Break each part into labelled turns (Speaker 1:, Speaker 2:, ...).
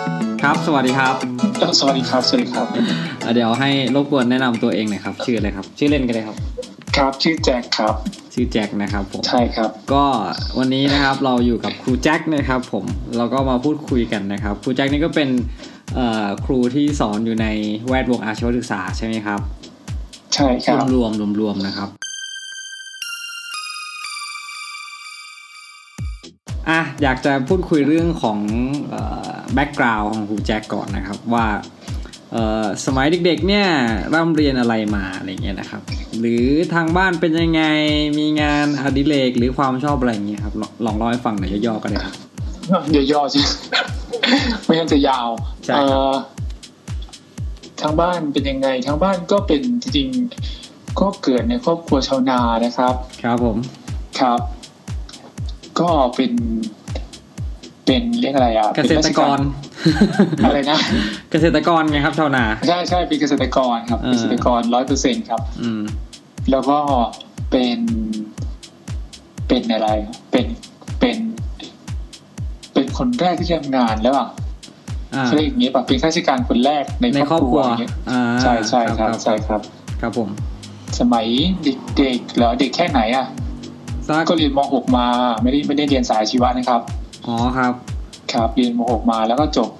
Speaker 1: สวัสดีครับ
Speaker 2: สวัสดีครับ สวัสดีครับ
Speaker 1: อ่ะเดี๋ยวให้รบกวนแนะนำตัวเองหน่อยครับ ชื่ออะไรครับ ชื่อเล่นกันเลยครับ
Speaker 2: ครับชื่อแจ็คครับ
Speaker 1: ชื่อแจ็คนะครับผม
Speaker 2: ใช่ครับ
Speaker 1: ก็วันนี้นะครับเราอยู่กับครูแจ็คนะครับผมเราก็มาพูดคุยกันนะครับครูแจ็คนี่ก็เป็นเอ่อครูที่สอนอยู่ในแวดวงอาชีวศึกษาใช่ไหมครับ
Speaker 2: ใช่ครับ
Speaker 1: รวมรวมรวมๆนะครับอ่ะอยากจะพูดคุยเรื่องของแบ็กกราวน์ของครูแจ็คก่อนนะครับว่าเอ่อสมัยเด็กๆเนี่ยร่ำเรียนอะไรมาอะไรเงี้ยนะครับ หรือทางบ้านเป็นยังไงมีงานอดิเรกหรือความชอบอะไรเงี้ยครับลองลองเล่าให้ฟังหน่อยย่อๆก็ได้ครับ
Speaker 2: เดี๋ยวย่อสิ ไม่งั้นจะยาว
Speaker 1: ใช่ครับ
Speaker 2: เอ่อทางบ้านเป็นยังไง ทางบ้านก็เป็นจริงๆก็เกิดในครอบครัวชาวนานะครับ
Speaker 1: ครับผม
Speaker 2: ครับ ก็เป็น เป็นเรียกอะไรอ่ะ
Speaker 1: เกษตรกร
Speaker 2: เป็นอะไรนะ
Speaker 1: เกษตรกรไงครับชาวนา
Speaker 2: ใช่ใช่เป็นเกษตรกรครับ
Speaker 1: เออ
Speaker 2: เกษตรกรร้อยเปอร์เซ็นครับ
Speaker 1: อืม
Speaker 2: แล้วก็เป็น เป็นอะไร เป็น เป็น เป็นคนแรกที่ทำงานแล้วอ่ะ
Speaker 1: อ่า
Speaker 2: เขาเรียกอย่างนี้ป่ะ เป็นข้าราชการคนแรกใน
Speaker 1: ใน
Speaker 2: ค
Speaker 1: ค
Speaker 2: ร
Speaker 1: ร
Speaker 2: อ
Speaker 1: อ
Speaker 2: บบ
Speaker 1: ครั
Speaker 2: ครัว
Speaker 1: ว
Speaker 2: อย่างเงี้ย
Speaker 1: อ่า
Speaker 2: ใช่ใช่ครับ ใช่ครับ
Speaker 1: ครับผม
Speaker 2: สมัยเด็กๆแล้วเด็กแค่ไหนอ่ะ
Speaker 1: ซัก
Speaker 2: ก็เรียนม .6 มา ไม่ได้ไม่ได้เรียนสายอาชีวะนะครับ
Speaker 1: อ๋อครับ
Speaker 2: ครับ เรียนม .6 มาแล้วก็จบ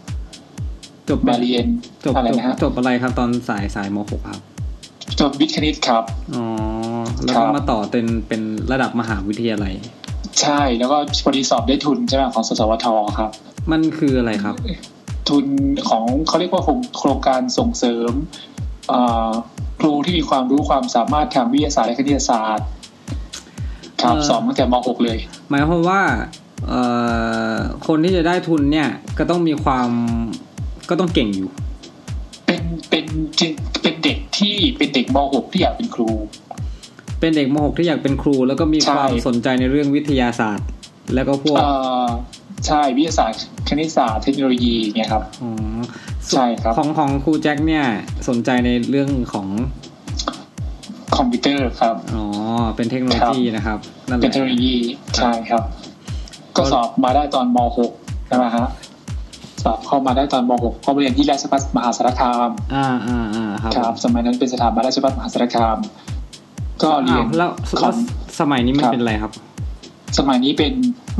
Speaker 1: จบเป็
Speaker 2: มาน เรียน
Speaker 1: จบ
Speaker 2: อะไร
Speaker 1: จบ
Speaker 2: นะฮะ
Speaker 1: จบอะไรครับตอนสายสายมหกครับ
Speaker 2: จบวิทย์คณิตครับ
Speaker 1: อ๋อ แล้ว
Speaker 2: ครั
Speaker 1: ก็
Speaker 2: บ
Speaker 1: มาต่อเป็นเป็นระดับมหาวิทยาลัย
Speaker 2: ใช่ แล้วก็พอดีสอบได้ทุนใช่ไหมของสสวทครับ
Speaker 1: มันคืออะไรครับ
Speaker 2: ทุนของเขาเรียกว่าโครงโครงการส่งเสริมเอ่อครูที่มีความรู้ความสามารถทางวิทยาศาสตร์และคณิตศาสตร์ครับ
Speaker 1: เอ่อ
Speaker 2: สอบตั้งแต่ม .6 เลย
Speaker 1: หมายความว่าเอ่อคนที่จะได้ทุนเนี่ยก็ต้องมีความก็ต้องเก่งอยู่
Speaker 2: เป็นเป็นจริงเป็นเด็กที่เป็นเด็กม .6 ที่อยากเป็นครู
Speaker 1: เป็นเด็กมหกที่อยากเป็นครู แล้วก็มีค
Speaker 2: ใช่
Speaker 1: วามสนใจในเรื่องวิทยาศาสตร์ แล้วก็พวก
Speaker 2: เอ่อใช่วิทยาศาสตร์คณิตศาสตร์เทคโนโลยีอย่างเนี่ยครับ
Speaker 1: อ๋อ
Speaker 2: ใช่ครับ
Speaker 1: ของของครูแจ็คเนี่ยสนใจในเรื่องของ
Speaker 2: คอมพิวเตอร์ครับ
Speaker 1: อ๋อ เป็นเทคโนโลยีนะครับนั่นแห
Speaker 2: เป็น
Speaker 1: ละ
Speaker 2: เทคโนโลยีใช่ครับ ก็สอบมาได้ตอนม .6 ใช่ไหมฮะสอบเข้ามาได้ตอนม .6 ก็ไปเรียนที่ราชภัฏมหาสารคาม
Speaker 1: อ่าอ่าอ่าครับ
Speaker 2: ครับสมัยนั้นเป็นสถาบันราชภัฏมหาสารคาม ก็เรีย
Speaker 1: อ้าวน แล้ว
Speaker 2: ครั
Speaker 1: แล้ว
Speaker 2: บ
Speaker 1: สมัยนี้มันเป็นอะไรครับ
Speaker 2: สมัยนี้เป็น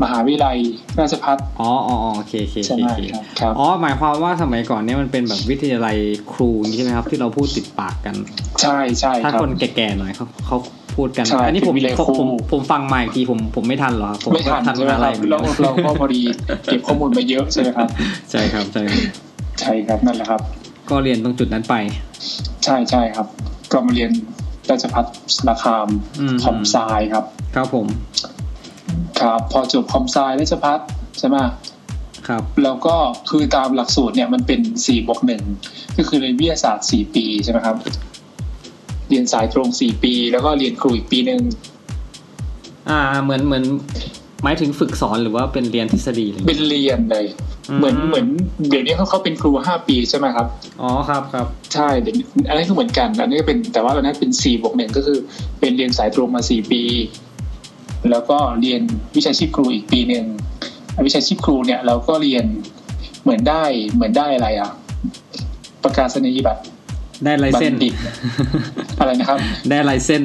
Speaker 2: มหาวิทยาลัยราชภัฏ
Speaker 1: อ๋ออ๋ออ๋อโอเคโอเค
Speaker 2: ใช่
Speaker 1: โอ
Speaker 2: ไหม
Speaker 1: เค
Speaker 2: ครับครับ
Speaker 1: อ๋อ หมายความว่าสมัยก่อนเนี่ยมันเป็นแบบวิทยาลัยครูอย่างนี้ใช่ไหมครับ ที่เราพูดติดปากกัน
Speaker 2: ใช่ใช่
Speaker 1: ถ้า
Speaker 2: ครับ
Speaker 1: คนแก่ๆหน่อยเขาเขาพูดกัน
Speaker 2: ใช่
Speaker 1: อันนี้ผม
Speaker 2: วิทยาลัย
Speaker 1: ผม
Speaker 2: ครู
Speaker 1: ผมผมฟังมาอีกทีผมผมไม่ทันหรอครับผม
Speaker 2: ไม่ทัน
Speaker 1: ทัน
Speaker 2: ใช่ไหม
Speaker 1: อะ
Speaker 2: ค
Speaker 1: ไร
Speaker 2: รับเราเราก็พอดีเก็บข้อมูลมาเยอะใช่ไหมครับ
Speaker 1: ใช่ครับใช่ครับ
Speaker 2: ใช่ครับนั่นแหละครับ
Speaker 1: ก็เรียนตรงจุดนั้นไป
Speaker 2: ใช่ใช่ครับ ก็มาเรียนราชภัฏสารคาม
Speaker 1: อืม
Speaker 2: คอมไซครับ
Speaker 1: ครับผม
Speaker 2: ครับ พอจบคอมไซราชภัฏใช่ไหม
Speaker 1: ครับ
Speaker 2: แล้วก็คือตามหลักสูตรเนี่ยมันเป็นสี่บวกหนึ่งก็คือเรียนวิทยาศาสตร์สี่ปีใช่ไหมครับ เรียนสายตรงสี่ปี แล้วก็เรียนครูอีกปีหนึ่ง
Speaker 1: อ่าเหมือนเหมือนหมายถึงฝึกสอนหรือว่าเป็นเรียนทฤษฎีอะไรอย่าง
Speaker 2: เป็
Speaker 1: เงี้ย
Speaker 2: นเรียนเลย
Speaker 1: อืม
Speaker 2: เหมือนเหมือนเดี๋ยวนี้เขาเขาเป็นครูห้าปีใช่ไหมครับ
Speaker 1: อ๋อครับครับ
Speaker 2: ใช่เดี๋ยวนี้อันนี้ก็เหมือนกัน อันนี้ก็เป็นแต่ว่าอันนั้นเป็นสี่บวกหนึ่งก็คือเป็นเรียนสายตรงมาสี่ปี แล้วก็เรียนวิชาชีพครูอีกปีหนึ่งวิชาชีพครูเนี่ยเราก็เรียนเหมือนได้เหมือนได้อะไรอ่ะ ประกาศนียบัตร
Speaker 1: ได้ลาย
Speaker 2: บั
Speaker 1: เส้น
Speaker 2: ณฑิตอะไรนะครับ
Speaker 1: ได้ลายเส้น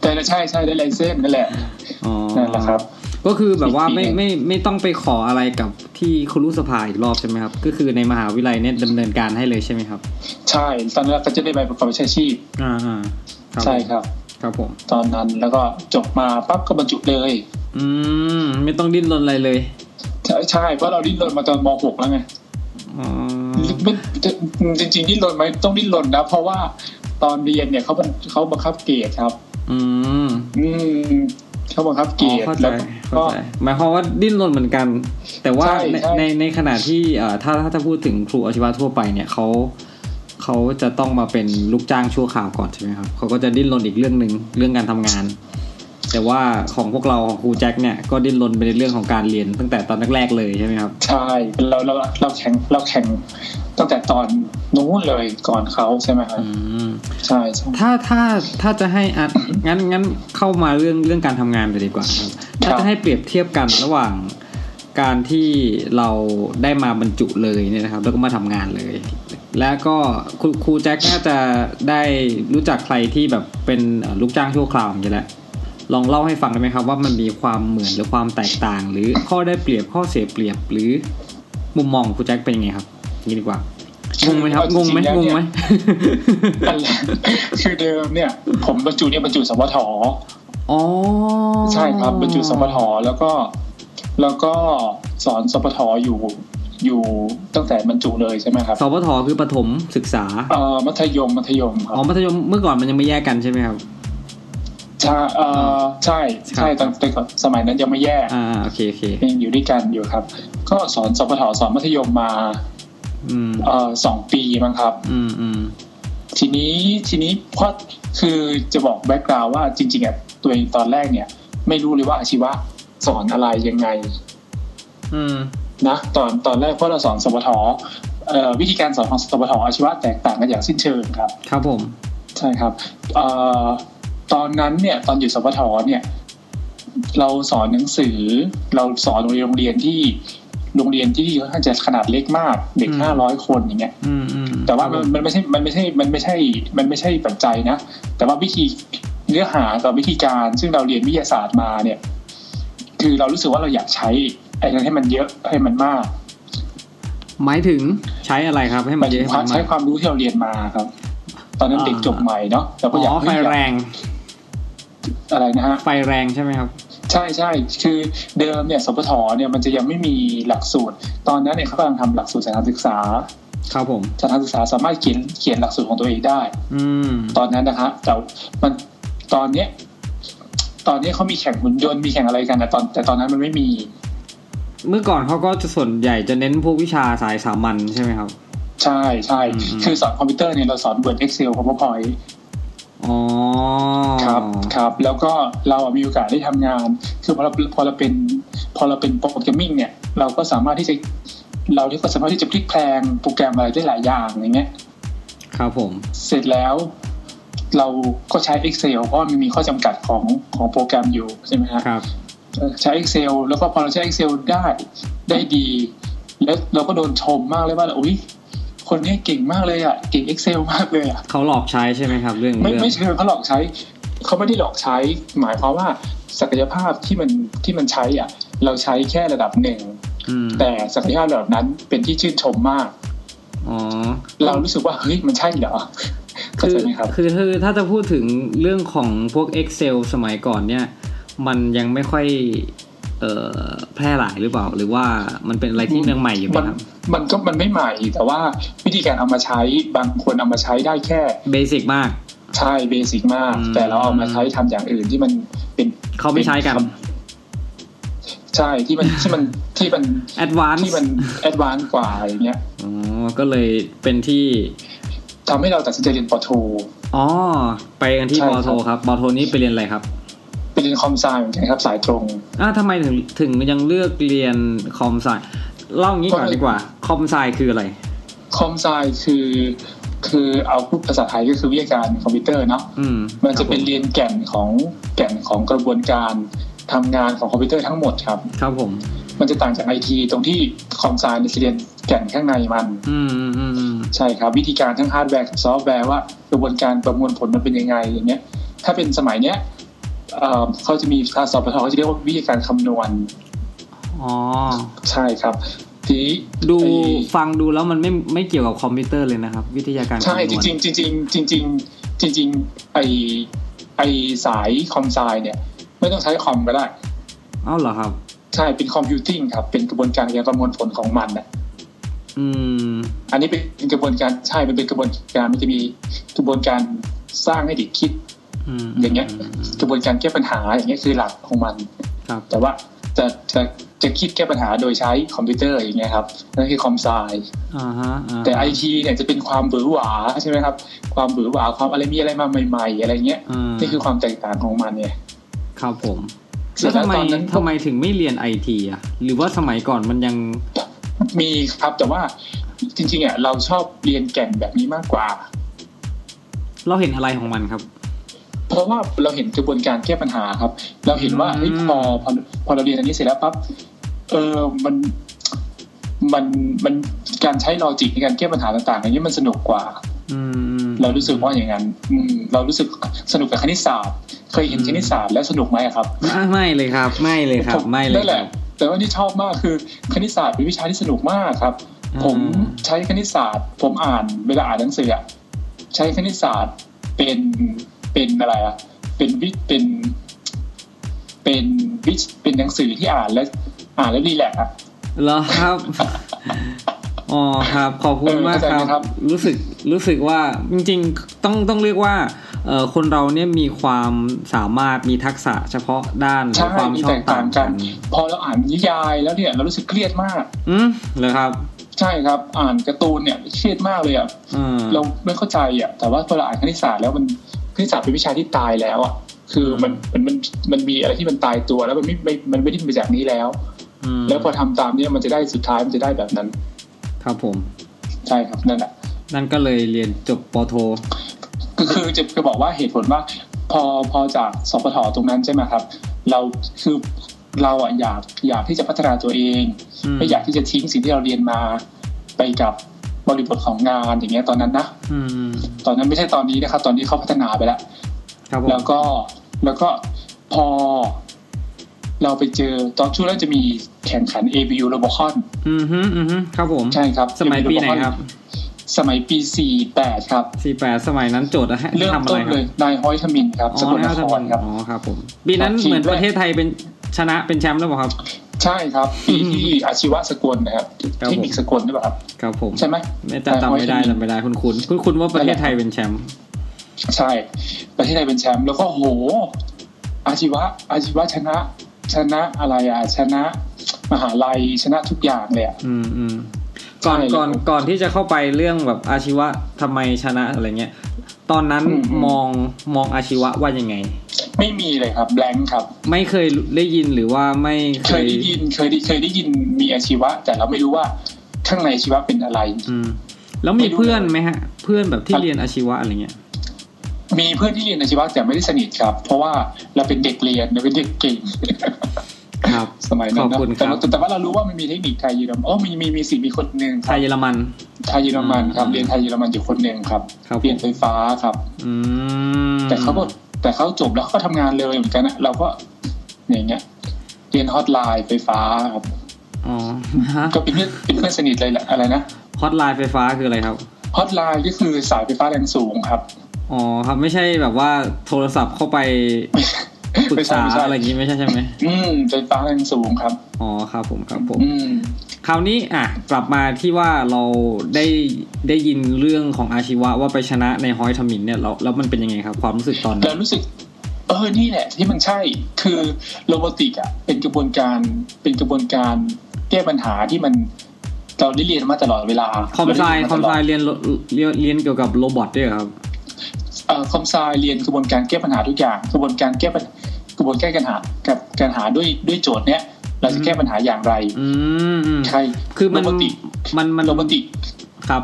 Speaker 2: แต่ใช่ใช่ได้ไลเซนส์นั่นแหละ
Speaker 1: อ๋อ
Speaker 2: นั่นแหละครับ
Speaker 1: ก็คือแบบว่า ไม่
Speaker 2: อีกทีหนึ่ง
Speaker 1: ไม่ไม่ต้องไปขออะไรกับที่ครุสภาอีกรอบใช่ไหมครับ ก็คือในมหาวิทยาลัยเนี่ยดำเนินการให้เลยใช่ไหมครับ
Speaker 2: ใช่ตอนนั้นเราก็จะได้ใบประกอบวิชาชีพ
Speaker 1: อ่าอ่า
Speaker 2: ใช่ครับ
Speaker 1: ครับผม
Speaker 2: ตอนนั้นแล้วก็จบมาปั๊บก็บรรจุเลย
Speaker 1: อืม ไม่ต้องดิ้นรนอะไรเลย
Speaker 2: ใช่ใช่เพราะเราดิ้นรนมาตอนม .6 แล้วไง
Speaker 1: อ๋อ
Speaker 2: ไม่จริงๆดิ้นรนไหมต้องดิ้นรนนะ เพราะว่าตอนเรียนเนี่ยเขาบังเขาบังคับเกรดครับ
Speaker 1: อืม
Speaker 2: อืมเขาบังคับเกร
Speaker 1: อ๋อ
Speaker 2: ด
Speaker 1: เข้าใจ
Speaker 2: แล้ว
Speaker 1: เข้า
Speaker 2: ก็
Speaker 1: ใจหมายความว่าดิ้นรนเหมือนกัน แต่ว่า
Speaker 2: ใช่
Speaker 1: ใน
Speaker 2: ใช่
Speaker 1: ในในขณะที่เอ่อถ้าถ้าจะพูดถึงครูอาชีวะทั่วไปเนี่ยเขาเขาจะต้องมาเป็นลูกจ้างชั่วคราวก่อนใช่ไหมครับเขาก็จะดิ้นรนอีกเรื่องหนึ่งเรื่องการทำงาน แต่ว่าของพวกเราของครูแจ็คเนี่ยก็ดิ้นรนไปในเรื่องของการเรียนตั้งแต่ตอนแรกๆเลยใช่ไหมครับ
Speaker 2: ใช่เราเราเราแข่งเราแข่งตั้งแต่ตอนนู้นเลยก่อนเขาใช่ไหมครับ
Speaker 1: อืม
Speaker 2: ใช่ใช่
Speaker 1: ถ้าถ้าถ้าจะให้อ่ะงั้นงั้นเข้ามาเรื่องเรื่องการทำงานเลยดีกว่าครับถ้า
Speaker 2: ครับ
Speaker 1: จะให้เปรียบเทียบกันระหว่าง การที่เราได้มาบรรจุเลยเนี่ยนะครับ แล้วก็มาทำงานเลย แล้วก็ครูครูแจ็คน่าจะได้รู้จักใครที่แบบเป็นเอ่อลูกจ้างชั่วคราวอย่างนี้ยแหละ ลองเล่าให้ฟังได้ไหมครับว่ามันมีความเหมือนหรือความแตกต่าง หรือข้อได้เปรียบข้อเสียเปรียบหรือมุมมองของครูแจ็คเป็นยังไงครับนี่ดีกว่างงไหมครับงงไหมงงไหม
Speaker 2: อันแรก คือเดิมเนี่ย ผมบรรจุเนี่ยบรรจุสวท
Speaker 1: อ๋อ
Speaker 2: ใช่ครับบรรจุสปทแล้วก็แล้วก็สอนสปทอยู่อยู่ตั้งแต่บรรจุเลยใช่ไหมครับ
Speaker 1: สปทคือประถมศึกษา
Speaker 2: เอ่อมัธยมมัธยมครั
Speaker 1: อ๋อบ มัธยมเมื่อก่อนมันยังไม่แยกกันใช่ไหมครับ
Speaker 2: ใช่เอ่อใช่ใช่
Speaker 1: ครับ
Speaker 2: ตั้งแต่ก่อนสมัยนั้นยังไม่แย่
Speaker 1: อ่าโอเคโอเค
Speaker 2: ยังอยู่ด้วยกันอยู่ครับ ก็สอนสปทสอนมัธยมมา
Speaker 1: อืม
Speaker 2: เอ่อสองปีมั้งครับ
Speaker 1: อืมอืม
Speaker 2: ทีนี้ทีนี้เพราะคือจะบอกแบ็กกราวว่าจริงๆอ่ะตัวเองตอนแรกเนี่ย ไม่รู้เลยว่าอาชีวะสอนอะไรยังไง
Speaker 1: อืม
Speaker 2: นะตอนตอนแรกเพราะเราสอนสปทเอ่อวิธีการสอนของสปทอาชีวะแตกต่างกันอย่างสิ้นเชิงครับ
Speaker 1: ครับผม
Speaker 2: ใช่ครับเอ่อตอนนั้นเนี่ยตอนอยู่สปทเนี่ย เราสอนหนังสือ เราสอนโรงเรียนโรงเรียนที่โรงเรียนที่ค่อนข้างจะขนาดเล็กมากเด็ก
Speaker 1: อืม
Speaker 2: ห้าร้อยคนอย่างเงี้ย
Speaker 1: อืมอืม
Speaker 2: แต่ว่ามันมันไม่ใช่มันไม่ใช่มันไม่ใช่มันไม่ใช่ปัจจัยนะ แต่ว่าวิธีเนื้อหากับวิธีการซึ่งเราเรียนวิทยาศาสตร์มาเนี่ย คือเรารู้สึกว่าเราอยากใช้ไอ้นั้นให้มันเยอะให้มันมาก
Speaker 1: หมายถึงใช้อะไรครับให้
Speaker 2: ห
Speaker 1: มั
Speaker 2: มาน ย
Speaker 1: เย
Speaker 2: ถึ
Speaker 1: อะ
Speaker 2: งความใช้
Speaker 1: ให้น
Speaker 2: ความรู้ที่เราเรียนมาครับ ตอนนั้นเด็กจบใหม่เนาะเราก็
Speaker 1: อ๋
Speaker 2: อยาก
Speaker 1: อไฟ
Speaker 2: เฮ้ยอยาก
Speaker 1: แรง
Speaker 2: อะไรนะฮะ
Speaker 1: ไฟแรงใช่ไหมครับ
Speaker 2: ใช่ใช่คือเดิมเนี่ยสปทเนี่ยมันจะยังไม่มีหลักสูตร ตอนนั้นเนี่ยเขากำลังทำหลักสูตรสถานศึกษา
Speaker 1: ครับผม
Speaker 2: สถานศึกษาสามารถเขียนเขียนหลักสูตรของตัวเองได้
Speaker 1: อืม
Speaker 2: ตอนนั้นนะฮะแต่มันตอนเนี้ยตอนเนี้ยเขามีแข่งหุ่นยนต์มีแข่งอะไรกันแต่ตอน แต่ตอนนั้นมันไม่มี
Speaker 1: เมื่อก่อนเขาก็จะส่วนใหญ่จะเน้นพวกวิชาสายสามัญใช่ไหมครับ
Speaker 2: ใช่ใช่
Speaker 1: อืม
Speaker 2: คือสอนคอมพิวเตอร์เนี่ยเราสอน Word Excel PowerPoint
Speaker 1: อ๋อ
Speaker 2: ครับครับแล้วก็เราอะมีโอกาสได้ทำงาน คือพอเราพอเราเป็นพอเราเป็นโปรแกรมมิ่งเนี่ย เราก็สามารถที่จะเราที่ก็สามารถที่จะพลิกแพลงโปรแกรมอะไรได้หลายอย่างอย่างเงี้ย
Speaker 1: ครับผม
Speaker 2: เสร็จแล้วเราก็ใช้ Excel เพราะว่ามันมีข้อจำกัดของของโปรแกรมอยู่ใช่ไหมฮะ
Speaker 1: ครับ
Speaker 2: ใช้ Excel แล้วก็พอเราใช้ Excel ได้ได้ดี แล้วเราก็โดนชมมากเลยว่าอุ้ยคนนี้เก่งมากเลยอ่ะเก่ง Excel มากเลยอ่ะ
Speaker 1: เขาหลอกใช้ใช่ไหมครับ เรื่อง
Speaker 2: ไม่
Speaker 1: เรื่อง
Speaker 2: ไม่เชิงเขาหลอกใช้ เขาไม่ได้หลอกใช้ หมายความว่าศักยภาพที่มันที่มันใช้อ่ะ เราใช้แค่ระดับหนึ่ง
Speaker 1: อืม
Speaker 2: แต่ศักยภาพระดับนั้นเป็นที่ชื่นชมมาก
Speaker 1: อ๋อ
Speaker 2: เรารู้สึกว่าเฮ้ยมันใช่เหรอเข้า
Speaker 1: คือ
Speaker 2: ใจไหมครับ
Speaker 1: คือคือถ้าจะพูดถึงเรื่องของพวก Excel สมัยก่อนเนี่ย มันยังไม่ค่อยเอ่อแพร่หลายหรือเปล่า หรือว่ามันเป็นอะไรที่ยังใหม่อยู่ไหม
Speaker 2: มัน
Speaker 1: ครับ
Speaker 2: มันก็มันไม่ใหม่ แต่ว่าวิธีการเอามาใช้บางคนเอามาใช้ได้แค่
Speaker 1: เบสิกมาก
Speaker 2: ใช่เบสิกมาก
Speaker 1: อืม
Speaker 2: แต่เราเอามาใช้ทำอย่างอื่นที่มันเป็น
Speaker 1: เขาไม่ใช้กัน
Speaker 2: ใช่ที่มันที่มันที่มัน
Speaker 1: แอดวานซ์
Speaker 2: ที่มันแอดวานซ์กว่าอย่างเงี้ย
Speaker 1: อ๋อก็เลยเป็นที่
Speaker 2: ทำให้เราตัดสินใจเรียนปอโท
Speaker 1: อ๋อ ไปกันที่
Speaker 2: ใช่
Speaker 1: บ
Speaker 2: ครั
Speaker 1: อบ โทครับบอโทนี่ไปเรียนอะไรครับ
Speaker 2: ไปเรียนคอมไซน์เหมือนกันครับสายตรง
Speaker 1: อ้าวทำไมถึงถึงยังเลือกเรียนคอมไซเล่างี้ก่อนดีกว่าคอมไซคืออะไร
Speaker 2: คอมไซน์คือคือเอาพูดภาษาไทยก็คือวิทยาการคอมพิวเตอร์เนาะ
Speaker 1: อืม
Speaker 2: มันจะเป็นเรียนแก่นของแก่นของกระบวนการทำงานของคอมพิวเตอร์ทั้งหมดครับ
Speaker 1: ครับผม
Speaker 2: มันจะต่างจากไอทีตรงที่คอมไซน์เนี่ยจะเรียนแก่นข้างในมัน
Speaker 1: อืมอืมอืมอืม
Speaker 2: ใช่ครับ วิธีการทั้งฮาร์ดแวร์กับซอฟต์แวร์ว่ากระบวนการประมวลผลมันเป็นยังไงอย่างเงี้ยถ้าเป็นสมัยเนี้ยเอ่อเขาจะมีทางสอบปทเขาจะเรียกว่าวิทยาการคำนวณ
Speaker 1: อ๋อ
Speaker 2: ใช่ครับทีนี้
Speaker 1: ดู
Speaker 2: ไอ้
Speaker 1: ฟังดูแล้วมันไม่ไม่เกี่ยวกับคอมพิวเตอร์เลยนะครับ วิทยาการ
Speaker 2: ใช่
Speaker 1: คำนวณ
Speaker 2: จริงๆจริงๆจริงๆจริงๆไอไอสายคอมไซน์เนี่ย ไม่ต้องใช้คอมก็ได้
Speaker 1: เอ้าเหรอครับ
Speaker 2: ใช่เป็นคอมพิวติ้งครับ เป็นกระบวนการการประมวลผลของมันอ่ะ
Speaker 1: อืม
Speaker 2: อันนี้เป็นกระบวนการใช่มันเป็นกระบวนการมันจะมีกระบวนการสร้างให้เด็กคิด
Speaker 1: อืม
Speaker 2: อย่างเงี้ย กระบวนการแก้ปัญหาอย่างเงี้ยคือหลักของมัน
Speaker 1: ครับ
Speaker 2: แต่ว่าจะจะจะคิดแก้ปัญหาโดยใช้คอมพิวเตอร์อย่างเงี้ยครับนั่นคือคอมไซน์
Speaker 1: อ่าฮะาฮะ
Speaker 2: แต่ไอทีเนี่ยจะเป็นความบือหวาใช่ไหมครับ ความบือหวาความอะไรมีอะไรมาใหม่ๆ อะไรเงี้ย
Speaker 1: อ่า
Speaker 2: นี่คือความแตกต่างของมันเนี่ย
Speaker 1: ครับผม
Speaker 2: เสร็
Speaker 1: แล้
Speaker 2: จ
Speaker 1: วทำ
Speaker 2: แล้ว
Speaker 1: ไม
Speaker 2: ตอนนั้น
Speaker 1: ทำไมถึงไม่เรียนไอทีอ่ะ หรือว่าสมัยก่อนมันยัง
Speaker 2: มีครับ แต่ว่าจริงๆอ่ะเราชอบเรียนแก่นแบบนี้มากกว่า
Speaker 1: เราเห็นอะไรของมันครับ
Speaker 2: เพราะว่าเราเห็นกระบวนการแก้ปัญหาครับ เราเห็นว่า
Speaker 1: อืม
Speaker 2: เฮ้ยพอพอพอเราเรียนอันนี้เสร็จแล้วปั๊บ เออมันมันมันการใช้ลอจิกในการแก้ปัญหาต่างๆอย่างนี้มันสนุกกว่า
Speaker 1: อืม
Speaker 2: เรารู้สึกว่าอย่างนั้นอืมเรารู้สึกสนุกกับคณิตศาสตร์ เคยเห็นคณิตศาสตร์แล้วสนุกไหมอะครับ
Speaker 1: อ่ะไม่เลยครับ ไม่เลยครับ
Speaker 2: ผม
Speaker 1: ไม่เลย
Speaker 2: นั่น
Speaker 1: ค
Speaker 2: แห
Speaker 1: รั
Speaker 2: ละ
Speaker 1: บ
Speaker 2: แต่ว่าที่ชอบมากคือคณิตศาสตร์เป็นวิชาที่สนุกมากครับ
Speaker 1: อ่า
Speaker 2: ผมใช้คณิตศาสตร์ ผมอ่านเวลาอ่านหนังสืออะใช้คณิตศาสตร์เป็นเป็นอะไรอะเป็นวิเป็นเป็นวิเป็นหนังสือที่อ่านแล้วอ่านแล้วรีแลกซ์อะ
Speaker 1: เหรอครับ อ๋อครับ ขอบคุณมากครั
Speaker 2: เออเข้าใจไหมครับ บ
Speaker 1: รู้สึกรู้สึกว่าจริงๆต้องต้องเรียกว่าเอ่อคนเราเนี่ยมีความสามารถมีทักษะเฉพาะด้านหรื
Speaker 2: ใช่
Speaker 1: อความ
Speaker 2: มี
Speaker 1: ชอ
Speaker 2: แต
Speaker 1: บ
Speaker 2: ก
Speaker 1: ต่า
Speaker 2: ต่าง ง
Speaker 1: กั
Speaker 2: กัน น พอเราอ่านนิยายแล้วเนี่ย เรารู้สึกเครียดมาก
Speaker 1: อืมเหรอครับ
Speaker 2: ใช่ครับ อ่านการ์ตูนเนี่ยเครียดมากเลยอ่ะ
Speaker 1: เออ
Speaker 2: เราไม่เข้าใจอ่ะแต่ว่าพอเราอ่านคณิตศาสตร์แล้วมันคณิตศาสตร์เป็นวิชาที่ตายแล้วอ่ะคือ
Speaker 1: อืม
Speaker 2: มันมันมันมันมีอะไรที่มันตายตัวแล้วมันไม่ไม่มันไม่ได้ไปจากนี้แล้ว
Speaker 1: ม
Speaker 2: แล้วพอทำตามเนี่ยมันจะได้สุดท้ายมันจะได้แบบนั้น
Speaker 1: ครับผม
Speaker 2: ใช่ครับนั่นแหละ
Speaker 1: นั่นก็เลยเรียนจบปโท
Speaker 2: ก็คือจะจะบอกว่าเหตุผลว่า พอพอจากสปทตรงนั้นใช่ไหมครับ เราคือเราอ่ะอยากอยากที่จะพัฒนาตัวเอง
Speaker 1: อืม
Speaker 2: ไม่อยากที่จะทิ้งสิ่งที่เราเรียนมาไปกับบริบทของงานอย่างเงี้ยตอนนั้นนะ
Speaker 1: อืม
Speaker 2: ตอนนั้นไม่ใช่ตอนนี้นะครับ ตอนนี้เขาพัฒนาไปแล้ว
Speaker 1: ครับผ
Speaker 2: แล้
Speaker 1: ม
Speaker 2: วก็แล้วก็พอ เราไปเจอตอนช่วงแรกจะมีแข่งขัน ABU r o b o c o n
Speaker 1: อืมฮึอืมฮึครับผม
Speaker 2: ใช่ครับ
Speaker 1: สมัย
Speaker 2: ABU
Speaker 1: ปีไหน
Speaker 2: Robocon
Speaker 1: ครับ
Speaker 2: สมัยปี 48 ครับ
Speaker 1: สี่แปดสมัยนั้นโจทย์อะให้
Speaker 2: เริ่ม
Speaker 1: ทำอะไร
Speaker 2: ต้น
Speaker 1: ครั
Speaker 2: เล
Speaker 1: บ
Speaker 2: ยนายฮอยทมินครับ
Speaker 1: อ๋อ
Speaker 2: สกลนครครับ
Speaker 1: อ๋อครับผมปีนั้น
Speaker 2: ทีม
Speaker 1: เหมือน
Speaker 2: แรก
Speaker 1: ประเทศไทยเป็นชนะเป็นแชมป์แล้วเปล่าครับ
Speaker 2: ใช่ครับปีที่อาชีวะสกลนะครับ
Speaker 1: ครับผม
Speaker 2: เทคนิคสกลใช่ป่ะครับ
Speaker 1: ครับผม
Speaker 2: ใช่ไหม
Speaker 1: ไม่จำจำไม่ได้จำไม่ได้คุณคุณคุณคุณว่าประเทศไทยเป็นแชมป์
Speaker 2: ใช่ประเทศไทยเป็นแชมป์แล้วก็โห อาชีวะ อาชีวะชนะ ชนะอะไรอ่ะ ชนะ มหาลัยชนะทุกอย่างเลยอ่ะ
Speaker 1: อืมอืมก่อน
Speaker 2: ใช่
Speaker 1: ก่อนก่อนที่จะเข้าไปเรื่องแบบอาชีวะทำไมชนะอะไรเงี้ย ตอนนั้น
Speaker 2: อืมอืม
Speaker 1: มองมองอาชีวะว่ายังไง
Speaker 2: ไม่มีเลยครับแบงค์ครับ
Speaker 1: ไม่เคยได้ยินหรือว่าไม่เค
Speaker 2: เคย
Speaker 1: ย
Speaker 2: ได้ยินเคยได้เคยได้ยินมีอาชีวะ แต่เราไม่รู้ว่าข้างในอาชีวะเป็นอะไร
Speaker 1: อืมแล้วมีเพื่อนไหมฮะ เพื่อนแบบที่เรียนอาชีวะอะไรเงี้ย
Speaker 2: มีเพื่อนที่เรียนอาชีวะแต่ไม่ได้สนิทครับ เพราะว่าเราเป็นเด็กเรียนเราเป็นเด็กเก่ง
Speaker 1: ครับ
Speaker 2: สมัยนั้
Speaker 1: ขอน บ
Speaker 2: นะ
Speaker 1: คุณค
Speaker 2: แต่
Speaker 1: รับ
Speaker 2: ว่าแต่ว่าเรารู้ว่ามันมีเทคนิคไทยเยอรมันโอ้มีมีมีสิมีคนหนึ่ง
Speaker 1: ไทยเยอรมัน
Speaker 2: ไทยเยอรมันครับ
Speaker 1: อืม
Speaker 2: เรียนไทยเยอรมันอยู่คนหนึ่งครับ
Speaker 1: ครับ
Speaker 2: เรียนไฟฟ้าครับ
Speaker 1: อืม
Speaker 2: แต่เขาก็แต่เขาจบแล้วเขาก็ทำงานเลยเหมือนกันนะเราก็อย่างเงี้ยเรียนฮอตไลน์ไฟฟ้าครับ
Speaker 1: อ๋อ ฮะ
Speaker 2: ก็เป็นเพื่อนเป็นเพื่อนสนิทเลยแหละอะไรนะ
Speaker 1: ฮอตไลน์ไฟฟ้าคืออะไรครับ
Speaker 2: ฮอตไลน์ก็คือสายไฟฟ้าแรงสูงครับ
Speaker 1: อ๋อครับไม่ใช่แบบว่าโทรศัพท์เข้าไปปรึกษา
Speaker 2: ไม่ใช่ไม่ใช่
Speaker 1: อะไรอย่างนี้ไม่ใช่ใช่ไหม
Speaker 2: อืมไฟฟ้าแรงสูงครับ
Speaker 1: อ๋อครับผมครับผม
Speaker 2: อืม
Speaker 1: คราวนี้อ่ะกลับมาที่ว่าเราได้ได้ยินเรื่องของอาชีวะว่าไปชนะในฮอยทมินเนี่ยแล้วแล้วมันเป็นยังไงครับ ความรู้สึกตอนนั้
Speaker 2: เรา
Speaker 1: น
Speaker 2: รู้สึกเออนี่แหละ ที่มันใช่คือโรบอติกอ่ะเป็นกระบวนการเป็นกระบวนการแก้ปัญหาที่มันเราได้เรียนมาตลอดเวลา
Speaker 1: คอมไซคอมไซเรียนเรียนเรียนเกี่ยวกับโรบอทด้วยเหรอครับ
Speaker 2: เอ่อคอมไซเรียนกระบวนการแก้ปัญหาทุกอย่าง กระบวนการแก้ปัญกระบวนการแก้ปัญหากับการหาด้วยด้วยโจทย์เนี้ยเราจะแก้ปัญหาอย่างไร
Speaker 1: อืมอืม
Speaker 2: ใช่
Speaker 1: คือมัน
Speaker 2: โรบอติก
Speaker 1: มันมัน
Speaker 2: โรบอติก
Speaker 1: ครับ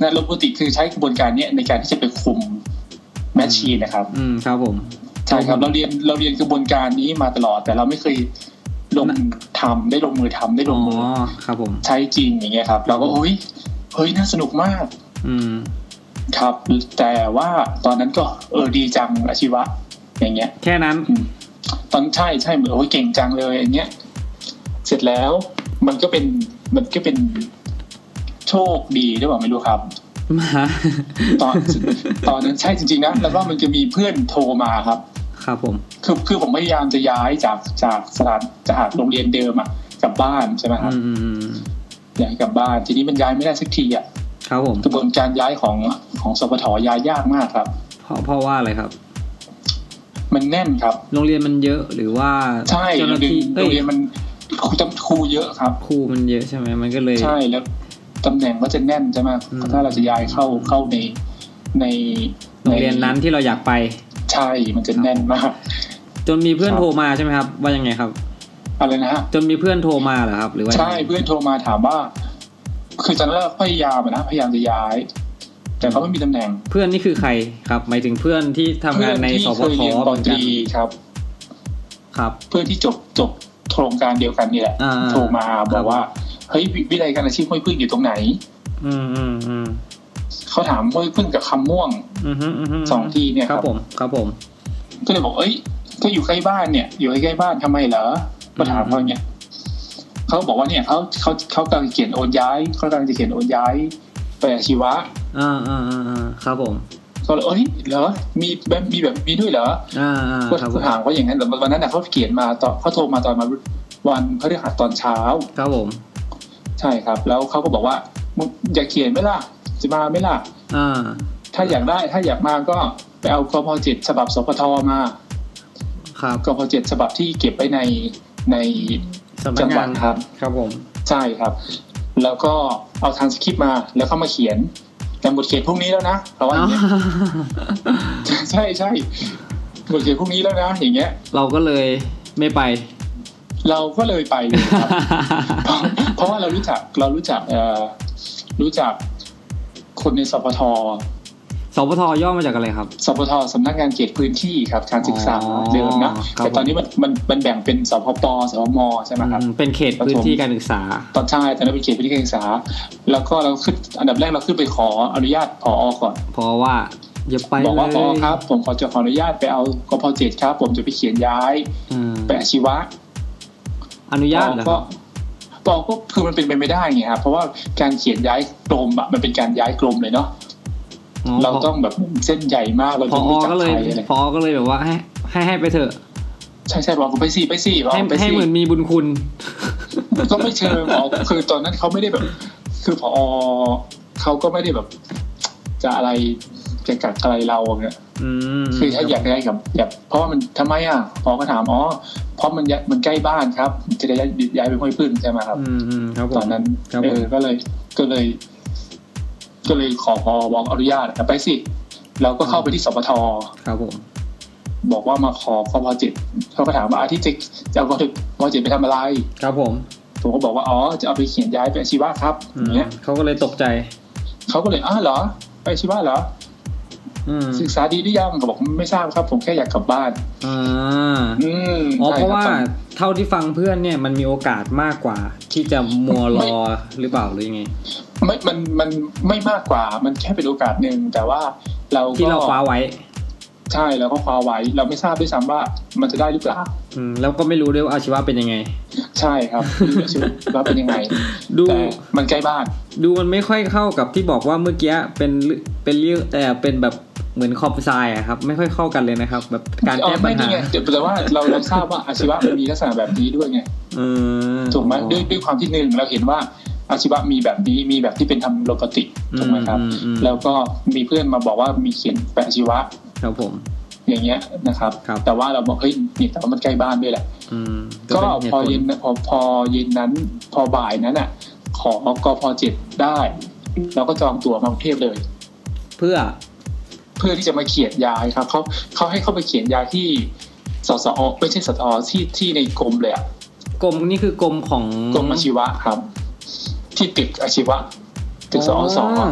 Speaker 2: นะโรบอติกคือใช้กระบวนการเนี้ยในการที่จะไปคุมแมชชีนนะครับ
Speaker 1: อืมครับผม
Speaker 2: ใช่ครับเราเรียนเราเรียนกระบวนการนี้มาตลอด แต่เราไม่เคยลงทำได้ลงมือทำได้ล
Speaker 1: อ๋อง
Speaker 2: มืออ
Speaker 1: ครับผม
Speaker 2: ใช้จริงอย่างเงี้ยครับ เราก็เฮ้ยเฮ้ยน่าสนุกมาก
Speaker 1: อืม
Speaker 2: ครับ แต่ว่าตอนนั้นก็เออดีจังอาชีวะ อย่างเงี้ย
Speaker 1: แค่นั้น
Speaker 2: ตอนใช่ใช่เหมือนโอ้ยเก่งจังเลยอย่างเงี้ยเสร็จแล้วมันก็เป็นมันก็เป็นโชคดีหรือเปล่าไม่รู้ครับ
Speaker 1: มา
Speaker 2: ตอน ตอนนั้นใช่จริงๆนะแล้วก็มันจะมีเพื่อนโทรมาครับ
Speaker 1: ครับผม
Speaker 2: คือคือผมพยายามจะย้ายจากจากสถานจากโรงเรียนเดิมอะกลับบ้านใช่ไหมค
Speaker 1: อื
Speaker 2: รับ
Speaker 1: มอืมอืม
Speaker 2: ย้ายกลับบ้านทีนี้มันย้ายไม่ได้สักทีอะ
Speaker 1: ครับผม
Speaker 2: กระบวนการย้ายของของสปทย้ายยากมากครับ
Speaker 1: เพราะเพราะว่าอะไรครับ
Speaker 2: มันแน่นครับ
Speaker 1: โรงเรียนมันเยอะหรือว่า
Speaker 2: ใช่
Speaker 1: เจ้า
Speaker 2: โร
Speaker 1: หน้าง
Speaker 2: เรียน
Speaker 1: ที่
Speaker 2: โร
Speaker 1: เอ้ย
Speaker 2: งเรียนมันครูจำครูเยอะครับ
Speaker 1: ครูมันเยอะใช่ไหมมันก็เลย
Speaker 2: ใช่แล้วตำแหน่งก็จะแน่นใช่ไหม
Speaker 1: อืม
Speaker 2: ถ้าเราจะย้ายเข้าเข้าในใน
Speaker 1: โรงเรียนนั้นที่เราอยากไป
Speaker 2: ใช่มันจะแน่นมาก
Speaker 1: จนมีเพื่อนโทรมาใช่ไหมครับ ว่ายังไงครับ
Speaker 2: อะไรนะฮะ
Speaker 1: จนมีเพื่อนโทรมาเหรอครับ หรือว่า
Speaker 2: ใช่เพื่อนโทรมาถามว่า คือตอนแรกพยายามอะนะพยายามจะย้าย แต่เขาไม่มีตำแหน่ง
Speaker 1: เพื่อนนี่คือใครครับ หมายถึงเพื่อนที่ทำงานในสพ
Speaker 2: เพื่อนที่เคย
Speaker 1: ท
Speaker 2: เรียน
Speaker 1: เห
Speaker 2: ป
Speaker 1: มื
Speaker 2: อ
Speaker 1: อน
Speaker 2: ต
Speaker 1: กัน
Speaker 2: รีครับ
Speaker 1: ครับ
Speaker 2: เพื่อนที่จบจบโท โครงการเดียวกันนี่แหละ
Speaker 1: อ่า
Speaker 2: โทรมาบอกว่าเฮ้ยวิวิทยาลัยการอาชีพห้วยพึ่งอยู่ตรงไหน
Speaker 1: อืมอืมอืม
Speaker 2: เขาถามห้วยพึ่งกับคำม่วง
Speaker 1: อืมฮึมฮึม
Speaker 2: สองที่เนี่ย
Speaker 1: ค
Speaker 2: ค
Speaker 1: รั
Speaker 2: รั
Speaker 1: บบ ผมครับผม
Speaker 2: ก็เลยบอกเอ้ยก็อยู่ใกล้บ้านเนี่ย อยู่ใกล้ๆบ้านทำไมเหรอก็ถามเขาอย่างเนี่ยเขาบอกว่าเนี่ยเขาเขาเขากำลังเขียนโอนย้ายเขากำลังจะเขียนโอนย้ายไปอาชีวะ
Speaker 1: อ่าอ่าอ่าอ่าครับผม
Speaker 2: ก็เลยเอ้ยเหรอมีแบบมีแบบมีด้วยเหรอ
Speaker 1: อ่าอ่า
Speaker 2: ก็
Speaker 1: ครับผม
Speaker 2: ถามเขาอย่างนั้นแต่วันนั้นน่ะเขาเขียนมาตอนเขาโทรมาตอนมาวันพฤหัสตอนเช้า
Speaker 1: ครับผม
Speaker 2: ใช่ครับ แล้วเขาก็บอกว่ามึงอยากเขียนไหมล่ะจะมาไหมล่ะ
Speaker 1: อ่า
Speaker 2: ถ้าอยากได้ถ้าอยากมาก็ไปเอากพเจ็ดฉบับสพทมาก
Speaker 1: ครับ
Speaker 2: พเจ็ดฉบับที่เก็บไว้ในใน
Speaker 1: สำนักงาน
Speaker 2: จังหวัดครับ
Speaker 1: ครับผม
Speaker 2: ใช่ครับ แล้วก็เอาทางสคริปต์มาแล้วเข้ามาเขียนแต่บทเขียนพรุ่งนี้แล้วนะเพราะว่าอย่างเงี้ย ใช่ใช่บทเขียนพรุ่งนี้แล้วนะอย่างเงี้ย
Speaker 1: เราก็เลยไม่ไป
Speaker 2: เราก็เลยไปเลยครับ เพราะเพราะว่าเรารู้จักเรารู้จักเอ่อรู้จักคนในสพท
Speaker 1: สปทย่อมาจากอะไรครับ
Speaker 2: สพทสำนักงานเขตพื้นที่ครับการศึกษา
Speaker 1: อ๋อ
Speaker 2: เดิม
Speaker 1: ค
Speaker 2: นะ
Speaker 1: รับ
Speaker 2: แต่ตอนนี้มันมันมันแบ่งเป็นสพปสพมใช่ไหมครับ
Speaker 1: อืมเป็นเขตพื้นที่การศึกษา
Speaker 2: ตอนใช่ตอนนั้นเป็นเขตพื้นที่การศึกษา แล้วก็เราขึ้นอันดับแรกเราขึ้นไปขออนุญาตผอก่อน
Speaker 1: เพราะว่าอย่าไป
Speaker 2: บอกว่า
Speaker 1: เล
Speaker 2: พอย ครับ ผมขอจะขออนุญาตไปเอากพเจ็ดครับ ผมจะไปเขียนย้าย
Speaker 1: อืม
Speaker 2: ไปอาชีวะ
Speaker 1: อนุญาต
Speaker 2: พ
Speaker 1: เหรอค
Speaker 2: ก็
Speaker 1: รับ
Speaker 2: พอก็คือมันเป็นไปไม่ได้ไงครับเพราะว่าการเขียนย้ายกรมอะมันเป็นการย้ายกรมเลยเนาะ
Speaker 1: อ๋อ
Speaker 2: เราต้องแบบเส้นใหญ่มากเรา
Speaker 1: พ
Speaker 2: ต้
Speaker 1: อ
Speaker 2: อง
Speaker 1: พ
Speaker 2: รู้
Speaker 1: อ
Speaker 2: จัก
Speaker 1: ก็เลย
Speaker 2: ใครอะไร
Speaker 1: พอก็เลยแบบว่าให้ให้ให้ไปเถอะ
Speaker 2: ใช่ใช่บอกผมไปสิไปสิบอก
Speaker 1: ให้
Speaker 2: ไป
Speaker 1: ให้
Speaker 2: สิ
Speaker 1: เหมือนมีบุญคุณ
Speaker 2: ก็ไม่เชิงหรอกคือตอนนั้นเขาไม่ได้แบบ คือพอเขาก็ไม่ได้แบบ จะอะไรจะกักอะไรเราอะเนี่ย
Speaker 1: อืม
Speaker 2: คือถ้าอยากได้กับอยากเพราะว่ามันทำไมอ่ะพอก็ถามอ๋อเพราะมันย้ายมันใกล้บ้านครับ จะได้ย้ายย้ายไปห้วยพื้นใช่ไหมครับ
Speaker 1: อืมอืมครับผม
Speaker 2: ตอนนั้น
Speaker 1: ครับผม
Speaker 2: เออก็เลยก็เลย ก็เลยขอพอบอกอนุญาตไปสิเราก็เข้าไปที่สปท
Speaker 1: ครับผม
Speaker 2: บอกว่ามาขอพอพอจิตเขาก็ถามว่าอาทิตย์จะจะเอาพอพอจิตไปทำอะไร
Speaker 1: ครับผม
Speaker 2: ผมก็บอกว่าอ๋อจะเอาไปเขียนย้ายไปอาชีวะครับ
Speaker 1: อื
Speaker 2: อ
Speaker 1: ม
Speaker 2: ย่างเงี้ย
Speaker 1: เขาก็เลยตกใจ
Speaker 2: เขาก็เลยอ้าวเหรอ ไปอาชีวะเหรอ
Speaker 1: อืม
Speaker 2: ศึกษาดีหรือยังก็บอกไม่ทราบครับ ผมแค่อยากกลับบ้าน
Speaker 1: อ่า
Speaker 2: อืม
Speaker 1: อ๋อ
Speaker 2: ใช่
Speaker 1: เพราะ
Speaker 2: ค
Speaker 1: ว่า
Speaker 2: บ
Speaker 1: เท่าที่ฟังเพื่อนเนี่ยมันมีโอกาสมากกว่า ที่จะมัวรอหรือเปล่าหรือยังไง
Speaker 2: ไม่มันมันไม่มากกว่า มันแค่เป็นโอกาสหนึ่งแต่ว่าเราก็
Speaker 1: ที่เราคว้าไว้
Speaker 2: ใช่เราก็คว้าไว้ เราไม่ทราบด้วยซ้ำว่ามันจะได้หรือเปล่า
Speaker 1: อืมแล้วก็ไม่รู้ด้วยว่าอาชีวะเป็นยังไง
Speaker 2: ใช่ครับชีวิตเราเป็นยังไง
Speaker 1: ดู
Speaker 2: แต่มันใกล้บ้าน
Speaker 1: ดูมันไม่ค่อยเข้ากับที่บอกว่าเมื่อกี้เป็นเรื่องเป็นเรื่องแต่อเป็นแบบเหมือนคอมไซน์อะครับ ไม่ค่อยเข้ากันเลยนะครับ แบบการแก้ปัญ
Speaker 2: อ๋อไม่นี่
Speaker 1: หา
Speaker 2: ไงแต่แต่ว่าเราเราทราบว่าอาชีวะมันมีลักษณะแบบนี้ด้วยไง
Speaker 1: เออ
Speaker 2: ถูกไหมด้วยด้วยความที่หนึ่งเราเห็นว่าอาชีวะมีแบบนี้มีแบบที่เป็นทำโลปติถูกไหมครับ
Speaker 1: อือือื
Speaker 2: แล้วก็มีเพื่อนมาบอกว่ามีเขียนแปะอาชีวะ
Speaker 1: ครับผม
Speaker 2: อย่างเงี้ยนะครับ
Speaker 1: ครับ
Speaker 2: แต่ว่าเราบอกเฮ้ยนี่แต่ว่ามันใกล้บ้านด้วยแหละ
Speaker 1: อืม
Speaker 2: ก็
Speaker 1: เป็นหตุผล
Speaker 2: พอเย็นพอพอเย็นนั้น พอบ่ายนั้นอ่ะ ขอกพเจ็ดได้เราก็จองตั๋วมากรุงเทพเลย
Speaker 1: เพื่อ
Speaker 2: เพื่อที่จะมาเขียนยายครับเขาเขาให้เข้าไปเขียนยายที่สสอไม่ใช่สตอที่ที่ในกรมเลยอะ
Speaker 1: กรมนี่คือกรมของ
Speaker 2: กรมอาชีวะครับ ที่ตึกอาชีวะตึกสอสอ
Speaker 1: อ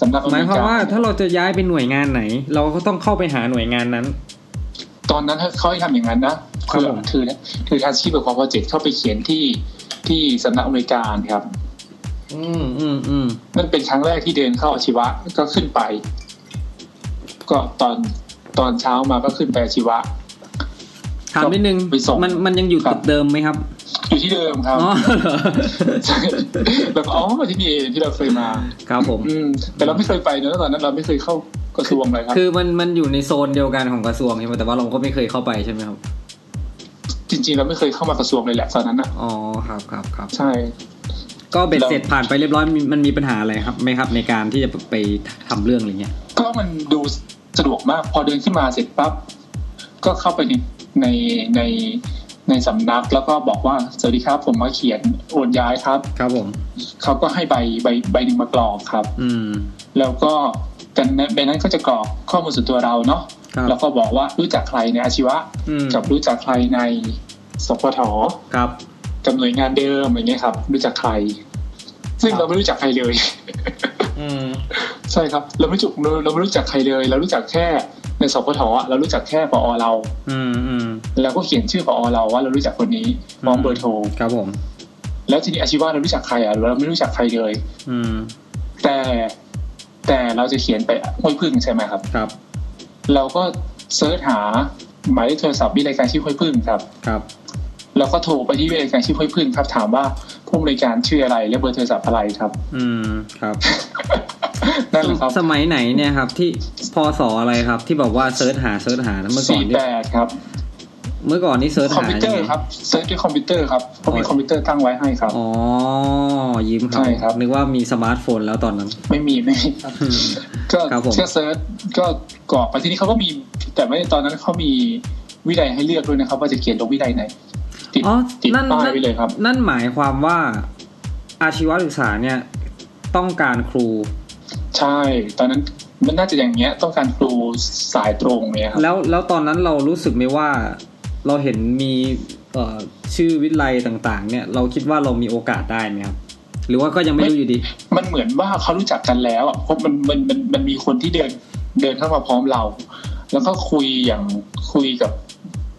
Speaker 2: สำนักอ
Speaker 1: ห
Speaker 2: เม
Speaker 1: มาย
Speaker 2: ริ
Speaker 1: ความ
Speaker 2: กา
Speaker 1: ว่าถ้าเราจะย้ายไปหน่วยงานไหน เราก็ต้องเข้าไปหาหน่วยงานนั้น
Speaker 2: ตอนนั้นเขาให้ทำอย่างนั้นนะ
Speaker 1: ครับ
Speaker 2: คื
Speaker 1: ผ
Speaker 2: อ
Speaker 1: ม
Speaker 2: คือคือทางชีพกับคอพเจ็ตเข้าไปเขียนที่ที่สำนักอเมริกาครับ
Speaker 1: อืมอืมอืม
Speaker 2: นั่นเป็นครั้งแรกที่เดินเข้าอาชีวะก็ขึ้นไป ก็ตอนตอนเช้ามาก็ขึ้นไปอาชีวะ
Speaker 1: ถามนิดนึง
Speaker 2: ไปส่ง
Speaker 1: มันมันยังอยู่
Speaker 2: ครั
Speaker 1: ตึ
Speaker 2: บ
Speaker 1: กเดิมไหมครับ
Speaker 2: อยู่ที่เดิมครับ
Speaker 1: อ๋ อเหรอ
Speaker 2: ใช่แล้วก็อ๋อที่นี่เองที่เราเคยมา
Speaker 1: ครับผม
Speaker 2: อืม แต่เราไม่เคยไปเนอะตอนนั้นเราไม่เคยเข้ากระทรวงเลยครับ
Speaker 1: คือมันมันอยู่ในโซนเดียวกันของกระทรวงใช่ไหมแต่ว่าเราก็ไม่เคยเข้าไปใช่ไหมครับ
Speaker 2: จริง ๆ เราไม่เคยเข้ามากระทรวงเลยแหละตอนนั้นอ่ะ
Speaker 1: อ๋อครับครับครับ
Speaker 2: ใช่
Speaker 1: ก็เบ็ดเสร็จผ่านไปเรียบร้อยมีมันมีปัญหาอะไรครับไหมครับในการที่จะไปทำเรื่องอะไรเงี้ย
Speaker 2: ก็มันดูสะดวกมาก พอเดินขึ้นมาเสร็จปั๊บก็เข้าไปในในในในสำนักแล้วก็บอกว่าสวัสดีครับ ผมมาเขียนโอนย้ายครับ
Speaker 1: ครับผม
Speaker 2: เขาก็ให้ใบใบใบหนึ่งมากรอกครับ
Speaker 1: อืม
Speaker 2: แล้วก็กันใบนั้นก็จะกรอกข้อมูลส่วนตัวเราเนาะ
Speaker 1: ครับ
Speaker 2: แล้วก็บอกว่ารู้จักใครในอาชีวะ
Speaker 1: อืม
Speaker 2: กับรู้จักใครในสพท
Speaker 1: ครับ
Speaker 2: กับหน่วยงานเดิมอย่างเงี้ยครับ รู้จักใคร ซึ่งเราไม่รู้จักใครเลย
Speaker 1: อืม
Speaker 2: ใช่ครับ เราไม่จุกเราไม่รู้จักใครเลย เรารู้จักแค่ ในสพทอะเรารู้จักแค่ปอเรา
Speaker 1: อืมอืม
Speaker 2: เราก็เขียนชื่อปอเราว่าเรารู้จักคนนี้พร้อมเบอร์โทร
Speaker 1: ครับผม
Speaker 2: แล้วทีนี้อาชีวะเรารู้จักใครอ่ะเราไม่รู้จักใครเลย
Speaker 1: อืม
Speaker 2: แต่แต่เราจะเขียนไปห้วยพึ่งใช่ไหมครับ
Speaker 1: ครับ
Speaker 2: เราก็เซิร์ชหาหมายเลขโทรศัพท์วิทยาการชื่อห้วยพึ่งครับ
Speaker 1: ครับ
Speaker 2: เราก็โทรไปที่วิทยาการชื่อห้วยพึ่งครับ ถามว่าผู้บริการชื่ออะไรและเบอร์โทรศัพท์อะไรครับ
Speaker 1: อืมครับ
Speaker 2: นั่นแหละครับ
Speaker 1: สมัยไหนเนี่ยครับ ที่พศอะไรครับ ที่บอกว่าเซิร์ชหาเซิร์ชหานะเมื่อก่อ
Speaker 2: สี่
Speaker 1: นนี่
Speaker 2: แปดครับ
Speaker 1: เมื่อก่อนนี่เซิร์ช
Speaker 2: คอม
Speaker 1: หา
Speaker 2: พิวเตอ
Speaker 1: ยัง
Speaker 2: ร์
Speaker 1: ไง
Speaker 2: ครับเซิร์ชด้วยคอมพิวเตอร์ครับเพราะมี
Speaker 1: โอ้ย
Speaker 2: คอมพิวเตอร์ตั้งไว้ให้ครับ
Speaker 1: อ๋อ ยิ้มครั
Speaker 2: ใช่ครับบ
Speaker 1: นึกว่ามีสมาร์ทโฟนแล้วตอนนั้น
Speaker 2: ไม่มี ไม่มีครับก็
Speaker 1: ครับผม
Speaker 2: ก็เซิร์ชก็กรอกไปที่นี่เขาก็มี แต่ไม่ตอนนั้นเขามีวินัยให้เลือกด้วยนะครับ ว่าจะเขียนลงวินัยไหนติด
Speaker 1: อ๋อ
Speaker 2: ติด
Speaker 1: นั่น
Speaker 2: ป้า
Speaker 1: นั่น
Speaker 2: ยไว้เลยครับ
Speaker 1: นั่นหมายความว่าอาชีวศึกษาเนี่ย ต้องการครู
Speaker 2: ใช่ ตอนนั้นมันน่าจะอย่างเงี้ย ต้องการครูสายตรงเนี่ยครับ
Speaker 1: แล้วแล้วตอนนั้นเรารู้สึกไหมว่า เราเห็นมีเอ่อชื่อวิทยาลัยต่าง ๆ เนี่ย เราคิดว่าเรามีโอกาสได้ไหมครับ หรือว่าก็ยังไม่รู้อยู่ดี
Speaker 2: มันเหมือนว่าเขารู้จักกันแล้วอ่ะเพราะมันมันมันมันมีคนที่เดินเดินเข้ามาพร้อมเรา แล้วก็คุยอย่างคุยกับ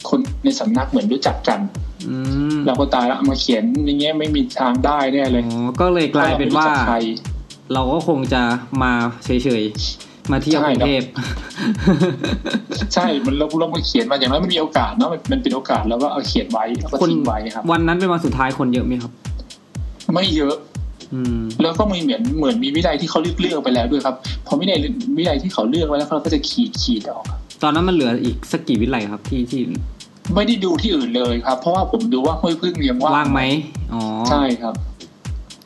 Speaker 2: คนในสำนักเหมือนรู้จักกัน
Speaker 1: อืม
Speaker 2: เราก็ตายละมาเขียนอย่างเงี้ยไม่มีทางได้แน่เล
Speaker 1: อ๋
Speaker 2: ย
Speaker 1: อก็เลยกลายเป็นว่า
Speaker 2: พระเรไม่รู้จักใคร
Speaker 1: เราก็คงจะมาเฉยๆ มาเที่ยว
Speaker 2: ใช่
Speaker 1: กรุง
Speaker 2: ครับ
Speaker 1: เทพ
Speaker 2: ใช่มันเราเรามาเขียนมาอย่างน้อยมันมีโอกาสเนาะมันมันเป็นโอกาสแล้วก็เอาเขียนไว้แล้วก็
Speaker 1: คน
Speaker 2: ทิ้งไว้ครับ
Speaker 1: วันนั้นเป็นวันสุดท้ายคนเยอะไหมครับ
Speaker 2: ไม่เยอะ
Speaker 1: อืม
Speaker 2: แล้วก็มีเหมือนเหมือนมีวินัยที่เขาเลือกเลือกไปแล้วด้วยครับพอวินัยวินัยที่เขาเลือกไว้แล้วเขาก็จะขีดขีดออกครับ
Speaker 1: ตอนนั้นมันเหลืออีกสักกี่วิไลครับที่ที่
Speaker 2: ไม่ได้ดูที่อื่นเลยครับ เพราะว่าผมดูว่าห้วยพึ่งเรียงว่า
Speaker 1: ว่างไหมอ๋อ
Speaker 2: ใช่ครับ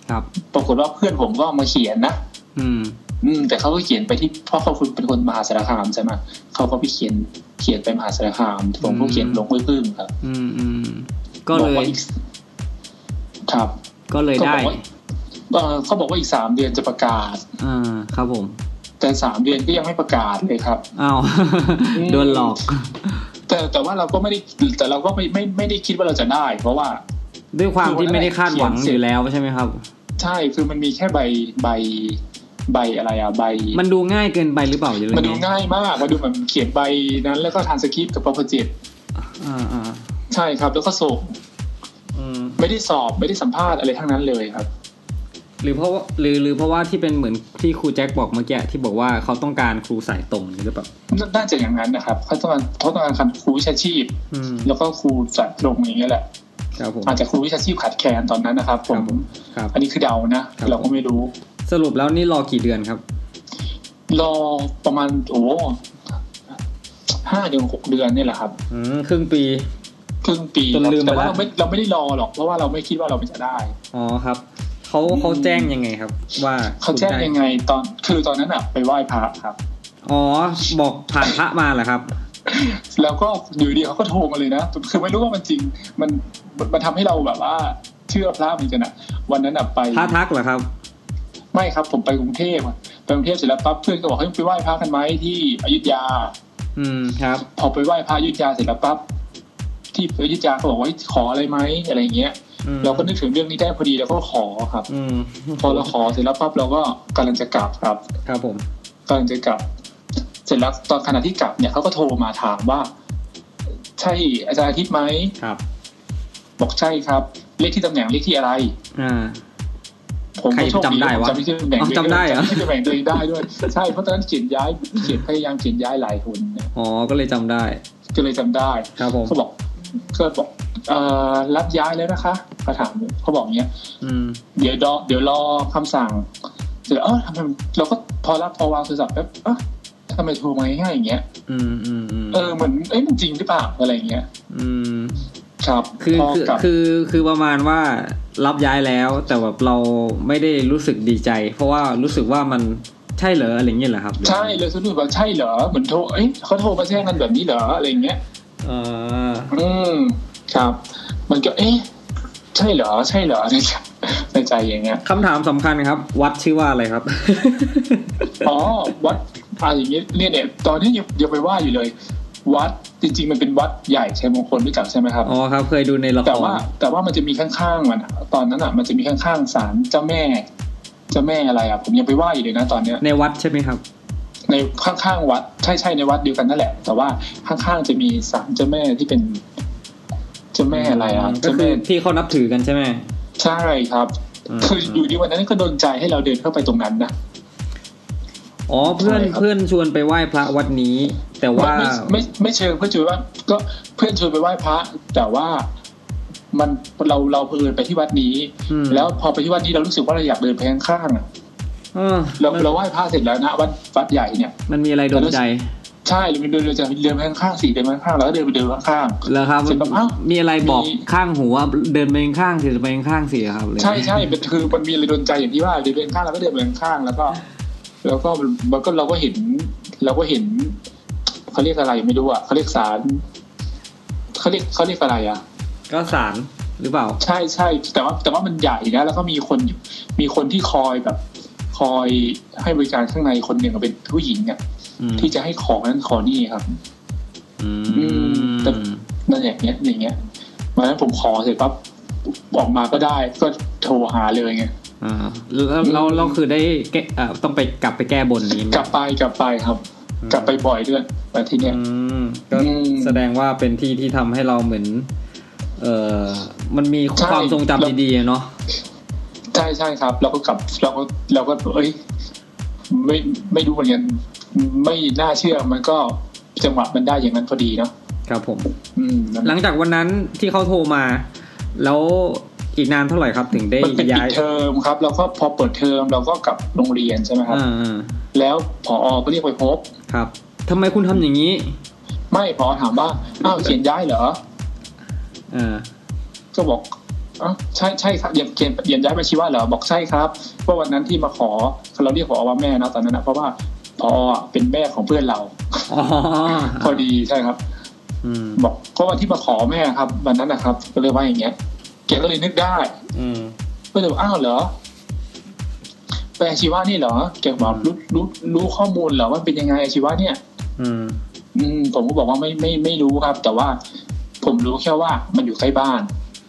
Speaker 1: ครับ
Speaker 2: ปรากฏว่าเพื่อนผมก็เอามาเขียนนะ
Speaker 1: อืม
Speaker 2: อืมแต่เขาก็เขียนไปที่เพราะเขาเป็นคนมหาสารคามใช่ไหมเขาก็ไปเขียนเขียนไปมหาสารคามผมก็เขียนลงห้วยพึ่งครับ
Speaker 1: อืมอืมก็เล
Speaker 2: บอว่าย อีครับ
Speaker 1: ก็เลยได้
Speaker 2: ก็บอกว่าเอ่อเขาบอกว่าอีกสามเดือนจะประกาศ
Speaker 1: อ่าครับผม
Speaker 2: แต่สามเดือนก็ยังไม่ประกาศเลยครับ
Speaker 1: อ้าว
Speaker 2: อืม
Speaker 1: โดนหลอก
Speaker 2: แต่แต่ว่าเราก็ไม่ได้แต่เราก็ไม่ไม่ไม่ได้คิดว่าเราจะได้ เพราะว่า
Speaker 1: ด้วยความที่ไม่ได้คาดหวัง
Speaker 2: เขียนเสร็
Speaker 1: อ
Speaker 2: จ
Speaker 1: ยู่แล้วใช่ไหมครับ
Speaker 2: ใช่คือมันมีแค่ใบใบใบอะไรอะใบ
Speaker 1: มันดูง่ายเกินไปหรือเปล่าอยู่เลย
Speaker 2: มันดูง่ายมากมาดูแบบเขียนใบนั้น แล้วก็ทานสคริปต์กับปปจิต
Speaker 1: อ่าอ่า
Speaker 2: ใช่ครับ แล้วก็ส่ง
Speaker 1: อืม
Speaker 2: ไม่ได้สอบไม่ได้สัมภาษณ์อะไรทั้งนั้นเลยครับ
Speaker 1: หรือเพราะว่าหรือหรือเพราะว่าที่เป็นเหมือนที่ครูแจ็คบอกเมื่อกี้ที่บอกว่าเขาต้องการครูสายตรงหรือเปล่า
Speaker 2: น่าน่าจะอย่างนั้นนะครับเขาต้องการเขาต้องการครูวิชาชีพ
Speaker 1: อืม
Speaker 2: แล้วก็ครูจัดลงอย่างเงี้ยแหละ
Speaker 1: ครับผม
Speaker 2: อาจจะครูวิชาชีพขาดแคลนตอนนั้นนะครับผ
Speaker 1: ครั
Speaker 2: ม
Speaker 1: บผม ครับ
Speaker 2: อันนี้คือเดานะ
Speaker 1: ครับ
Speaker 2: เราก็ไม่รู้
Speaker 1: สรุปแล้วนี่รอกี่เดือนครับ
Speaker 2: รอประมาณโอ้ห้าเดือนหกเดือนเนี่ยแหละครับ
Speaker 1: อืมครึ่งปี
Speaker 2: ครึ่งปี
Speaker 1: จนลืม
Speaker 2: แต่
Speaker 1: ไป
Speaker 2: ว่า
Speaker 1: ละ
Speaker 2: เราไม่เราไม่ได้รอหรอกเพราะว่าเราไม่คิดว่าเราจะได้
Speaker 1: อ๋อครับเขาเขาแจ้งยังไงครับ ว่า
Speaker 2: เขาแจ้ง
Speaker 1: คุณได้
Speaker 2: ยังไงตอนคือตอนนั้นอะไปไหว้พระครับ
Speaker 1: อ๋อบอกผ่านพระมาเหรอครับ
Speaker 2: แล้วก็อยู่ดีเขาก็โทรมาเลยนะคือไม่รู้ว่ามันจริง มันมันมันทำให้เราแบบว่า เชื่อพระเหมือนกันอะวันนั้นอะไป
Speaker 1: พระทักเหรอครับ
Speaker 2: ไม่ครับ ผมไปกรุงเทพอะไปกรุงเทพเสร็จแล้วปั๊บเพื่อนก็บอกให้ยไปไหว้พระกันไหมที่อยุธยา
Speaker 1: อืมครับ
Speaker 2: พอไปไหว้พระอยุทธยาเสร็จแล้วปั๊บที่อยุทธยาเขาบอกว่าขออะไรไหมอะไรอย่างเงี้ย
Speaker 1: อืม
Speaker 2: เราก็นึกถึงเรื่องนี้ได้พอดีเราก็ขอครับ
Speaker 1: อืม
Speaker 2: พอเราขอเสร็จแล้วปั๊บเราก็กำลังจะกลับครับ
Speaker 1: ครับผม
Speaker 2: กำลังจะกลับ เสร็จแล้วตอนขณะที่กลับเนี่ยเขาก็โทรมาถามว่า ใช่อาจารย์อาทิตย์ไหม
Speaker 1: ครับ
Speaker 2: บอกใช่ครับ เลขที่ตำแหน่งเลขที่อะไร
Speaker 1: อ่า
Speaker 2: ผมก็โชค
Speaker 1: ใคร
Speaker 2: ดี
Speaker 1: จำได้วะ
Speaker 2: จำที่ตำแหน่ง
Speaker 1: อ๋อจำได้เหรอ
Speaker 2: จำที่ตำแหน่งตัวเองได้ด้วยใช่เพราะตอนนั้นเขียนย้ายเขียนพยายามเขียนย้ายหลายคนเนี่ย
Speaker 1: อ๋อก็เลยจำได้
Speaker 2: ก็เลยจำได้
Speaker 1: ครับผม
Speaker 2: เขาบอกก็บอกเอ่อรับย้ายแล้วนะคะเขาถามเขาบอกอย่างเงี้ย
Speaker 1: อืม
Speaker 2: เดี๋ยวรอเดี๋ยวรอคำสั่งเสร็จแล้วเออทำไมเราก็พอรับพอวางโทรศัพท์แป๊บเออทำไมโทรมาง่ายๆอย่างเงี้ย
Speaker 1: อืมอืมอืม
Speaker 2: เออเหมือนเอ้ยมันจริงหรือเปล่าอะไรอย่างเงี้ย
Speaker 1: อืม
Speaker 2: ครับ
Speaker 1: คือ
Speaker 2: พอ
Speaker 1: คือก
Speaker 2: ลับ
Speaker 1: คือคือประมาณว่ารับย้ายแล้ว แต่แบบเราไม่ได้รู้สึกดีใจ เพราะว่ารู้สึกว่ามันใช่เหรออะไรเงี้ยเหรอครับ
Speaker 2: ใช่เลยสนุกว่าใช่เหรอเหมือนโทรเอ้ยเขาโทรมาแจ้งกันแบบนี้เหรออะไรอย่างเงี้ย
Speaker 1: เออ
Speaker 2: อืมครับ มันก็เอ๊ะใช่เหรอใช่เหรอ ในใจในใจอย่างเงี้ย
Speaker 1: คำถามสำคัญครับ วัดชื่อว่าอะไรครับ
Speaker 2: อ๋อวัดอะไรอย่างเงี้ยเนี่ยเนี่ยตอนนี้ยังยังไปว่าอยู่เลย วัดจริง ๆ มันเป็นวัดใหญ่ชัยมงคลรู้จักใช่ไหมครับ
Speaker 1: อ๋อครับ เคยดูในละค
Speaker 2: แต่
Speaker 1: ร
Speaker 2: ว่าแต่ว่ามันจะมีข้างๆมันอะตอนนั้นอ่ะ มันจะมีข้างๆศาลเจ้าแม่เจ้าแม่อะไรอ่ะผมยังไปไหว่าอยู่เลยนะตอนเนี้ย
Speaker 1: ในวัดใช่ไหมครับ
Speaker 2: ในข้างๆวัดใช่ใช่ในวัดเดียวกันนั่นแหละ แต่ว่าข้างๆจะมีศาลเจ้าแม่ที่เป็นเจ้าแม่อะไรอ่ะ
Speaker 1: ก็
Speaker 2: เจ้า
Speaker 1: คื
Speaker 2: แม่
Speaker 1: อที่เขานับถือกันใช่ไหม
Speaker 2: ใช่ครับ
Speaker 1: ม
Speaker 2: คืออยู่ดีวันนั้นก็โดนใจให้เราเดินเข้าไปตรงนั้นนะ
Speaker 1: อ๋อเพื่อน
Speaker 2: ใช่ครับ
Speaker 1: เพื่อนชวนไปไหว้พระวัดนี้ แต่ว่า
Speaker 2: ไม่ไม่ไม่เชิงเพื่อนชวนว่าก็เพื่อนชวนไปไหว้พระ แต่ว่ามันเราเราเพลินไปที่วัดนี้
Speaker 1: อืม
Speaker 2: แล้วพอไปที่วัดนี้เรารู้สึกว่าเราอยากเดินไปข้างๆอะ
Speaker 1: เออ
Speaker 2: เรา
Speaker 1: มัน
Speaker 2: เราไหว้พระเสร็จแล้วนะวัดวัดใหญ่เนี่ย
Speaker 1: มันมีอะไรโดนใจ
Speaker 2: ใช่เราเดินเราจะเดินไปข้างๆสี่เดินไปข้างๆแล้วก็เดินไปเดินข้าง
Speaker 1: เหรอครับ
Speaker 2: เสร็จแล้วอ้าว
Speaker 1: มีอะไรบอก
Speaker 2: มี
Speaker 1: ข้างหูว่าเดินไปข้างๆสิเดินไปข้างๆสิครับเลย
Speaker 2: ๆใช่ใช่เป็นคือมันมีอะไรโดนใจอย่างที่ว่าเดินไปข้างๆแล้วก็เดินไปข้างๆแล้วก็ แล้วก็มันก็เราก็เห็น เราก็เห็นเขาเรียกอะไรไม่รู้อ่ะเขาเรียกสารเขาเรียกเขาเรียกอะไรอ่ะ
Speaker 1: ก็สารหรือเปล่า
Speaker 2: ใช่ใช่แต่ว่าแต่ว่ามันใหญ่นะแล้วก็มีคนอยู่มีคนที่คอยแบบ คอยให้บริการข้างในคนหนึ่งอะเป็นผู้หญิงเนี่ย
Speaker 1: อืม
Speaker 2: ที่จะให้ของนั้นของนี่ครับ
Speaker 1: อืม
Speaker 2: แต่ นั่นอย่างเงี้ยอย่างเงี้ยวันนั้นผมขอเสร็จปั๊บออกมาก็ได้ก็โทรหาเลยไง
Speaker 1: อ่าแล้วเรา
Speaker 2: อืม
Speaker 1: เราคือได้แก้เอ่อต้องไปกลับไปแก้บนนี้ไหม
Speaker 2: กลับไปกลับไปครับ กลับไปบ่อยด้วยแต่ที่เนี้ย
Speaker 1: อืมก็
Speaker 2: อืม
Speaker 1: แสดงว่าเป็นที่ที่ทำให้เราเหมือน เอ่อมันมี
Speaker 2: ใช่
Speaker 1: ความทรงจำดีๆเนาะ
Speaker 2: ใช่ใช่ครับ เราก็กลับเราก็เราก็เอ้ยไม่ไม่รู้เหมือนกันไม่น่าเชื่อมันก็จังหวะมันได้อย่างนั้นพอดีเนาะ
Speaker 1: ครับผม
Speaker 2: อืมนั่นแหละ
Speaker 1: หลังจากวันนั้นที่เขาโทรมา แล้วอีกนานเท่าไหร่ครับถึงได้
Speaker 2: มันเป็นปิ
Speaker 1: ย้า
Speaker 2: ด
Speaker 1: ย
Speaker 2: เทอมครับแล้วก็พอเปิดเทอมเราก็กลับโรงเรียนใช่ไหมครับ
Speaker 1: อ่า
Speaker 2: แล้วผอก็เรียกไปพบ
Speaker 1: ๆครับทำไมคุณทำอย่างนี้
Speaker 2: ไม่ผอถามว่าอ้าวเขียนย้ายเหรอ
Speaker 1: อ่า
Speaker 2: ก็บอกอ๋อใช่ใช่ครับเขียนเขียนเขียนย้ายไปชีวะเหรอบอกใช่ครับเพราะวันนั้นที่มาขอเราเรียกผอว่าแม่นะตอนนั้นนะเพราะว่าผอเป็นแม่ของเพื่อนเรา
Speaker 1: อ๋อ
Speaker 2: พอดีใช่ครับ
Speaker 1: อืม
Speaker 2: บอกก็วันที่มาขอแม่ครับวันนั้นนะครับ ก็เลยว่าอย่างเงี้ยเกียนก็เลยนึกได้
Speaker 1: อืม
Speaker 2: ก็เลยบอกอ้าวเหรอไปอาชีวะนี่เหรอแกบอกรู้รู้รู้ข้อมูลเหรอว่าเป็นยังไงอาชีวะเนี่ย
Speaker 1: อืม
Speaker 2: อืมผมก็บอกว่าไม่ไม่ไม่รู้ครับ แต่ว่าผมรู้แค่ว่ามันอยู่ใกล้บ้าน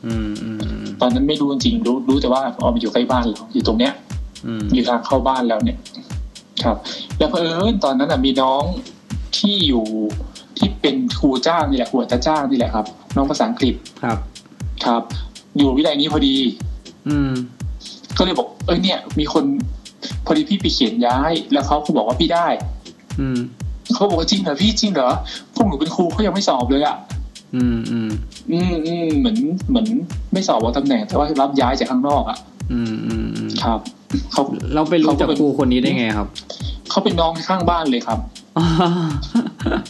Speaker 1: อืมอืมอืม
Speaker 2: ตอนนั้นไม่รู้จริงๆรู้รู้แต่ว่าอ๋อมันอยู่ใกล้บ้านเราอยู่ตรงเนี้ย
Speaker 1: อืม
Speaker 2: อยู่ทางเข้าบ้านแล้วเนี่ย ครับ แล้วเผอิญตอนนั้นน่ะมีน้องที่อยู่ที่เป็นครูจ้างนี่แหละหัวจะจ้างนี่แหละครับ น้องภาษาอังกฤษ
Speaker 1: ครับ
Speaker 2: ครับ อยู่วิทยาลัยนี้พอดี
Speaker 1: อืม
Speaker 2: ก็เลยบอก เอ้ยเนี่ย มีคนพอดีพี่ไปเขียนย้าย แล้วเขาก็บอกว่าพี่ได้
Speaker 1: อืม
Speaker 2: เขาบอกว่าจริงเหรอพี่จริงเหรอพวกหนูเป็นครูเขายังไม่สอบเลยอะ
Speaker 1: อืมอืม
Speaker 2: อืมอืมเหมือนเหมือนไม่สอบว่าตำแหน่ง แต่ว่ารับย้ายจากข้างนอกอะ
Speaker 1: อืมอืมอืม
Speaker 2: ครับเขา
Speaker 1: เราไปรู้จักครูคนนี้ได้ไง ครับ
Speaker 2: เขาเป็นน้องข้างบ้านเลยครับ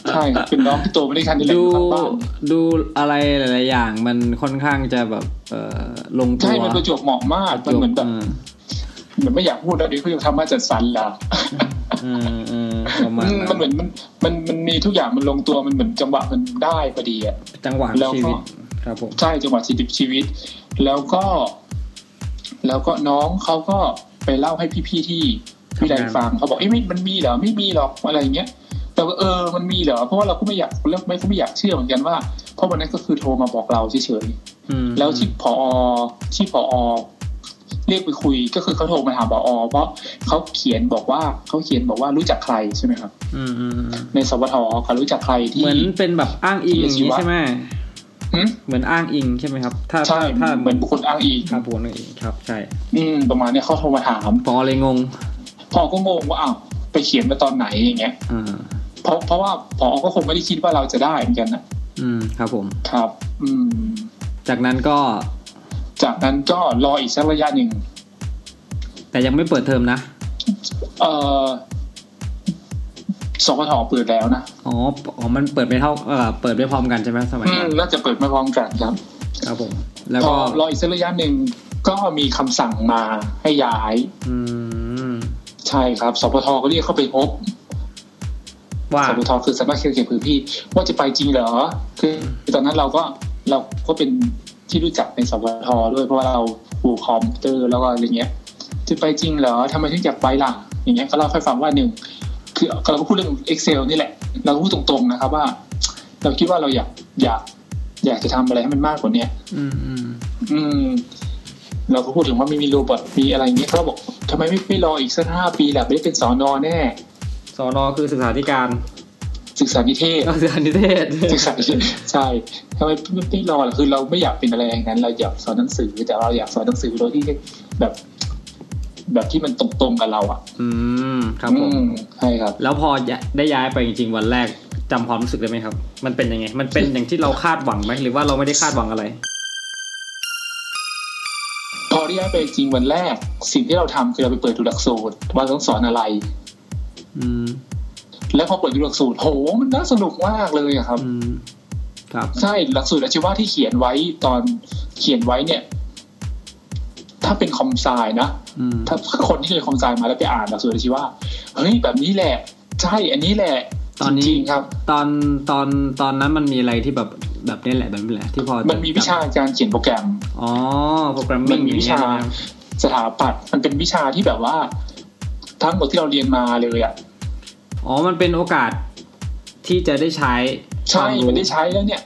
Speaker 2: ใช่ครับเป็นน้องที่โตมาด้วยกันนี่แหละอ
Speaker 1: ดู
Speaker 2: ยู่ข้างบ้าน
Speaker 1: ดูอะไรหลายๆอย่างมันค่อนข้างจะแบบเอ่อลงตัว
Speaker 2: ใช่มันประจวบเหมาะมากมันเหมือนแบบ
Speaker 1: อ
Speaker 2: เหมือนไม่อยากพูดแล้วเดี๋ยวเขาจะทำมาจัดสรรละ
Speaker 1: เออเออประมาณ
Speaker 2: อืมมันเหมื
Speaker 1: นั้
Speaker 2: อน
Speaker 1: น
Speaker 2: มันมันมันมีทุกอย่างมันลงตัวมันเหมือนจังหวะมันได้พอดีอะ
Speaker 1: จังหวะ
Speaker 2: แล้วก็
Speaker 1: ชีวิตครับผม
Speaker 2: ใช่จังหวะสิบชีวิต แล้วก็ แล้วก็น้องเขาก็ไปเล่าให้พี่ๆที่วิไลฟังเขาบอกเอ้ยไม่มันมีเหรอไม่มีหรอกอะไรอย่างเงี้ยแต่ว่าเออมันมีเหรอเพราะว่าเราก็ไม่อยากเราไม่ก็ไม่อยากเชื่อเหมือนกันว่าเพราะวันนั้นก็คือโทรมาบอกเราเฉย
Speaker 1: อืม
Speaker 2: ๆแล้วที่พอที่พอเรียกไปคุยก็คือเขาโทรมาถามพอเพราะเขาเขียนบอกว่าเขาเขียนบอกว่ารู้จักใครใช่ไหมครับ
Speaker 1: อืมอืมอืม
Speaker 2: ในสวทเขารู้จักใครที่
Speaker 1: เหมือนเป็นแบบอ้างอิงอย่างนี้
Speaker 2: ชีวะ
Speaker 1: ใช่ไหม
Speaker 2: หืม
Speaker 1: เหมือนอ้างอิงใช่ไหมครับ ถ้า
Speaker 2: ใช่
Speaker 1: ถ้าถ้า
Speaker 2: เหมือนบุคคลอ้างอิง
Speaker 1: ครับผมนั่นเองครับ ใช่
Speaker 2: อืมประมาณเนี้ยเขาโทรมาถาม
Speaker 1: ปอเลยงง
Speaker 2: พ่อก็งงว่าอ้าวไปเขียนมาตอนไหนอย่างเงี้ย
Speaker 1: อ่า
Speaker 2: เพราะเพราะว่าพอก็คงไม่ได้คิดว่าเราจะได้เหมือนกันนะ
Speaker 1: อืมครับผม
Speaker 2: ครับ อืม
Speaker 1: จากนั้นก็
Speaker 2: จากนั้นก็รออีกสักระยะหนึ่ง
Speaker 1: แต่ยังไม่เปิดเทอมนะ
Speaker 2: เออสพทเปิดแล้วนะ
Speaker 1: อ๋อ อ๋อ มันเปิดไม่เท่า เออเปิดไม่พร้อมกันใช่ไหมสมัย
Speaker 2: อื
Speaker 1: นั้
Speaker 2: ม
Speaker 1: น
Speaker 2: น่าจะเปิดมาพร้อมกันครับ
Speaker 1: ครับผม แล้ว
Speaker 2: พอ
Speaker 1: ก็
Speaker 2: รออีกสักระยะหนึ่งก็มีคำสั่งมาให้ย้าย
Speaker 1: อืม
Speaker 2: ใช่ครับสพทก็เรียกเข้าไปพบ
Speaker 1: ว่า
Speaker 2: สพทคือสำนักเขตเขตพื้นที่ ว่าจะไปจริงเหรอ คือตอนนั้นเราก็เราก็เป็นที่รู้จักในสพทด้วยเพราะว่าเราปูคอมพิวเตอร์แล้วก็อะไรเงี้ย จะไปจริงเหรอทำไมถึงอยากไปล่ะ อย่างเงี้ยก็เล่าให้ฟังว่าหนึ่งคือเราก็พูดเรื่อง Excel นี่แหละ เราก็พูดตรงๆนะครับว่า เราคิดว่าเราอยากอยาก อยากจะทำอะไรให้มันมากกว่าเนี้ย
Speaker 1: อืมอืม
Speaker 2: อืม เราก็พูดถึงว่าไม่มีโรบอทมีอะไรอย่างเงี้ยเขาบอกทำไมไม่ไม่รออีกสักห้าปีล่ะไม่ได้เป็นสอนอแน่
Speaker 1: สอนอคือศึกษาธิการ
Speaker 2: ศึกษานิเทศ
Speaker 1: ก็คือนิเทศ
Speaker 2: ศึ กษาใช่ทำไมพี่เราอะคือเราไม่อยากเป็นอะไรอย่างนั้น เราอยากสอนหนังสือแต่เราอยากสอนหนังสือโดยที่แบบ แบบที่มันตรงๆกับเราอ่ะ
Speaker 1: อืมครับผม
Speaker 2: อืใช่ครับ
Speaker 1: แล้วพอได้ย้ายไปจริงๆวันแรกจำความรู้สึกได้ไหมครับ มันเป็นยังไง มันเป็นอย่างที่เราคาดหวังไหมหรือว่าเราไม่ได้คาดหวังอะไร
Speaker 2: พอที่ย้ายไปจริงวันแรก สิ่งที่เราทำคือเราไปเปิดดูหลักสูตรว่าต้องสอนอะไร
Speaker 1: อืม
Speaker 2: แล้วพอเปิดดูหลักสูตรโหมันน่าสนุกมากเลยอะครับ
Speaker 1: อืมครับ
Speaker 2: ใช่หลักสูตรอาชีวะที่เขียนไว้ตอนเขียนไว้เนี่ย ถ้าเป็นคอมไซน์นะ
Speaker 1: อืม
Speaker 2: ถ้าคนที่เรียนคอมไซน์มาแล้วไปอ่านหลักสูตรอาชีวะเฮ้ยแบบนี้แหละ ใช่อันนี้แหละ
Speaker 1: ตอนนี้
Speaker 2: จริงๆครับ
Speaker 1: ตอนตอนตอนนั้นมันมีอะไรที่แบบแบบนี้แหละแบบนี้แหละ ที่พอจะ
Speaker 2: มันมีวิชาการเขียนโปรแกรม
Speaker 1: อ๋อโปรแกรมมิ่
Speaker 2: มันมีวิชา สถาปัตย์มันเป็นวิชาที่แบบว่า ทั้งหมดที่เราเรียนมาเลยอ่ะ
Speaker 1: อ๋อมันเป็นโอกาสที่จะได้ใช้ค
Speaker 2: ใช่
Speaker 1: วามรู้
Speaker 2: มันได้ใช้แล้วเนี่ย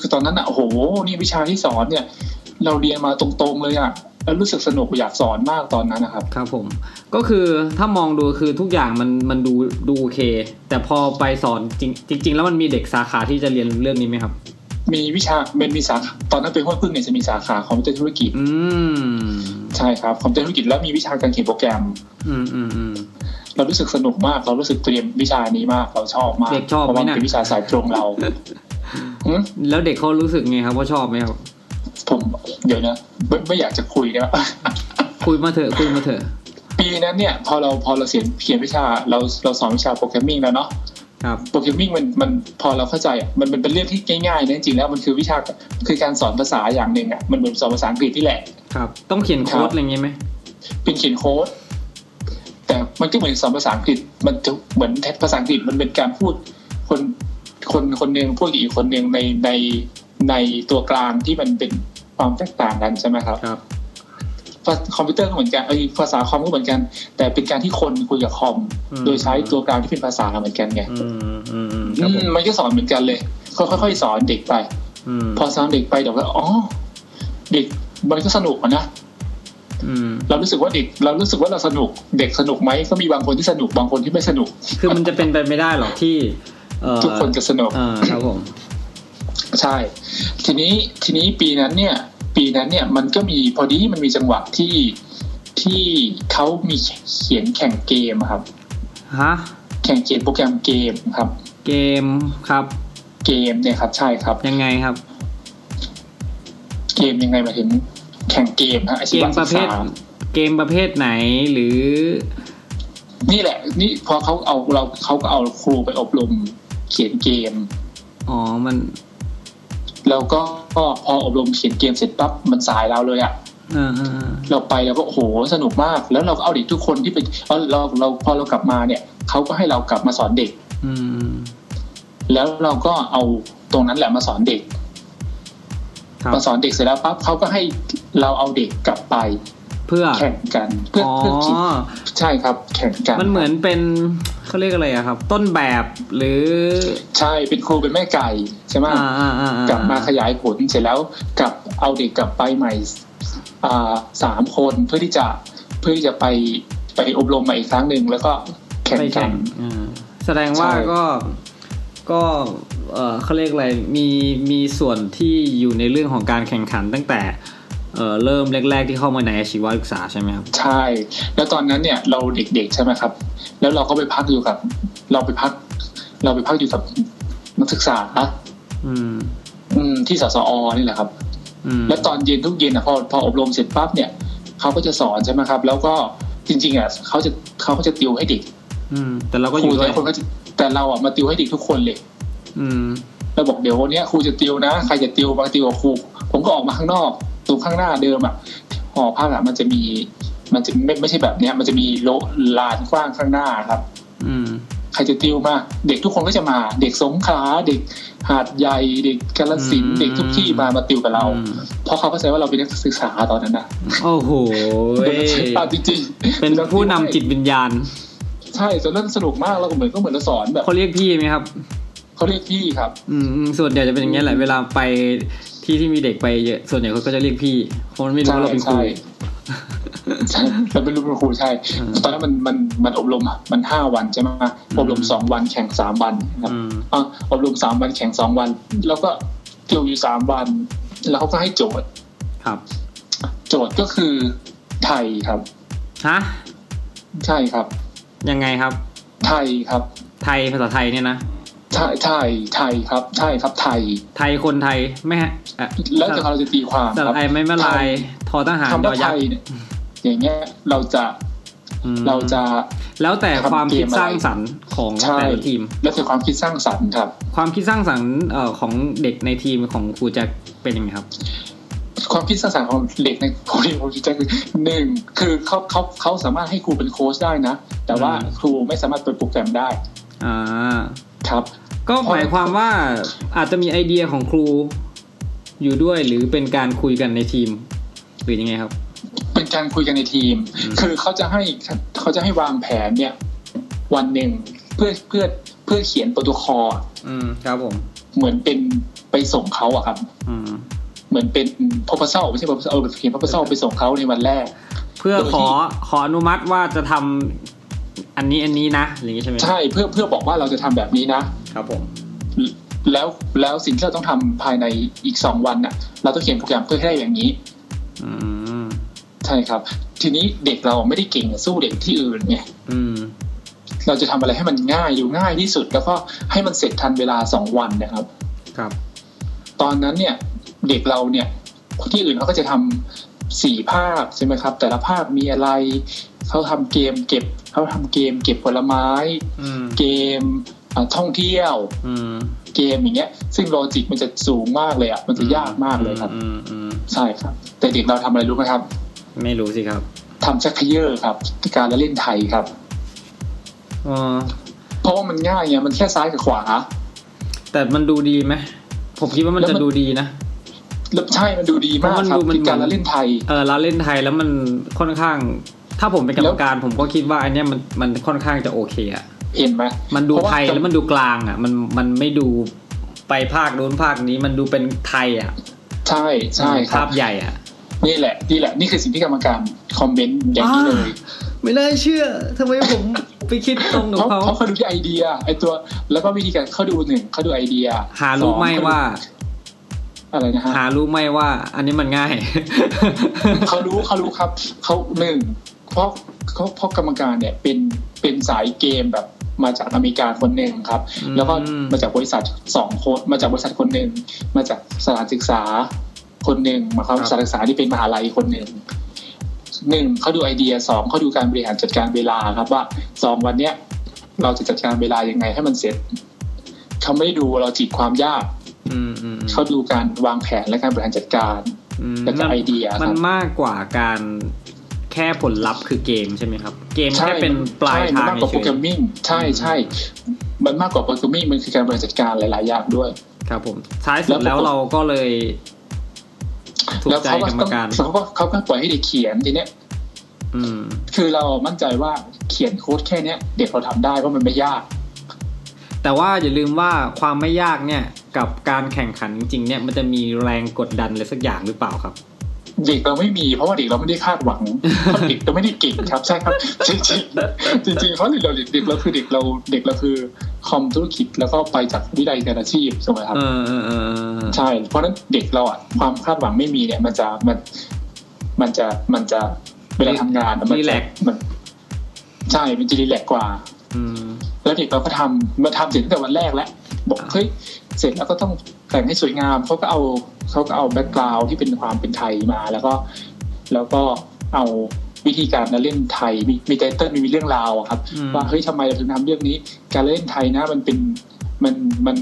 Speaker 2: คือตอนนั้นอ่ะโอ้โห นี่วิชาที่สอนเนี่ย เราเรียนมาตรงๆเลยอ่ะแล้วรู้สึกสนุกอยากสอนมากตอนนั้นนะครับ
Speaker 1: ครับผม ก็คือถ้ามองดูคือทุกอย่างมันมันดูดูโอเค แต่พอไปสอนจริงจริง ๆ แล้วมันมีเด็กสาขาที่จะเรียนเรื่องนี้ไหมครับ
Speaker 2: มีวิชามันมีสาขาตอนนั้นเป็นห้วยพึ่งเนี่ยจะมีสาขาคอมพิวเตอร์ธุรกิจ
Speaker 1: อืม
Speaker 2: ใช่ครับคอมพิวเตอร์ธุรกิจแล้วมีวิชาการเขียนโปรแกรม
Speaker 1: อืมอืมอืม
Speaker 2: เรารู้สึกสนุกมาก เรารู้สึกเตรียมวิชานี้มาก เราชอบมาก
Speaker 1: เด็กชอบ
Speaker 2: เพราะว่า
Speaker 1: ไหม
Speaker 2: มั
Speaker 1: น่ะ
Speaker 2: นเป็นวิชาสายตรง เราหึ
Speaker 1: แล้วเด็กเขารู้สึกไงครับว่าชอบไหมครับ
Speaker 2: ผมเดี๋ยวนะไม่ไม่อยากจะคุยนะ
Speaker 1: คุยมาเถอะคุยมาเถอะ
Speaker 2: ปีนั้นเนี่ยพอเราพอเราเขียนเขียนวิชาเราเราสอนวิชาโปรแกรมมิ่งแล้วเนาะ
Speaker 1: ครับ
Speaker 2: โปรแกรมมิ่งมันมันพอเราเข้าใจอะมันมันเป็นเรื่องที่ง่ายๆนะจริงๆแล้วมันคือวิชาคือการสอนภาษาอย่างหนึ่งอ่ะมันเหมือนสอนภาษาอังกฤษนี่แหละ
Speaker 1: ครับ ต้องเขียนโค้ดอะไรอย่างงี้ไหม
Speaker 2: เป็นเขียนโค้ดแต่มันก็เหมือนสอนภาษาอังกฤษมันจะเหมือนภาษาอังกฤษมันเป็นการพูดคนคนคนหนึ่งพูดกับอีกคนหนึ่งในในในตัวกลางที่มันเป็นความแตกต่างกันใช่ไหมครับ
Speaker 1: ครับ
Speaker 2: ภาษาคอมพิวเตอร์ก็เหมือนกันไอยภาษาคอมก็เหมือนกัน แต่เป็นการที่คนคุยกับคอม
Speaker 1: อืม
Speaker 2: โดยใช้ตัวกลางที่เป็นภาษาเหมือนกันไง
Speaker 1: อืมอืมอืมครับผ
Speaker 2: อื
Speaker 1: ม
Speaker 2: มมันก็สอนเหมือนกันเลยค่อยๆค่อยๆสอนเด็กไป
Speaker 1: อืม
Speaker 2: พอสอนเด็กไปเดี๋ยวก็อ๋อเด็กมันก็สนุกอะนะ
Speaker 1: อืม
Speaker 2: เรารู้สึกว่าเด็กเรารู้สึกว่าเราสนุก เด็กสนุกไหมก็มีบางคนที่สนุกบางคนที่ไม่สนุก
Speaker 1: คือมันจะเป็นไปไม่ได้หรอกที่เอ่อ
Speaker 2: ทุกคนจะสนุก
Speaker 1: เอ่าครับผม
Speaker 2: ใช่ ทีนี้ทีนี้ปีนั้นเนี่ย ปีนั้นเนี่ยมันก็มีพอดีมันมีจังหวะที่ที่เขามีเขียนแข่งเกมอะครับ
Speaker 1: ฮะ
Speaker 2: แข่งเขียนโปรแกรมเกมครับ
Speaker 1: เกมครับ
Speaker 2: เกมเนี่ยครับใช่ครับ
Speaker 1: ยังไงครับ
Speaker 2: เกมยังไงหมายถึงแข่งเกมฮะอาชี
Speaker 1: เก
Speaker 2: ว
Speaker 1: มป
Speaker 2: ศึ
Speaker 1: ระ
Speaker 2: ก
Speaker 1: เภท
Speaker 2: ษา
Speaker 1: เกมประเภทไหนหรือ
Speaker 2: นี่แหละ นี่พอเขาเอาเราเขาก็เอาครูไปอบรมเขียนเกม
Speaker 1: อ๋อมัน
Speaker 2: แล้วก็พออบรมเขียนเกมเสร็จปั๊บมันสายเราเลยอะ
Speaker 1: เออเออเออ
Speaker 2: เราไปแล้วก็โอ้โหสนุกมาก แล้วเราก็เอาเด็กทุกคนที่ไปเอาเราเราพอเรากลับมาเนี่ยเขาก็ให้เรากลับมาสอนเด็ก
Speaker 1: อืม
Speaker 2: แล้วเราก็เอาตรงนั้นแหละมาสอนเด็ก
Speaker 1: ครับ
Speaker 2: มาสอนเด็กเสร็จแล้วปั๊บเขาก็ให้เราเอาเด็กกลับไป
Speaker 1: เพื่อ
Speaker 2: แข่งกันเพื่อ
Speaker 1: อ๋อ
Speaker 2: เพื่อคิดใช่ครับ แข่งกัน
Speaker 1: มันเหมือนเป็นเขาเรียกอะไรอะครับ ต้นแบบหรือ
Speaker 2: ใช่เป็นครูเป็นแม่ไก่ใช่ไหม
Speaker 1: อ่าอ่าอ่
Speaker 2: กลับมาขยายผลเสร็จแล้วกลับเอาเด็กกลับไปใหม่อ่าสามคนเพื่อที่จะเพื่อที่จะไปไปอบรมใหม่อีกครั้งหนึ่งแล้วก็แข่ง
Speaker 1: ไป
Speaker 2: กั
Speaker 1: แข่
Speaker 2: น
Speaker 1: งอ่าแสดงว่า
Speaker 2: ใช่
Speaker 1: ก็ก็เออเขาเรียกอะไรมีมีส่วนที่อยู่ในเรื่องของการแข่งขันตั้งแต่เออเริ่มแรก ๆ ที่เข้ามาในอาชีวศึกษาใช่ไหมครับ
Speaker 2: ใช่ แล้วตอนนั้นเนี่ยเราเด็กๆใช่ไหมครับ แล้วเราก็ไปพักอยู่กับ เราไปพัก เราไปพักอยู่กับนักศึกษา
Speaker 1: อืม
Speaker 2: อืมที่สสอนี่แหละครับ
Speaker 1: อืม
Speaker 2: แล้วตอนเย็นทุกเย็นอ่ะพอพออบรมเสร็จปั๊บเนี่ยเขาก็จะสอนใช่ไหมครับ แล้วก็จริงๆอ่ะเขาจะเขาก็จะติวให้เด็ก
Speaker 1: อืมแต่เรา
Speaker 2: ค
Speaker 1: ก็อ
Speaker 2: รู
Speaker 1: ยู่ด้ว
Speaker 2: แต่
Speaker 1: ย
Speaker 2: ละคนก็จะแต่เราอ่ะมาติวให้เด็กทุกคนเลย
Speaker 1: อืม
Speaker 2: เราบอกเดี๋ยววันเนี้ยครูจะติวนะใครจะติวมาติวกับครูผมก็ออกมาข้างนอกตรงข้างหน้าเดิมอ่ะหอพักอ่ะมันจะมีมันจะไม่ไม่ใช่แบบเนี้ยมันจะมีโลลานกว้างข้างหน้าครับ
Speaker 1: อืม
Speaker 2: ใครจะติวมา เด็กทุกคนก็จะมา เด็กสงขลาเด็กหาดใหญ่เด็กกาฬสินธุ์เด็กทุกที่มามาติวกับเรา
Speaker 1: อืม
Speaker 2: เพราะเขาเข้าใจว่าเราเป็นนักศึกษาตอนนั้นนะ
Speaker 1: โอ้โห
Speaker 2: ตามจริงๆ
Speaker 1: เป็นผู้นำจิตวิญญาณ
Speaker 2: ใช่จนเล่นสนุกมากเราก็เหมือนก็เหมือนเราสอนแบบ
Speaker 1: เขาเรียกพี่ไหมครับ
Speaker 2: เขาเรียกพี่ครับ
Speaker 1: อืมอืมส่วนใหญ่จะเป็นอย่างนี้ยแหละเวลาไปที่ที่มีเด็กไปเยอะส่วนใหญ่เขาก็จะเรียกพี่เพราะมันไม่รู้
Speaker 2: ใช่
Speaker 1: ว่าเราเป็นครู
Speaker 2: ใช่ ใช่เราเป็นรุ่นครูใช่
Speaker 1: อืม
Speaker 2: ตอนนั้นมันมันมันอบรมอะมันห้าวันใช่ไหมอบรม
Speaker 1: อืม
Speaker 2: สองวันแข่งสามวันนะครับ
Speaker 1: อืม
Speaker 2: อะอบรมสามวันแข่งสองวัน แล้วก็ติวอยู่สามวัน แล้วเขาก็ให้โจทย์
Speaker 1: ครับ
Speaker 2: โจทย์ก็คือไทยครับ
Speaker 1: ฮะ
Speaker 2: ใช่ครับ
Speaker 1: ยังไงครับ
Speaker 2: ไทยครับ
Speaker 1: ไทยภาษาไทยเนี่ยนะ
Speaker 2: ไทยไทยไทยครับ ใช่ครับไทย
Speaker 1: ไทยคนไทยไม่ฮะเอ่อ
Speaker 2: แล้วแต่เราจะตีความ
Speaker 1: ส
Speaker 2: ค
Speaker 1: ระ
Speaker 2: รับ
Speaker 1: ไทยไม่มาลายทอทหารย
Speaker 2: คำว่า
Speaker 1: อ
Speaker 2: ไท
Speaker 1: ยัก
Speaker 2: ย
Speaker 1: ษ์
Speaker 2: เนี่ยอย่างเงี้ยเราจะ
Speaker 1: อืม
Speaker 2: เราจะ
Speaker 1: แล้วแต่ความคิด
Speaker 2: ทำเกมอะไร
Speaker 1: สร้างสรรค์ของ
Speaker 2: ใช่
Speaker 1: แต่ละทีม
Speaker 2: แล้วคือความคิดสร้างสรรค์ครับ
Speaker 1: ความคิดสร้างสรรค์เอ่อของเด็กในทีมของครูแจ็คเป็นยังไงครับ
Speaker 2: ความคิดสร้างสรรค์ของเด็กในโรงเรียนผมจะคือหนึ่งคือเขาเขาเขาสามารถให้ครูเป็นโค้ชได้นะ แต่ว่า
Speaker 1: อืม
Speaker 2: ครูไม่สามารถเป็นโปรแกรมได้
Speaker 1: อ่า
Speaker 2: ครับ
Speaker 1: ก็หมายความว่าอาจจะมีไอเดียของครูอยู่ด้วยหรือเป็นการคุยกันในทีม หรือยังไงครับ
Speaker 2: เป็นการคุยกันในทีม
Speaker 1: อืม
Speaker 2: คือเขาจะให้เขาจะให้วางแผนเนี่ย วันหนึ่งเพื่อเพื่อเพื่อเขียนโปรโตคอล
Speaker 1: อืมครับผม
Speaker 2: เหมือนเป็นไปส่งเขาอะครับ
Speaker 1: อืม
Speaker 2: เหมือนเป็น proposal ไม่ใช่ proposal เออเขียน proposal ไปส่งเขาในวันแรก
Speaker 1: เพื่อ
Speaker 2: โดยที่
Speaker 1: ขอขออนุมัติว่าจะทำอันนี้อันนี้นะอย่างนี้ใช่ไหม
Speaker 2: ใช่เพื่อเพื่อบอกว่าเราจะทำแบบนี้นะ
Speaker 1: ครับผม
Speaker 2: แล้วแล้วสิ่งที่เราต้องทำภายในอีกสองวันน่ะ เราต้องเขียนโปรแกรมเพื่อให้ได้อย่างนี้
Speaker 1: อืม
Speaker 2: ใช่ครับ ทีนี้เด็กเราไม่ได้เก่งสู้เด็กที่อื่นไง
Speaker 1: อืม
Speaker 2: เราจะทำอะไรให้มันง่ายอยู่ง่ายที่สุด แล้วก็ให้มันเสร็จทันเวลาสองวันนะครับ
Speaker 1: ครับ
Speaker 2: ตอนนั้นเนี่ยเด็กเราเนี่ยที่อื่นเขาก็จะทำสี่ภาคใช่ไหมครับ แต่ละภาคมีอะไรเขาทำเกมเก็บเขาทำเกมเก็บผลไม้
Speaker 1: อืม
Speaker 2: เกมอ่าท่องเที่ยว
Speaker 1: อืม
Speaker 2: เกมอย่างเงี้ย ซึ่งโลจิกมันจะสูงมากเลยอ่ะมันจะยากมากเลยครับ
Speaker 1: อืมอืมอืม
Speaker 2: ใช่ครับ แต่เด็กเราทำอะไรรู้ไหมครับ
Speaker 1: ไม่รู้สิครับ
Speaker 2: ทำชักเขยอร์ครับ การละเล่นไทยครับ
Speaker 1: อ๋อ
Speaker 2: เพราะว่ามันง่ายไงมันแค่ซ้ายกับขวา
Speaker 1: แต่มันดูดีไหมผมคิดว่ามัน
Speaker 2: แล้วมั
Speaker 1: จะ
Speaker 2: น
Speaker 1: ดูดีนะ
Speaker 2: แล้วใช่มันดูดีมากครั
Speaker 1: เพราะมัน
Speaker 2: บ
Speaker 1: ดูมัน
Speaker 2: คือการละเล่นไทย
Speaker 1: เออเราเล่นไทยแล้วมันค่อนข้าง ถ้าผมเป็นกรรมการ ผมก็คิดว่าอันเนี้ยมันมันค่อนข้างจะโอเคอะ
Speaker 2: เห็นไหม
Speaker 1: มันดู
Speaker 2: เพราะว่า
Speaker 1: ไทยแล้วมันดูกลางอะมันมันไม่ดูไปภาคโน้นภาคนี้มันดูเป็นไทยอะ
Speaker 2: ใช่ใช่ค
Speaker 1: ภา
Speaker 2: รับ
Speaker 1: พใหญ่อะ
Speaker 2: นี่แหละนี่แหละ นี่คือสิ่งที่กรรมการคอมเมนต์อย่างนี้เลย
Speaker 1: ไม่น่าเชื่อทำไมผม ไปคิดตรงกับ
Speaker 2: เขา
Speaker 1: เขา
Speaker 2: เขาเขาดูที่ไอเดียไอตัว แล้วก็วิธีการเขาดูหนึ่งเขาดูไอเดีย
Speaker 1: หารู้ไหม
Speaker 2: สองเข
Speaker 1: ว่า
Speaker 2: ดูอะไรนะฮะ
Speaker 1: หารู้ไหมว่า อันนี้มันง่าย
Speaker 2: เขารู้เขารู้ครับเขาหนึ่งเพราะเขาเพราะกรรมการเนี่ยเป็นเป็นสายเกมแบบมาจากอเมริกาคนหนึ่งครับ
Speaker 1: อืม
Speaker 2: แล้วก็มาจากบริษัทสองคนมาจากบริษัทคนหนึ่งมาจากสถานศึกษาคนหนึ่งมาครับสถานศึกษาที่เป็นมหาลัยคนหนึ่ง หนึ่งเขาดูไอเดียสองเขาดูการบริหารจัดการเวลาครับว่าสองวันเนี้ย เราจะจัดการเวลายังไงให้มันเสร็จเขาไม่ได้ดูเราจิกความยาก
Speaker 1: อืมอืม
Speaker 2: เขาดูการวางแผนและการบริหารจัดการ
Speaker 1: อืม
Speaker 2: และก็ไอเดียค
Speaker 1: มั
Speaker 2: รั
Speaker 1: น
Speaker 2: บ
Speaker 1: มากกว่าการแค่ผลลัพธ์คือเกมใช่ไหมครับ เกม
Speaker 2: ใช่
Speaker 1: แค่เป็นปลาย
Speaker 2: ใช่
Speaker 1: ทาง
Speaker 2: มันมากกว่า
Speaker 1: เฉ
Speaker 2: โปร
Speaker 1: ย
Speaker 2: แกรมมิ่งใช่ใช่มันมากกว่าโปรแกรมมิ่งมันคือการบริหารจัดการหลาย ๆ อย่างด้วย
Speaker 1: ๆครับผมท้ายสุด
Speaker 2: แล้
Speaker 1: แล้วว
Speaker 2: ผม
Speaker 1: เราก็เลยถูก
Speaker 2: แล้ว
Speaker 1: ใจ
Speaker 2: เขาก็
Speaker 1: กรรม
Speaker 2: ต้อง
Speaker 1: การ
Speaker 2: เขาก็เขาก็ปล่อยให้เด็กเขียนทีเนี้ย
Speaker 1: อืม
Speaker 2: คือเรามั่นใจว่าเขียนโค้ดแค่เนี้ย เด็กเราทำได้เพราะมันไม่ยาก
Speaker 1: แต่ว่าอย่าลืมว่าความไม่ยากเนี่ย กับการแข่งขันจริงๆเนี่ยมันจะมีแรงกดดันอะไรสักอย่างหรือเปล่าครับ
Speaker 2: เด็กเราไม่มีเพราะว่าเด็กเราไม่ได้คาดหวังเพราะเด็กเราไม่ได้เก่งครับใช่ครับ จริงจริงๆจริงๆเพราะเด็กเราเด็กเราคือเด็กเราเด็กเราคือคอมธุรกิจแล้วก็ไปจากวิทยาลัยการอาชีพใช่ไหมครับ
Speaker 1: เออเออเออเออ
Speaker 2: ใช่ เพราะฉะนั้นเด็กเราอ่ะความคาดหวังไม่มีเนี่ยมันจะมันมันจะมันจะเวลาทำงานอะมันจะมันใช่มันจะรีแลกซ์กว่า
Speaker 1: อืม
Speaker 2: แล้วเด็กเราก็ทำมาทำถึงตั้งแต่วันแรกแล้วบอก
Speaker 1: อ่า
Speaker 2: เฮ้ยเสร็จแล้วก็ต้องแต่งให้สวยงามเขาก็เอาเขาก็เอาแบ็กกราวที่เป็นความเป็นไทยมา แล้วก็แล้วก็เอาวิธีการเล่นไทยมีมีไตเติ้ลมีเรื่องราวอะครับ
Speaker 1: อืม
Speaker 2: ว่าเฮ้ยทำไมเราถึงทำเรื่องนี้ การเล่นไทยนะมันเป็นมันมัน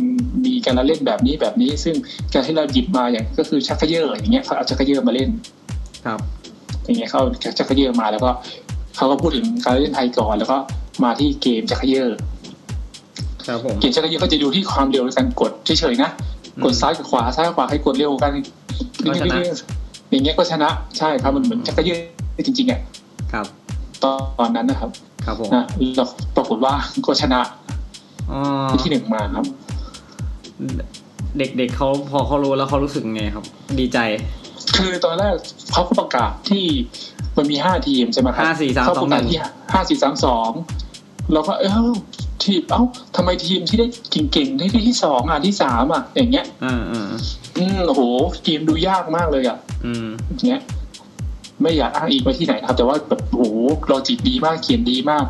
Speaker 2: มีการละเล่นแบบนี้แบบนี้ ซึ่งการที่เราหยิบมาอย่างก็คือชักเขยออย่างเงี้ยเขาเอาชักเขยอมาเล่น
Speaker 1: ครับ
Speaker 2: อย่างเงี้ยเขาเอาชักเขยอมาแล้วก็เขาก็พูดถึงการเล่นไทยก่อนแล้วก็มาที่เกมชักเขยอ
Speaker 1: ครับผม
Speaker 2: เกียรติชักกะยีก็จะดูที่ความเร็วในการกดเฉยๆนะ
Speaker 1: อืม
Speaker 2: กดซ้ายกับขวาซ้ายกับขวาให้กดเร็วกัน
Speaker 1: ก็ชนะ
Speaker 2: อย่างเงี้ยก็ชนะใช่ครับมันเหมือนชักกะยีจริงๆอ่ะ
Speaker 1: ครับ
Speaker 2: ตอนตอนนั้นนะครับ
Speaker 1: ครับผม
Speaker 2: นะเราปรากฏว่าก็ชนะ
Speaker 1: อ๋อ
Speaker 2: ที่หนึ่งมาครับ
Speaker 1: เด็กๆเขาพอเขารู้แล้วเขารู้สึกไงครับ ดีใจ
Speaker 2: คือตอนแรกเขาก็ประกาศที่มันมีห้าทีมใช่ไหมครับ
Speaker 1: ห้าสี่สามสอง
Speaker 2: เขาประกาศ
Speaker 1: หนึ่ง
Speaker 2: ที่ห้าสี่สามสองเราก็เอ้าทีมเอ้าทำไมทีมที่ได้เก่งๆได้ที่สองอ่ะที่สามอ่ะอย่างเงี้ย
Speaker 1: อ่าอ่า
Speaker 2: อืมโอ้โหทีมดูยากมากเลยอ่ะ
Speaker 1: อืม
Speaker 2: เนี้ยไม่อยากอ้างอิงไปที่ไหนนะครับ แต่ว่าแบบโอ้โหลอจิกดีมากเขียนดีมาก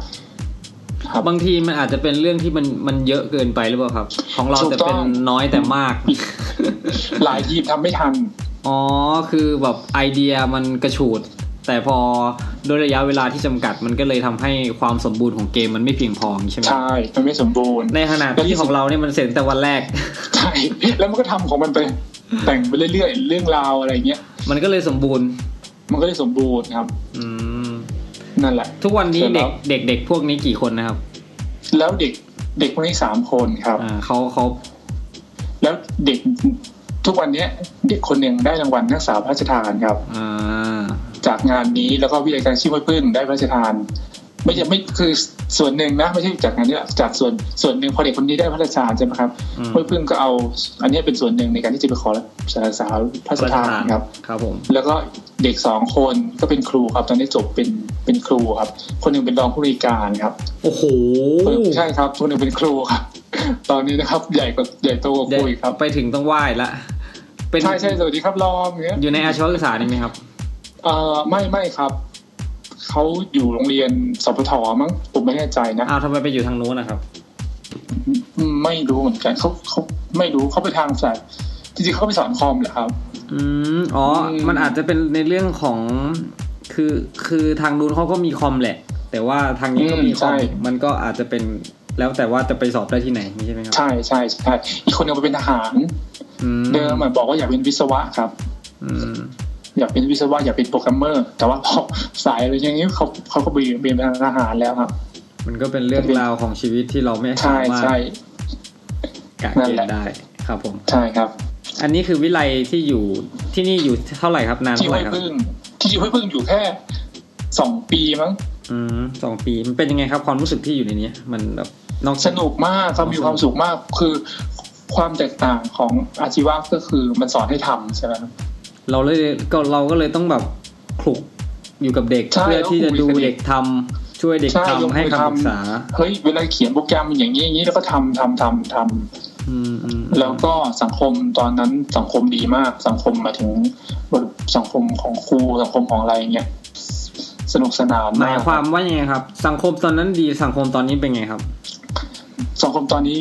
Speaker 2: ครับ
Speaker 1: บางทีมันอาจจะเป็นเรื่องที่มันมันเยอะเกินไปหรือเปล่าครับ ของเรา
Speaker 2: ถูก
Speaker 1: แต่
Speaker 2: ต้อง
Speaker 1: เป็นน้อยแต่มาก
Speaker 2: หลายทีมทำไม่ ทัน
Speaker 1: อ๋อ คือแบบไอเดียมันกระฉูด แต่พอด้วยระยะเวลาที่จำกัดมันก็เลยทำให้ความสมบูรณ์ของเกมมันไม่เพียงพอใช่ไหม
Speaker 2: ใช่ มันไม่สมบูรณ์
Speaker 1: ในขณะที่ของเราเนี่ยมันเสร็จตั้งแต่วันแรก
Speaker 2: ใช่ แล้วมันก็ทำของมันไป แต่งไปเรื่อยๆ เรื่องราวอะไรเงี้ย
Speaker 1: มันก็เลยสมบูรณ์
Speaker 2: มันก็ได้สมบูรณ์ครับ
Speaker 1: อืม
Speaker 2: นั่นแหละ
Speaker 1: ทุกวันนี้
Speaker 2: เสร็จแล้
Speaker 1: เด็ก
Speaker 2: ว
Speaker 1: เด็กเด็กพวกนี้กี่คนนะครับ
Speaker 2: แล้วเด็กเด็กคนนี้สามคนครับ
Speaker 1: อ่าเขาเขา
Speaker 2: แล้วเด็กทุกวันเนี้ย เด็กคนหนึ่งได้รางวัลนักศึกษาพระราชทานครับ
Speaker 1: อ่า
Speaker 2: จากงานนี้แล้วก็วิทยาการชีพเพื่อนได้พระราชทาน ไม่ใช่ไม่คือส่วนหนึ่งนะไม่ใช่จากงานนี้หรอกจากส่วนส่วนหนึ่งพอเด็กคนนี้ได้พระราชทานใช่ไหมครับ
Speaker 1: อืม
Speaker 2: เพื่อนเพื่อนก็เอาอันนี้เป็นส่วนหนึ่งในการที่จะไปขอรับสาวพระราชทานครับ
Speaker 1: ครับผม
Speaker 2: แล้วก็เด็กสองคนก็เป็นครูครับ ตอนนี้จบเป็นเป็นครูครับ คนหนึ่งเป็นรองผู้บริการครับ
Speaker 1: โอ้โห
Speaker 2: คนหนึ่งใช่ครับคนหนึ่งเป็นครูครับ ตอนนี้นะครับ ใหญ่กว่าใหญ่โตกว่าครูอีกครับ
Speaker 1: ไปถึงต้องไหว้ละ เป็น
Speaker 2: ใช่ใช่สวัสดีครับรองอย่างเงี้ย
Speaker 1: อยู่ในอาชีวศึกษานี่ไหมครับ
Speaker 2: เอ่อไม่ไม่ครับ เขาอยู่โรงเรียนสพทมั้งผมไม่แน่ใจนะ
Speaker 1: อ้าวทำไมไปอยู่ทางนู้นนะครับ
Speaker 2: อืมไม่รู้เหมือนกันเขาเขาไม่รู้เขาไปทางสายจริงๆเขาก็ไปสอนคอมเหรอครับ
Speaker 1: อืม อ๋อ
Speaker 2: อืม
Speaker 1: มันอาจจะเป็นในเรื่องของ คือ คือทางนู้นเขาก็มีคอมแหละ แต่ว่าทางนี้ก็มีคอม มันก็อาจจะเป็น แล้วแต่ว่าจะไปสอบได้ที่ไหนนี่ใช่ไหมครับ
Speaker 2: ใช่ใช่ใช่อีกคนหนึงไปเป็นทหาร
Speaker 1: อืม
Speaker 2: เดิมอะบอกว่าอยากเป็นวิศวะครับ
Speaker 1: อืม
Speaker 2: อยากเป็นวิศวะอยากเป็นโปรแกรมเมอร์ แต่ว่า พอสายอะไรอย่างนี้เขาเขาก็ไปเรียนเป็นทหารแล้วครับ
Speaker 1: มันก็เป็นเรื่องราวของชีวิตที่เราไม่
Speaker 2: ใช่
Speaker 1: สามารถ
Speaker 2: ใช่
Speaker 1: กะ
Speaker 2: นั่
Speaker 1: เกณ
Speaker 2: นแหละ
Speaker 1: ฑ์ได้ ครับผม
Speaker 2: ใช่ครับ
Speaker 1: อันนี้คือวิไลที่อยู่ ที่นี่อยู่เท่าไหร่ครับ นาน
Speaker 2: ที่
Speaker 1: เท่าไหร่
Speaker 2: ห้วย
Speaker 1: ครับ
Speaker 2: พึ่งที่ห้วยพึ่งอยู่แค่สองปีมั้ง
Speaker 1: อืมสองปี มันเป็นยังไงครับ ความรู้สึกที่อยู่ในนี้ มันแบบนอก
Speaker 2: ส
Speaker 1: จาก
Speaker 2: นุกมากครับมีความสุขมากคือความแตกต่างของอาชีวะก็คือมันสอนให้ทำใช่ไหมครับ
Speaker 1: เราเลยก็เราก็เลยต้องแบบคลุกอยู่กับเด็ก
Speaker 2: ใช่
Speaker 1: เพื่อที่จะดูเด็กทำช่วยเด็ก
Speaker 2: ใช่
Speaker 1: ทำ
Speaker 2: ยกมือ
Speaker 1: ให้คำปรึก
Speaker 2: ทำ
Speaker 1: ษา
Speaker 2: เฮ้ยเวลาเขียนโปรแกรมอย่างนี้อย่างนี้แล้วก็ทำทำทำทำ
Speaker 1: อืมอืม
Speaker 2: แล้วก็สังคมตอนนั้นสังคมดีมากสังคมหมายถึงสังคมของครูสังคมของอะไรอย่างเงี้ยสนุกสนานมาม
Speaker 1: หาย
Speaker 2: ก
Speaker 1: ความว่ายังไงครับ สังคมตอนนั้นดีสังคมตอนนี้เป็นไงครับ
Speaker 2: สังคมตอนนี้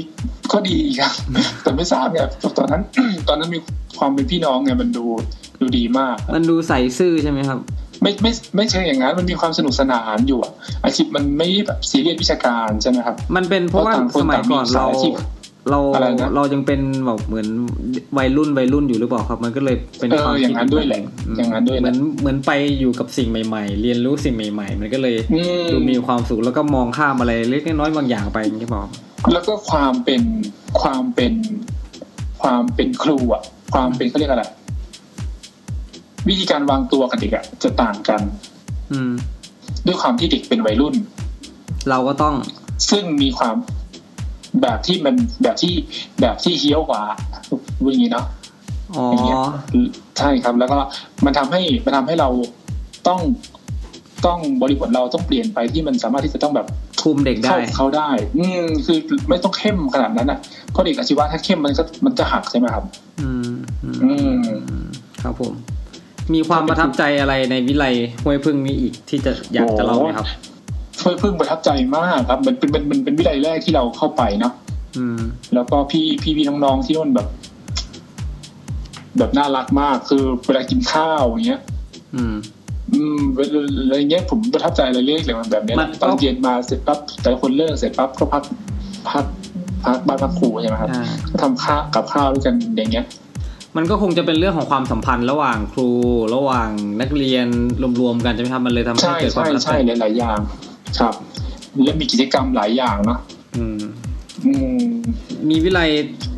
Speaker 2: ก็ดีครับ แต่ไม่ทราบไงตอนนั้น ตอนนั้นมีความเป็นพี่น้องไงมันดูดูดีมาก
Speaker 1: มันดูใส่ซื่อใช่ไหมครับ
Speaker 2: ไม่ไม่ไม่เชิงอย่างนั้นมันมีความสนุกสนานอยู่อะอาชีพมันไม่แบบซีเรียสวิชาการใช่ไหมครับ
Speaker 1: มันเป็นเพราะว่า
Speaker 2: เพราะ
Speaker 1: ส
Speaker 2: ต่างคน
Speaker 1: มัยก่อนเรา
Speaker 2: ต่างมีสายอาชีพ
Speaker 1: เรา
Speaker 2: อะไรนะ
Speaker 1: เรายังเป็นแบบเหมือนวัยรุ่นวัยรุ่นอยู่หรือเปล่าครับ มันก็เลยเป็น
Speaker 2: เออ
Speaker 1: ความคิด
Speaker 2: อย่างนั้นด้วยแหละ
Speaker 1: ม
Speaker 2: อย่างนั้นด้วยแหละ
Speaker 1: เหมือนเหมือนไปอยู่กับสิ่งใหม่ ๆ เรียนรู้สิ่งใหม่ ๆ มันก็เลย
Speaker 2: อืม
Speaker 1: ดูมีความสุขแล้วก็มองข้ามอะไรเล็กๆน้อยๆบางอย่างไปอย่างที่บอก
Speaker 2: แล้วก็ความเป็นความเป็นความเป็นครูอะความเป็นเขาเรียกอะไรวิธีการวางตัวกับเด็กอะจะต่างกัน
Speaker 1: อืม
Speaker 2: ด้วยความที่เด็กเป็นวัยรุ่น
Speaker 1: เราก็ต้อง
Speaker 2: ซึ่งมีความแบบที่มันแบบที่แบบที่เฮี้ยวกว่าพูดอย่างนี้เนาะ
Speaker 1: อ๋อ
Speaker 2: ย่างเงี้ย ใช่ครับ แล้วก็มันทำให้มันทำให้เราต้องต้องบริบทเราต้องเปลี่ยนไปที่มันสามารถที่จะต้องแบบ
Speaker 1: คุมเด็กได้
Speaker 2: เข้าเขาได้ อืมคือไม่ต้องเข้มขนาดนั้นอ่ะเพราะเด็กอาชีวะถ้าเข้มมันก็มันจะหักใช่ไหมครับ
Speaker 1: อืมอืม
Speaker 2: อืม
Speaker 1: ครับผม มีความประทับใจอะไรในวิไลห้วยพึ่งนี้อีกที่จะอยากจะเล่าไหมครับ
Speaker 2: ช่วยพึ่งประทับใจมากครับ มันเป็นมันมันเป็นวิไลแรกที่เราเข้าไปเนาะ
Speaker 1: อืม
Speaker 2: แล้วก็พี่พี่พี่น้องๆที่นู่นแบบ แบบน่ารักมาก คือเวลากินข้าวอย่างเงี้ย
Speaker 1: อืม
Speaker 2: อืมเวลาอะไรเงี้ยผมประทับใจอะไรเรื่อยๆเลยมันแบบเนี้ย
Speaker 1: มัน
Speaker 2: ตอนเย็นมาเสร็จปั๊บแต่ละคนเลิกเสร็จปั๊บก็พักพักพักบ้านพักครูใช่ไหมครับ
Speaker 1: อ่า
Speaker 2: ก็ทำข้าวกับข้าวด้วยกันอย่างเงี้ย
Speaker 1: มันก็คงจะเป็นเรื่องของความสัมพันธ์ระหว่างครู ระหว่างนักเรียนรวมๆกันจะไม่ทำมันเลยทำให้
Speaker 2: ใช่
Speaker 1: เกิดความ
Speaker 2: ใช่
Speaker 1: ประทับใจ
Speaker 2: ใช่หลายๆอย่าง ครับ และมีกิจกรรมหลายอย่างเนาะ
Speaker 1: อืม
Speaker 2: อืม
Speaker 1: มีวิไล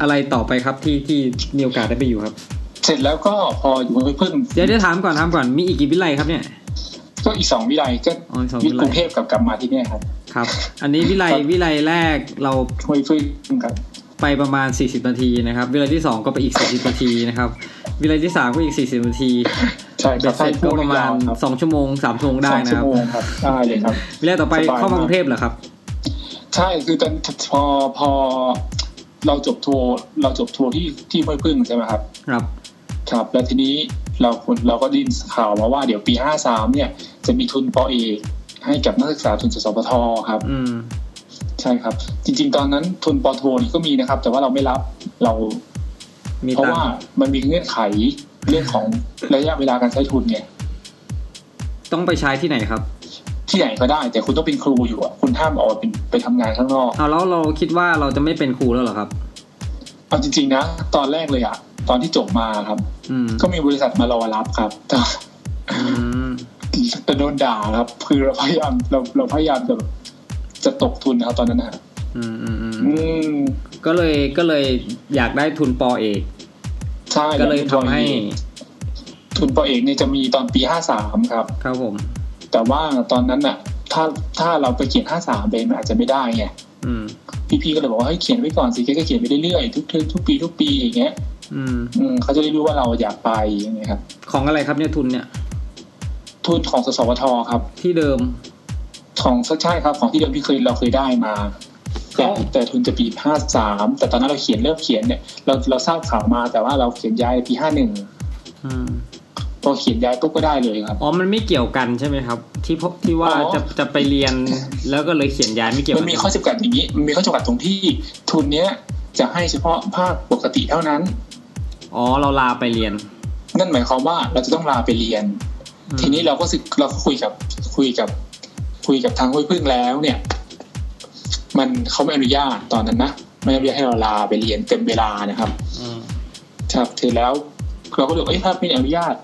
Speaker 1: อะไรต่อไปครับที่ที่มีโอกาสได้ไปอยู่ครับ
Speaker 2: เสร็จแล้วก็พออยู่กับเพื่อน
Speaker 1: เดี๋ยวเดี๋ยวถามก่อนถามก่อน มีอีกกี่วิไลครับเนี่ย
Speaker 2: ก็อีกสองวิไลก็
Speaker 1: อ๋ออีกสองวิ
Speaker 2: วิ
Speaker 1: ไล
Speaker 2: กรุงเทพกับกลับมาที่เนี่ยครับ
Speaker 1: ครับ อันนี้วิไลวิไลแรกเรา
Speaker 2: ช่วยเพื่อนกัน
Speaker 1: ไปประมาณ 40 นาทีนะครับ เวลาที่ 2 ก็ไปอีก 40 นาทีนะครับ วิเลยที่สามก็อีกสี่สิบนาที
Speaker 2: ใช่ค
Speaker 1: เบ็
Speaker 2: รับ
Speaker 1: ดเสร็จก็ประมาณ
Speaker 2: ครับ
Speaker 1: สองชั่วโมงสามชั่วโมงได้
Speaker 2: สอง
Speaker 1: นะ
Speaker 2: ชั่
Speaker 1: คว รับ
Speaker 2: โมงครับได้เลยครับ
Speaker 1: วิเลยต่อไป
Speaker 2: สบายมาก
Speaker 1: เข้ามากรุงเทพเหรอครับ
Speaker 2: ใช่คือตอนพอพอเราจบทัวร์เราจบทัวร์ที่ที่ห้วยพึ่งใช่ไหมครับ
Speaker 1: ครับ
Speaker 2: ครับ แล้วทีนี้เราคนเราก็ได้ยินข่าวมาว่าเดี๋ยวปี 53 เนี่ย จะมีทุนปอเอกให้กับนักศึกษาทุนสสปทครับ
Speaker 1: อืม
Speaker 2: ใช่ครับ จริง ๆ ตอนนั้นทุนปอโทนี่ก็มีนะครับ แต่ว่าเราไม่รับเรา
Speaker 1: มี
Speaker 2: เพราะ
Speaker 1: ตัง
Speaker 2: ว่า
Speaker 1: ค์
Speaker 2: มันมีเงื่อนไขเรื่อง ของระยะเวลาการใช้ทุนไง
Speaker 1: ต้องไปใช้ที่ไหนครับ
Speaker 2: ที่ไหนก็ได้ แต่คุณต้องเป็นครูอยู่อะคุณห้ามออกไปไปทำงานข้างนอก
Speaker 1: เอาแล้วเราคิดว่าเราจะไม่เป็นครูแล้วเหรอครับ
Speaker 2: เอาจริง ๆ นะ ตอนแรกเลยอะตอนที่จบมาครับ
Speaker 1: อืม
Speaker 2: ก็มีบริษัทมารอรับครับแต่
Speaker 1: อืม
Speaker 2: แต่โดนด่าครับ คือเราพยายามเราเราพยายามจะแบบจะตกทุนนะครับตอนนั้นนะฮะ
Speaker 1: อืมอืมอืม
Speaker 2: อืม
Speaker 1: ก็เลยก็เลยอยากได้ทุนปอเอก
Speaker 2: ใช่
Speaker 1: ก็เลยทำให้
Speaker 2: ทุนปอเอกเนี่ยจะมีตอนปีห้าสามครับ
Speaker 1: ครับผม
Speaker 2: แต่ว่าตอนนั้นน่ะ ถ้าถ้าเราไปเขียนห้าสามไปมันอาจจะไม่ได้ไง
Speaker 1: อืม
Speaker 2: พี่ๆก็เลยบอกว่าให้ยเขียนไว้ก่อนสิแกก็เขียนไปเรื่อยๆทุกเทอมทุกปีทุกปีอย่างเงี้ย
Speaker 1: อืม
Speaker 2: อืมเขาจะได้รู้ว่าเราอยากไปอย่างเงี้ยครับ
Speaker 1: ของอะไรครับเนี่ยทุนเนี่ย
Speaker 2: ทุนของสสวทครับ
Speaker 1: ที่เดิม
Speaker 2: ของใช่ครับ ของที่เดิมที่เคยเราเคยได้มาแต่
Speaker 1: ครับ
Speaker 2: แต่ทุนจะปีห้าสามแต่ตอนนั้นเราเขียนเริ่มเขียนเนี่ยเราเราทราบข่าวมาแต่ว่าเราเขียนย้ายปีห้าหนึ่ง
Speaker 1: อืม
Speaker 2: พอเขียนย้ายปุ๊บก็ได้เลยครับ
Speaker 1: อ๋อ มันไม่เกี่ยวกันใช่ไหมครับ ที่พบที่ว่า
Speaker 2: อ๋อ
Speaker 1: จะจะไปเรียนแล้วก็เลยเขียนย้ายไม่เกี่ยว
Speaker 2: มั
Speaker 1: กัน น
Speaker 2: มีข้อจำกัดอย่างนี้ มันมีข้อจำกัดตรงที่ทุนเนี้ยจะให้เฉพาะภาคปกติเท่านั้น
Speaker 1: อ๋อ เราลาไปเรียน
Speaker 2: นั่นหมายความว่าเราจะต้องลาไปเรียน
Speaker 1: อืม
Speaker 2: ทีนี้เราก็สึกเราก็คุยกับคุยกับคุยกับทางห้วยพึ่งแล้วเนี่ย มันเขาไม่อนุญาตตอนนั้นนะไม่อนุญาตให้เราลาไปเรียนเต็มเวลานะครับ
Speaker 1: อืม
Speaker 2: ครับเสร็จแล้วเราก็เลยเอ้ยถ้าไม่อนุญาต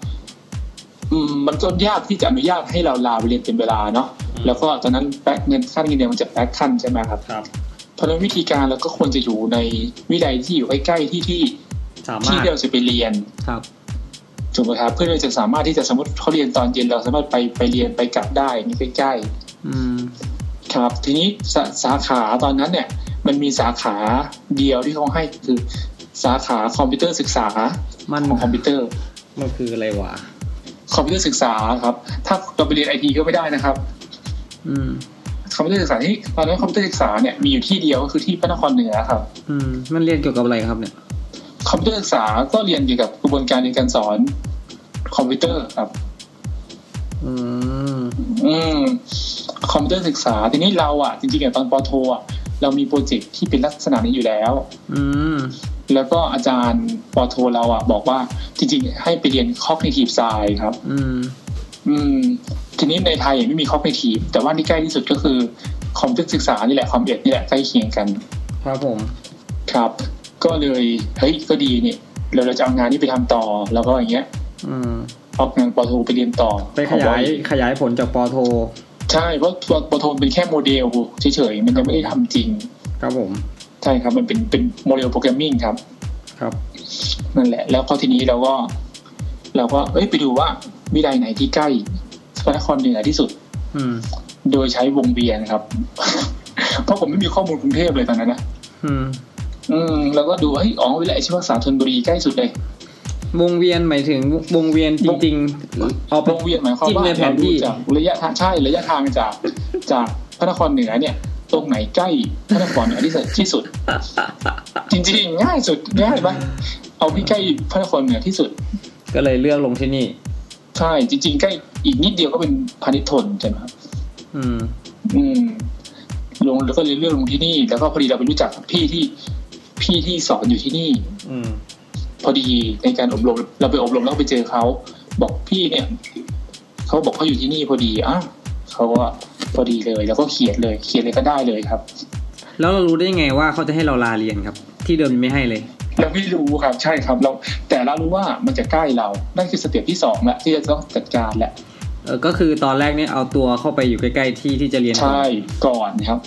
Speaker 2: อืมมันก็ยากที่จะอนุญาตให้เราลาไปเรียนเต็มเวลาเนาะ
Speaker 1: อืม
Speaker 2: แล้วก็ตอนนั้นแป๊กเงินขั้นเงินเดือนมันจะแป๊กขั้นใช่ไหมครับ
Speaker 1: ครับ
Speaker 2: เพราะฉะนั้นวิธีการเราก็ควรจะอยู่ในวิทยที่อยู่ใกล้ๆที่ที่
Speaker 1: สา
Speaker 2: ที่
Speaker 1: มารถ
Speaker 2: เดียวจะไปเรียน
Speaker 1: ครับ
Speaker 2: ถูกไหมครับเพื่อเราจะสามารถที่จะสมมติเขาเรียนตอนเย็นเราสามารถไปไปเรียนไปกลับได้อย่างนี่ใกล้
Speaker 1: อืม
Speaker 2: ๆครับ ทีนี้สาสาขาตอนนั้นเนี่ย มันมีสาขาเดียวที่เขาให้คือสาขาคอมพิวเตอร์ศึกษา
Speaker 1: มัน
Speaker 2: ของคอมพิวเตอร์
Speaker 1: มันคืออะไรวะ
Speaker 2: คอมพิวเตอร์ศึกษาครับถ้าเราไปเรียนไอทีก็ไม่ได้นะครับ
Speaker 1: อืม
Speaker 2: คอมพิวเตอร์ศึกษาที่ตอนนั้นคอมพิวเตอร์ศึกษาเนี่ยมีอยู่ที่เดียวก็คือที่พระนครเหนือครับ
Speaker 1: อืม มันเรียนเกี่ยวกับอะไรครับเนี่ย
Speaker 2: คอมพิวเตอร์ศึกษาก็เรียนเกี่ยวกับกระบวนการเรียนการสอนคอมพิวเตอร์ครับ
Speaker 1: อืม
Speaker 2: อืมคอมพิวเตอร์ศึกษา ทีนี้เราอ่ะ จริงๆอ่ะตอนปอโทอ่ะเรามีโปรเจกต์ที่เป็นลักษณะนี้อยู่แล้ว
Speaker 1: อืม
Speaker 2: แล้วก็อาจารย์ปอโทเราอ่ะ บอกว่าจริงๆ ให้ไปเรียนคอกนิทีฟไซน์ครับ
Speaker 1: อืม
Speaker 2: อืม ทีนี้ในไทยยังไม่มีคอกนิทีฟแต่ว่าที่ใกล้ที่สุดก็คือคอมพิวเตอร์ศึกษานี่แหละคอมเอ็ดนี่แหละใกล้เคียงกัน
Speaker 1: ครับผม
Speaker 2: ครับ ก็เลยเฮ้ยก็ดีนี่เราเราจะเอางานนี้ไปทำต่อแล้วก็อย่างเงี้ย
Speaker 1: อืม
Speaker 2: เอางานปอโทไปเรียนต่อ
Speaker 1: ไปขยายขยายผลจากปอโท
Speaker 2: ใช่เพราะตัวปอโทเป็นแค่โมเดลเฉยๆมันยังไม่ได้ทำจริง
Speaker 1: ครับผม
Speaker 2: ใช่ครับมันเป็นเป็นโมเดลโปรแกรมมิ่งครับ
Speaker 1: ครับ
Speaker 2: นั่นแหละ แล้วก็ทีนี้เราก็เราก็เอ้ยไปดูว่าวิทยาลัยไหนที่ใกล้พระนครเหนือที่สุด
Speaker 1: อืม
Speaker 2: โดยใช้วงเวียนครับ เพราะผมไม่มีข้อมูลกรุงเทพเลยตอนนั้นนะ
Speaker 1: อืม
Speaker 2: อืมแล้วก็ดูเฮ้ยอ๋อวิทยาลัยชีวศึกษาธนบุรีใกล้สุดเลยว
Speaker 1: งเวียนหมายถึงวงเวียนจริงๆเอาไป
Speaker 2: วงเวียนหมายความ
Speaker 1: จิ้ม
Speaker 2: ว่า
Speaker 1: ในแผ
Speaker 2: เรา
Speaker 1: นที่
Speaker 2: ดูจากระยะทางใช่ระยะทางจากจากพระนครเหนือเนี่ย ตรงไหนใกล้พระนครเหนือที่สุดที่สุด จริงๆง่ายสุดง่ายปะเอาที่ใกล้พระนครเหนือที่สุด
Speaker 1: ก็เลยเลือกลงที่นี่
Speaker 2: ใช่จริงๆใกล้อีกนิดเดียวก็เป็นพาณิชย์ทนใช่ไหมครับ
Speaker 1: อืม
Speaker 2: อืมลงแล้วก็เลยเลือกลงที่นี่ แล้วก็พอดีเราไปรู้จักกับพี่ที่พี่ที่สอนอยู่ที่นี่
Speaker 1: อืม
Speaker 2: พอดีในการอบรมเราไปอบรมแล้วก็ไปเจอเขาบอกพี่เนี่ยเขาบอกเขาอยู่ที่นี่พอดีอ่ะเขาก็พอดีเลย แล้วก็เขียนเลย เขียนเลยก็ได้เลยครับ
Speaker 1: แล้วเรารู้ได้ไงว่าเขาจะให้เราลาเรียนครับ ที่เดิมยังไม่ให้เลย
Speaker 2: เราไม่รู้ครับใช่ครับ เรา แต่เรารู้ว่ามันจะใกล้เรานั่นคือสเต็ปที่สองแหละที่จะต้องจัดการแหละ
Speaker 1: เออก็คือตอนแรกเนี่ยเอาตัวเข้าไปอยู่ใกล้ๆที่ที่จะเรียน
Speaker 2: ใช่ก่อนครับ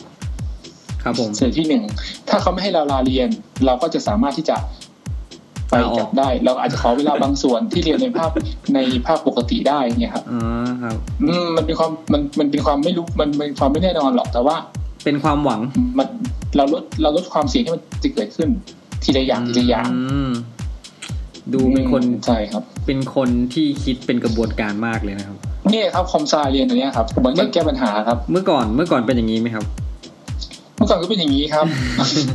Speaker 1: ครับผม
Speaker 2: ส่วนที่หนึ่งถ้าเขาไม่ให้เราลาเรียน เราก็จะสามารถที่จะไป
Speaker 1: ลาออก
Speaker 2: จับได้ เราอาจจะขอเวลาบางส่วนที่เรียนในภาพในภาพปกติได้เนี่ยครับ
Speaker 1: อ๋อครับ
Speaker 2: อืมมันเป็นความมันมันเป็นความไม่รู้มันมันเป็นความไม่แน่นอนหรอกแต่ว่า
Speaker 1: เป็นความหวัง
Speaker 2: มันเราลดเราลดความเสี่ยงที่มันจะเกิดขึ้น ทีละอย่างทีละอย่าง
Speaker 1: อืม ดูเป็นคน
Speaker 2: ใช่ครับ
Speaker 1: เป็นคนที่คิดเป็นกระบวนการมากเลยนะครับ
Speaker 2: เนี่ยครับคอมไซเรียนอันเนี้ยครับกระบวนการแก้ปัญหาครับ
Speaker 1: เมื่อก่อนเมื่อก่อนเป็นอย่างนี้ไหมครับ
Speaker 2: เมื่อก่อนก็เป็นอย่างนี้ครับ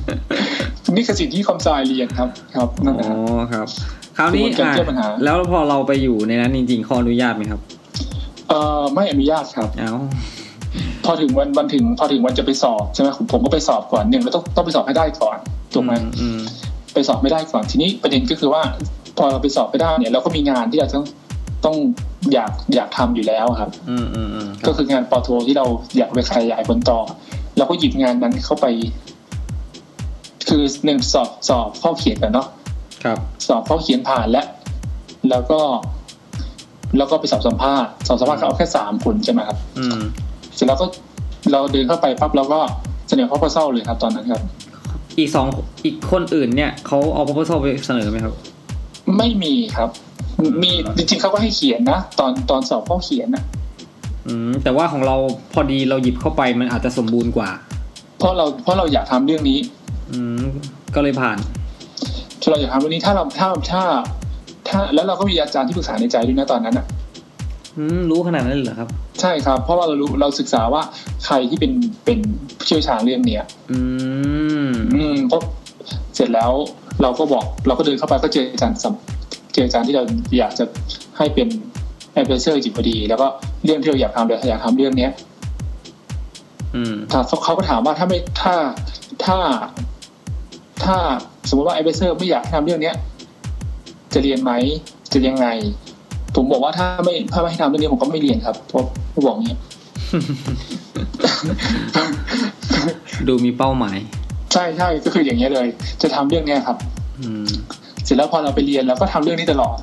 Speaker 2: นี่คือสิ่งที่คอมไซเรียนครับ ครับนั่นแห
Speaker 1: อ๋
Speaker 2: ละ
Speaker 1: อ
Speaker 2: ครับ
Speaker 1: ครับ คราวนี้
Speaker 2: กระบว
Speaker 1: อ่ะ
Speaker 2: นการแก้ปัญหา
Speaker 1: แล้วพอเราไปอยู่ในนั้นจริงๆขออนุญาตไหมครับ
Speaker 2: เอ่อไม่อนุญาตครับ
Speaker 1: เอ้า
Speaker 2: พอถึงวันวันถึงพอถึงวันจะไปสอบใช่ไหมผมผมก็ไปสอบก่อนหนึ่งเราต้องต้องไปสอบให้ได้ก่อนถูกไหม
Speaker 1: อือืม
Speaker 2: ไปสอบไม่ได้ก่อนทีนี้ประเด็นก็คือว่า พอเราไปสอบไม่ได้เนี่ย เราก็มีงานที่เราต้องต้องอยากอยากทำอยู่แล้วครับ
Speaker 1: อืมอืมอืมครั
Speaker 2: ก็
Speaker 1: บ
Speaker 2: คืองานปอโทที่เราอยากไปขยายผลต่อเราก็หยิบงานนั้นเข้าไป คือหนึ่งสอบสอบข้อเขียนกันเนาะ
Speaker 1: ครับ
Speaker 2: สอบข้อเขียนผ่านแล้ว แล้วก็ แล้วก็ไปสอบสัมภาษณ์สอบสัมภาษณ์ก็เอาแค่สามคนใช่ไหมครับ
Speaker 1: อืม
Speaker 2: เสร็จแล้วก็เราเดินเข้าไปปั๊บเราก็เสนอข้อ proposal เลยครับ ตอนนั้นครับ
Speaker 1: อีกสองอีกคนอื่นเนี่ยเขาเอาพ o โพ a l ไปเสนอไหมครับ
Speaker 2: ไม่มีครับ มีจริงๆเขาก็ให้เขียนนะตอนตอนสอบข้อเขียนนะ
Speaker 1: อืมแต่ว่าของเราพอดีเราหยิบเข้าไปมันอาจจะสมบูรณ์กว่า
Speaker 2: เพราะเราเพราะเราอยากทำเรื่องนี้
Speaker 1: อืมก็เลยผ่าน
Speaker 2: เราอยากทำเรื่องนี้ถ้าเราถ้าถ้า ถ้าแล้วเราก็มีอาจารย์ที่ปรึกษาในใจด้วยนะตอนนั้นอ่ะ
Speaker 1: อืมรู้ขนาดนั้นเลยเหรอครับ
Speaker 2: ใช่ครับ เพราะว่าเรารู้เราศึกษาว่าใครที่เป็นเป็นผู้เชี่ยวชาญเรื่องเนี้ย
Speaker 1: อืม
Speaker 2: อืมพบเสร็จแล้วเราก็บอกเราก็เดินเข้าไปก็เจออาจารย์สัมเจออาจารย์ที่เราอยากจะให้เป็นแอดไวเซอร์จิตพอดี แล้วก็เรื่องที่เราอยากทำเราอยากทำเรื่องเนี้ย
Speaker 1: อืม
Speaker 2: ถ้าเขาเขาก็ถามว่าถ้าไม่ถ้าถ้า ถ้าสมมติว่าแอดไวเซอร์ไม่อยากให้ทำเรื่องเนี้ย จะเรียนไหมจะยังไง ผมบอกว่าถ้าไม่ถ้าไม่ให้ทำเรื่องนี้ผมก็ไม่เรียนครับเพราะเพราะบอกอย่างเงี้ย
Speaker 1: ดูมีเป้าหมาย
Speaker 2: ใช่ใช่ก็คืออย่างเงี้ยเลย จะทำเรื่องเนี้ยครับ
Speaker 1: อืม
Speaker 2: เสร็จแล้วพอเราไปเรียนเราก็ทำเรื่องนี้ตลอด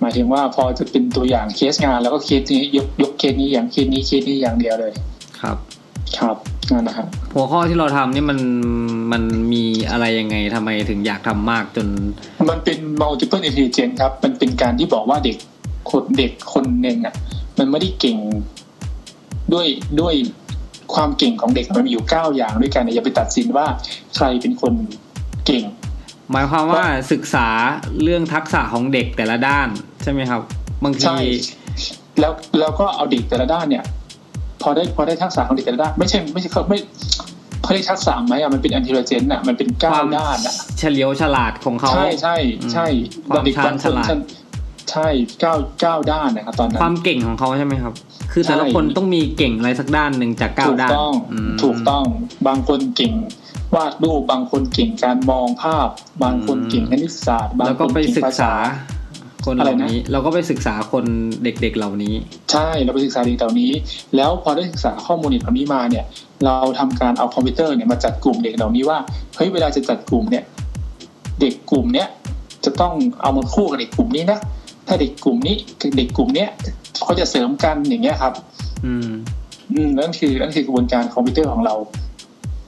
Speaker 2: หมายถึงว่าพอจะเป็นตัวอย่างเคสงาน แล้วก็เคสนี้ยกยกเคสนี้อย่างเคสนี้เคสนี้อย่างเดียวเลย
Speaker 1: ครับ
Speaker 2: ครับนั่นนะครับ
Speaker 1: หัวข้อที่เราทำนี่มันมันมีอะไรยังไงทำไมถึงอยากทำมากจน
Speaker 2: มันเป็น multiple intelligence ครับ มันเป็นการที่บอกว่าเด็กคนเด็กคนหนึ่งอ่ะ มันไม่ได้เก่งด้วยด้วยความเก่งของเด็กมันมีอยู่เก้าอย่างด้วยกันอย่าไปตัดสินว่าใครเป็นคนเก่ง
Speaker 1: หมายความว่าศึกษาเรื่องทักษะของเด็กแต่ละด้าน ใช่ไหมครับ บางที
Speaker 2: ใช่ แล้วแล้วก็เอาเด็กแต่ละด้านเนี่ย พอได้พอได้ทักษะของเด็กแต่ละด้าน ไม่ใช่ไม่ใช่เขาไม่เขาเรียกทักษะไหมอ่ะมันเป็นอันเทลเจนอ่ะมันเป็น
Speaker 1: ค
Speaker 2: ก้าว
Speaker 1: วาม
Speaker 2: ด้านอ่ะ
Speaker 1: เฉลียวฉลาดของเขา
Speaker 2: ใช่ใช่ใช่
Speaker 1: อืมความ
Speaker 2: เด็กบาง
Speaker 1: ชาญ
Speaker 2: คน
Speaker 1: ฉลาด
Speaker 2: ฉันใช่ก้าวก้าวด้านนะครับตอนนั้
Speaker 1: ความ
Speaker 2: น
Speaker 1: เก่งของเขาใช่ไหมครับ คือแต่ละ
Speaker 2: ใช่
Speaker 1: คนต้องมีเก่งอะไรสักด้านหนึ่งจากเก้า
Speaker 2: ถูก
Speaker 1: ด้าน
Speaker 2: ต้อง
Speaker 1: ม
Speaker 2: ถูกต้องบางคนเก่งวาดรูปบางคนเก่งการมองภาพ บางคนเก่งคณิตศาสตร์ บาง
Speaker 1: แล้ว
Speaker 2: ค
Speaker 1: ก็
Speaker 2: น
Speaker 1: ไป
Speaker 2: เก่ง
Speaker 1: ศึก
Speaker 2: ภาษา
Speaker 1: ษาคนเห
Speaker 2: อะไร
Speaker 1: ล่า
Speaker 2: นะ
Speaker 1: นี้เราก็ไปศึกษาคนเด็กๆเหล่านี้
Speaker 2: ใช่เราไปศึกษาเรื่องเหล่านี้ แล้วพอได้ศึกษาข้อมูลเหล่านี้มาเนี่ย เราทำการเอาคอมพิวเตอร์เนี่ยมาจัดกลุ่มเด็กเหล่านี้ว่าเฮ้ยเวลาจะจัดกลุ่มเนี่ย เด็กกลุ่มเนี้ยจะต้องเอามาคู่กับเด็กกลุ่มนี้นะถ้าเด็กกลุ่มนี้กับเด็กกลุ่มเนี้ยเขาจะเสริมกันอย่างเงี้ยครับ
Speaker 1: อืม
Speaker 2: อืมนั่นคือนั่นคือกระบวนการคอมพิวเตอร์ของเรา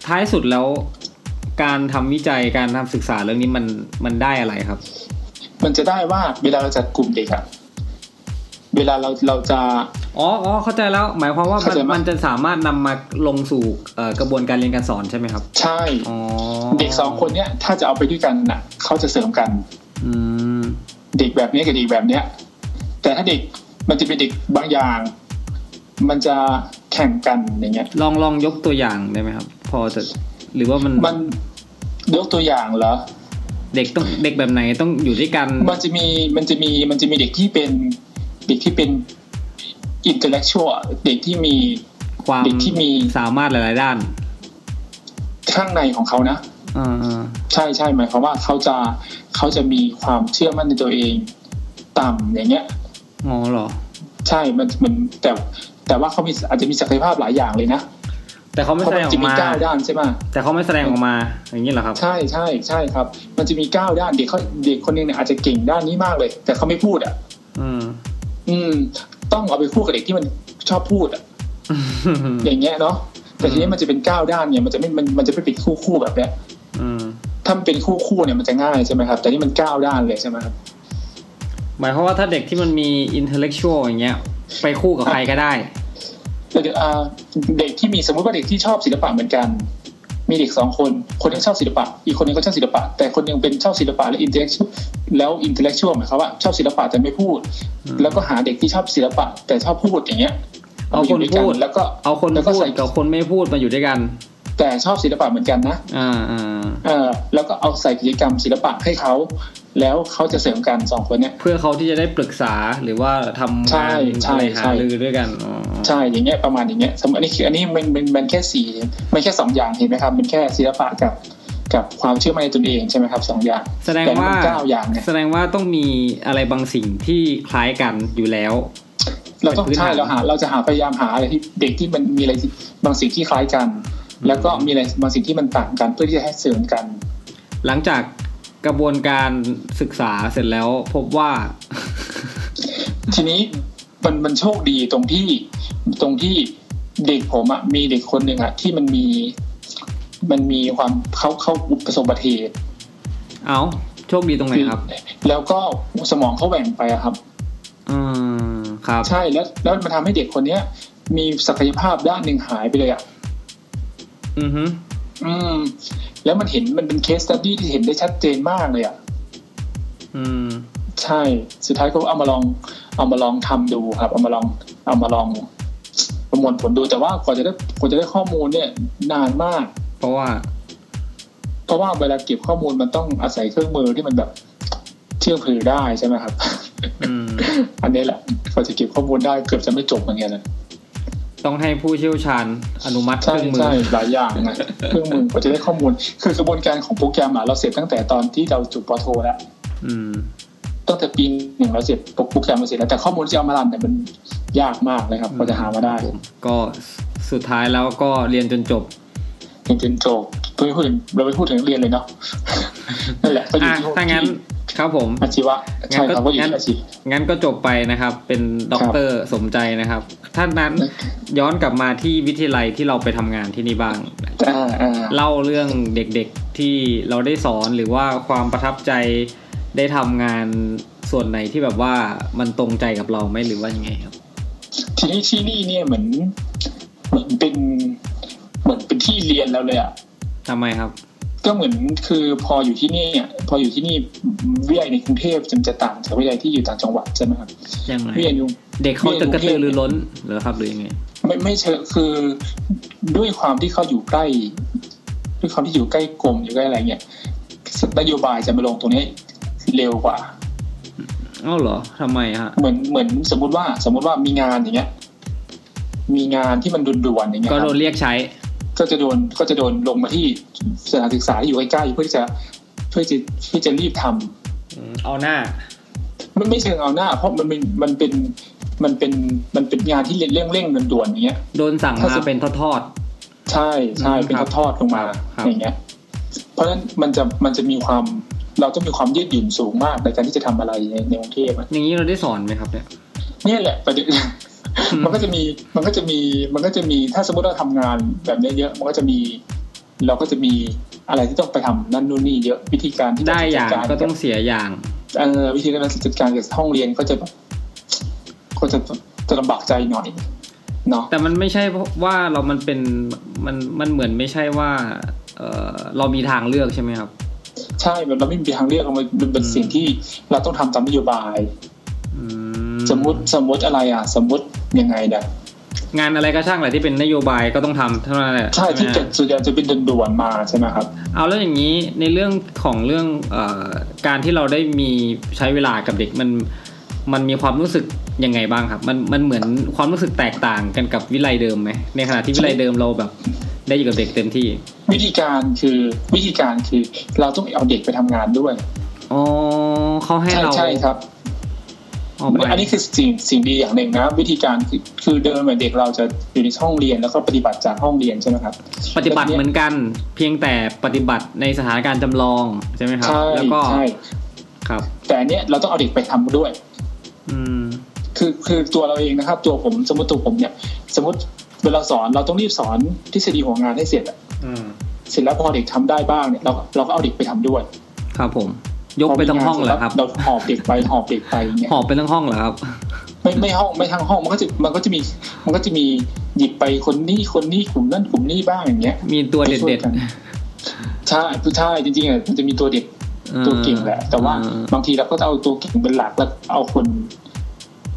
Speaker 1: ท้ายสุดแล้วการทำวิจัยการทำศึกษาเรื่องนี้มันมันได้อะไรครับ
Speaker 2: มันจะได้ว่าเวลาเราจัดกลุ่มเด็กอะเวลาเราเราจะ
Speaker 1: อ๋ออ๋อเข้าใจแล้ว หมายความว่ามัน
Speaker 2: เข้าใจไหม
Speaker 1: มันจะสามารถนำมาลงสู่เอ่อกระบวนการเรียนการสอนใช่ไหมครับ
Speaker 2: ใช่
Speaker 1: อ๋อ
Speaker 2: เด็กสองคนเนี้ยถ้าจะเอาไปด้วยกันน่ะเขาจะเสริมกัน
Speaker 1: อืม
Speaker 2: เด็กแบบนี้กับเด็กแบบเนี้ย แต่ถ้าเด็กมันจะเป็นเด็กบางอย่าง มันจะแข่งกันอย่างเงี้ย
Speaker 1: ลองลองยกตัวอย่างได้ไหมครับ พอจะหรือว่ามัน
Speaker 2: มันยกตัวอย่างเหรอ
Speaker 1: เด็กต้องเด็กแบบไหนต้องอยู่ด้วยกัน
Speaker 2: มันจะมีมันจะมีมันจะมีเด็กที่เป็นเด็กที่เป็นอินเทลเล็กชวลเด็กที่มี
Speaker 1: ความ
Speaker 2: เด็กที่มี
Speaker 1: สามารถหลาย ๆ ด้าน
Speaker 2: ข้างในของเขานะ
Speaker 1: อ่า
Speaker 2: ใช่ใช่หมายความว่าเขาจะเขาจะมีความเชื่อมั่นในตัวเองต่ำอย่างเงี้ย
Speaker 1: ๆอ๋อเหรอ
Speaker 2: ใช่มันมันแต่แต่ว่าเขามีอาจจะมีศักยภาพหลายอย่างเลยนะ
Speaker 1: แต่เขาไม่
Speaker 2: เพราะ
Speaker 1: แสด
Speaker 2: มั
Speaker 1: ง
Speaker 2: น
Speaker 1: ออ
Speaker 2: จะ
Speaker 1: ก
Speaker 2: มี
Speaker 1: มา
Speaker 2: เก้าด้านใช่ไหม
Speaker 1: แต่เขาไม่แสดงออกมา อย่างนี้เหรอครับ
Speaker 2: ใช่ใช่ใช่ครับ มันจะมีเก้าด้านเด็กเขาเด็กคนหนึงเนี่ยอาจจะเก่งด้านนี้มากเลย แต่เขาไม่พูดอ่ะ
Speaker 1: อืม
Speaker 2: อืม ต้องเอาไปคู่กับเด็กที่มันชอบพูดอ่ะ อย่างเงี้ยเนาะแต่ทีนี้มันจะเป็นเก้าด้านเนี่ยมันจะไม่มันมันจะไม่เป็นคู่คู่แบบเนี้ย
Speaker 1: อืม
Speaker 2: ถ้ามันเป็นคู่คู่เนี่ยมันจะง่ายใช่ไหมครับ แต่นี่มันเก้าด้านเลยใช่ไหมครับ
Speaker 1: หมายความว่าถ้าเด็กที่มันมีอินเทลเล็กชวลอย่างเงี้ย ไปคู่กับใครก็ได้
Speaker 2: แต่เด็กอ่าเด็กที่มีสมมติว่าเด็กที่ชอบศิลปะเหมือนกัน มีเด็กสองคน คนหนึงชอบศิลปะ อีกคนหนึงก็ชอบศิลปะ แต่คนหนึงเป็นชอบศิลปะและอินเทลเล็กชวแล้วอินเทลเล็กชวลหมายความว่าชอบศิลปะแต่ไม่พูด
Speaker 1: อืม
Speaker 2: แล้วก็หาเด็กที่ชอบศิลปะ แต่ชอบพูดอย่างเงี้ย
Speaker 1: เอา
Speaker 2: ม
Speaker 1: คน
Speaker 2: ยู่ยกั
Speaker 1: พูด
Speaker 2: แล้วก็
Speaker 1: เอาคน
Speaker 2: แล้วก็
Speaker 1: พูด
Speaker 2: ใส่
Speaker 1: กับคนไม่พูดมาอยู่ด้วยกัน
Speaker 2: แต่ชอบศิลปะเหมือนกันนะ
Speaker 1: อ่าอ่า
Speaker 2: เออแล้วก็เอาใส่กิจกรรมศิลปะให้เขา แล้วเขาจะเสริมกันสองคนเนี่ย
Speaker 1: เพื่อเขาที่จะได้ปรึกษาหรือว่าทำ
Speaker 2: ใช่
Speaker 1: งานอะ
Speaker 2: ใช่
Speaker 1: ไรหา
Speaker 2: ใช่
Speaker 1: รือด้วยกันอ๋อ
Speaker 2: ใช่อย่างเงี้ยประมาณอย่างเงี้ยสมมติอันนี้คืออันนี้มันมันมันแค่สี่มันแค่สองอย่างเห็นไหมครับ มันแค่ศิลปะกับ กับความเชื่อมั่นในตนเองใช่ไหมครับสองอย่าง
Speaker 1: แสดง
Speaker 2: แต่
Speaker 1: ว่า
Speaker 2: มันเก้าอย่างเนี่ย
Speaker 1: แสดงว่าต้องมีอะไรบางสิ่งที่คล้ายกันอยู่แล้ว
Speaker 2: เราต้อง
Speaker 1: เป็นพื้น
Speaker 2: ใช่
Speaker 1: ฐาน
Speaker 2: เราหาเราจะหาพยายามหาอะไรที่เด็กที่มันมีอะไรที่บางสิ่งที่คล้ายกัน แล้วก็มีอะไรบางสิ่งที่มันต่างกันเพื่อที่จะให้เสริมกัน
Speaker 1: หลังจากกระบวนการศึกษาเสร็จแล้วพบว่า
Speaker 2: ทีนี้มันมันโชคดีตรงที่ตรงที่เด็กผมอะมีเด็กคนหนึ่งอะที่มันมีมันมีความเขาเขาประสบอุบัติเหตุ
Speaker 1: เอาโชคดีตรงไหนครับ
Speaker 2: แล้วก็สมองเขาแหว่งไปอะครับ
Speaker 1: อืมครับ
Speaker 2: ใช่แล้วแล้วมันทำให้เด็กคนเนี้ย มีศักยภาพด้านหนึ่งหายไปเลยอะ
Speaker 1: อือฮึ
Speaker 2: อืม แล้วมันเห็นมันเป็นเคสตัดดี้ที่เห็นได้ชัดเจนมากเลยอะ
Speaker 1: อืม
Speaker 2: ใช่สุดท้ายก็เอามาลองเอามาลองทำดูครับ เอามาลองเอามาลองประมวลผลดูแต่ว่ากว่าจะได้กว่าจะได้ข้อมูลเนี่ยนานมาก
Speaker 1: เพราะว่า
Speaker 2: เพราะว่าเวลาเก็บข้อมูลมันต้องอาศัยเครื่องมือที่มันแบบเชื่อถือได้ใช่ไหมครับ
Speaker 1: อืม
Speaker 2: อันนี้แหละกว่าจะเก็บข้อมูลได้เกือบจะไม่จบเหมือนกันนะ
Speaker 1: ต้องให้ผู้เชี่ยวชาญอนุมัติเค
Speaker 2: ใช่
Speaker 1: รื่องมือ
Speaker 2: ใช่หลายอย่าง นะเครื่องมือกว่าจะได้ข้อมูล คือกระบวนการของโปรแกรมอะเราเสร็จตั้งแต่ตอนที่เราจบปอโทแล้ว
Speaker 1: อืม
Speaker 2: ตั้งแต่ปีหนึ่งเราเสร็จโปรแกรมเราเสร็จแล้วแต่ข้อมูลที่เอามารันเนี่ยมันยากมากเลยครับกว่าจะหามาได้
Speaker 1: ก็สุดท้ายแล้วก็เรียนจนจบ
Speaker 2: จนจนจบเราไม่พูดถึงเราไม่พูดถึงเรียนเลยเนาะ นั่นแหละก็อยู่
Speaker 1: อ่ะ
Speaker 2: ที่
Speaker 1: ถ้างั้นครับผม
Speaker 2: อาชีวะใช่ครับก็อยู่
Speaker 1: งั้น
Speaker 2: ที่อาชีพ
Speaker 1: งั้นก็จบไปนะครับ เป็นด็อกเตอร์สมใจนะครับ ท่านนั้นย้อนกลับมาที่วิทยาลัยที่เราไปทำงานที่นี่บ้าง
Speaker 2: อ่าอ่า
Speaker 1: เล่าเรื่องเด็กๆที่เราได้สอนหรือว่าความประทับใจได้ทำงานส่วนไหนที่แบบว่ามันตรงใจกับเราไหมหรือว่ายังไงครับ
Speaker 2: ทีนี้ที่นี่เนี่ยเหมือนเหมือนเป็นเหมือนเป็นที่เรียนแล้วเลยอ่ะ
Speaker 1: ทำไมครับ
Speaker 2: ก็เหมือนคือพออยู่ที่นี่เนี่ยพออยู่ที่นี่วิทยาลัยในกรุงเทพจะจะต่างจากวิทยาลัยที่อยู่ต่างจังหวัดใช่ไหมครับ
Speaker 1: ยังไง
Speaker 2: วิทยาลัยอยู่
Speaker 1: เด็กเขาจะกระตือ
Speaker 2: เรียน
Speaker 1: รือร้นเหรือครับหรือยังไง
Speaker 2: ไม่ไม่เชิงคือด้วยความที่เขาอยู่ใกล้ ด้วยความที่อยู่ใกล้กรมอยู่ใกล้อะไรเนี่ยนโยบายจะมาลงตรงนี้เร็วกว่า
Speaker 1: เอ้าเหรอทำไมฮะ
Speaker 2: เหมือนเหมือนสมมติว่า สมมติว่ามีงานอย่างเงี้ย มีงานที่มันด่วนๆอย่างเงี้ย
Speaker 1: ก็
Speaker 2: ครับ
Speaker 1: โดนเรียกใช้
Speaker 2: ก็จะโดนก็จะโดนลงมาที่สถานศึกษาที่อยู่ใกล้ๆเพื่อที่จะเพื่อจะเพื่อจะรีบทำ
Speaker 1: เอาหน้า
Speaker 2: มันไม่เชิงเอาหน้า เพราะมันเป็นมันเป็นมันเป็นมันเป็นงานที่เร่งเร่งๆด่วนๆอย่างเงี้ย
Speaker 1: โดนสั่ง
Speaker 2: ถ้า
Speaker 1: มา
Speaker 2: สม
Speaker 1: เป็นทอด
Speaker 2: ใช่ใช่
Speaker 1: อืม
Speaker 2: เป็น
Speaker 1: ครับ
Speaker 2: ทอดๆลงมา
Speaker 1: ครับ
Speaker 2: อย่างเงี้ย เพราะฉะนั้นมันจะมันจะมีความเราต้องมีความยืดหยุ่นสูงมากในการที่จะทำอะไรในในกรุงเทพอะ
Speaker 1: ๆอย่างนี้เราได้สอนไหมครับเนี่ย
Speaker 2: เนี่ยแหละประเด็น
Speaker 1: อืม
Speaker 2: มันก็จะมีมันก็จะมีมันก็จะมีถ้าสมมติเราทำงานแบบเนี้ยเยอะมันก็จะมี เราก็จะมีอะไรที่ต้องไปทำนั่นนู่นนี่เยอะวิธีการที่
Speaker 1: ได้อย่าง
Speaker 2: จะจัร
Speaker 1: ก็ต้องเสียอย่าง
Speaker 2: เอ่อวิธีการจัดการกับห้องเรียนก็จะแบบก็จะจะลำบากใจหน่อยเนาะ
Speaker 1: แต่มันไม่ใช่ว่าเรามันเป็นมันมันเหมือนไม่ใช่ว่าเออเรามีทางเลือกใช่ไหมครับ
Speaker 2: ใช่แบบเราไม่มีทางเลือกมันมันเป็น
Speaker 1: อืม
Speaker 2: สิ่งที่เราต้องทำตามนโยบาย
Speaker 1: อื
Speaker 2: สมมติสมมติอะไรอ่ะ สมมติยังไงเนี่ย
Speaker 1: งานอะไรก็ช่างแหละที่เป็นนโยบายก็ต้องทำเท่านั้นแหละ
Speaker 2: ใช่ที่
Speaker 1: ไหม
Speaker 2: จะ
Speaker 1: ฮะ
Speaker 2: ส่วนใหญ่จะเป็นด่วนๆมาใช่ไหมครับ
Speaker 1: เอาแล้วอย่างนี้ในเรื่องของเรื่องเออการที่เราได้มีใช้เวลากับเด็กมันมันมีความรู้สึกยังไงบ้างครับ มันมันเหมือนความรู้สึกแตกต่างกันกับวิไลเดิมไหมในขณะที่วิไลเดิมเราแบบ ได้อยู่กับเด็กเต็มที่
Speaker 2: วิธีการคือวิธีการคือ เราต้องเอาเด็กไปทำงานด้วย
Speaker 1: อ๋อเขาให้
Speaker 2: ใช่
Speaker 1: เรา
Speaker 2: ใช่ครับ
Speaker 1: ออกไป
Speaker 2: อันนี้คือสิ่งสิ่งดีอย่างหนึ่งนะวิธีการคือคือเดิมเหมือนเด็กเราจะอยู่ในห้องเรียนแล้วก็ปฏิบัติจากห้องเรียนใช่ไหมครับ
Speaker 1: ปฏิบัติเหมือนกัน เพียงแต่ปฏิบัติในสถานการณ์จำลองใช่ไหมครับ
Speaker 2: ใช่
Speaker 1: แล้วก็
Speaker 2: ใช่
Speaker 1: ครับ
Speaker 2: แต่อันเนี้ยเราต้องเอาเด็กไปทำด้วย
Speaker 1: อืม
Speaker 2: คือคือตัวเราเองนะครับ ตัวผมสมมติตัวผมเนี่ยสมมติเวลาสอนเราต้องรีบสอนทฤษฎีของงานให้เสร็จอะ
Speaker 1: อืม
Speaker 2: เสร็จแล้วพอเด็กทำได้บ้างเนี่ยเราเราก็เอาเด็กไปทำด้วย
Speaker 1: ครับผม ยกไปทั้งห้องเหรอครับ
Speaker 2: เราหอบเด็กไปหอบเด็กไปอย่างเงี้ย
Speaker 1: หอบไปทั้งห้องเหรอครับ
Speaker 2: ไม่ไม่ห้องไม่ทางห้องมันก็จะมันก็จะมีมันก็จะมีหยิบไปคนนี้คนนี้กลุ่มนั่นกลุ่มนี้บ้างอย่างเงี้ย
Speaker 1: มีตัวเด็ด
Speaker 2: ใช่ใช่จริงๆอ่ะมันจะมีตัวเด็ก
Speaker 1: เออ
Speaker 2: ตัวเก่งแหละ แต่ว่า
Speaker 1: เออ
Speaker 2: บางทีเราก็จะเอาตัวเก่งเป็นหลักแล้วเอาคน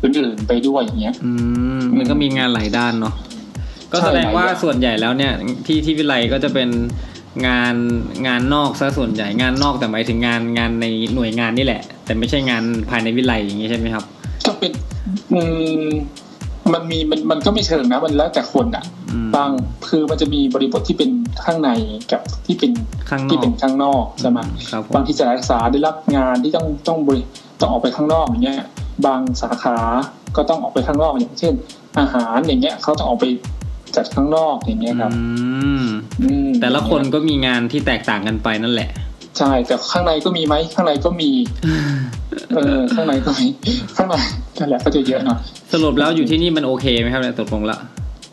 Speaker 2: อื่นๆไปด้วยอย่างเงี้ย
Speaker 1: ๆอืมมันก็มีงานหลายด้านเนาะก็แสดงว่า
Speaker 2: หลายอย่าง
Speaker 1: ส่วนใหญ่แล้วเนี่ย ที่ที่วิไลก็จะเป็นงานงานนอกซะส่วนใหญ่งานนอกแต่หมายถึงงานงานในหน่วยงานนี่แหละ แต่ไม่ใช่งานภายในวิไลอย่างงี้ใช่ไหมครับ
Speaker 2: ก็เป็นอืมมันมีมันมันก็ไม่เชิงนะ มันแล้วแต่คนอ่ะ
Speaker 1: อืม
Speaker 2: บางคือมันจะมีบริบทที่เป็นข้างในกับที่เป็น
Speaker 1: ข้างน
Speaker 2: ที่
Speaker 1: อก
Speaker 2: เป็นข้างนอกใช่ไหม
Speaker 1: ครับผม
Speaker 2: บางที่สถานศึกษาได้รับงานที่ต้องต้องบริต้องออกไปข้างนอกอย่างเงี้ย บางสาขาก็ต้องออกไปข้างนอกอย่างเช่น อาหารอย่างเงี้ยเขาต้องออกไปจัดข้างนอกอย่างเงี้ยครับ
Speaker 1: อืม
Speaker 2: อืม
Speaker 1: แต่ละคนก็มีงานที่แตกต่างกันไปนั่นแหละ
Speaker 2: ใช่แต่ข้างในก็มีไหมข้างในก็มีเออข้างในก็มีข้างในนั่นแหละก็จะเยอะหน่อย
Speaker 1: สรุปแล้วอยู่ที่นี่มันโอเคไหมครับเนี่ยตกลงละ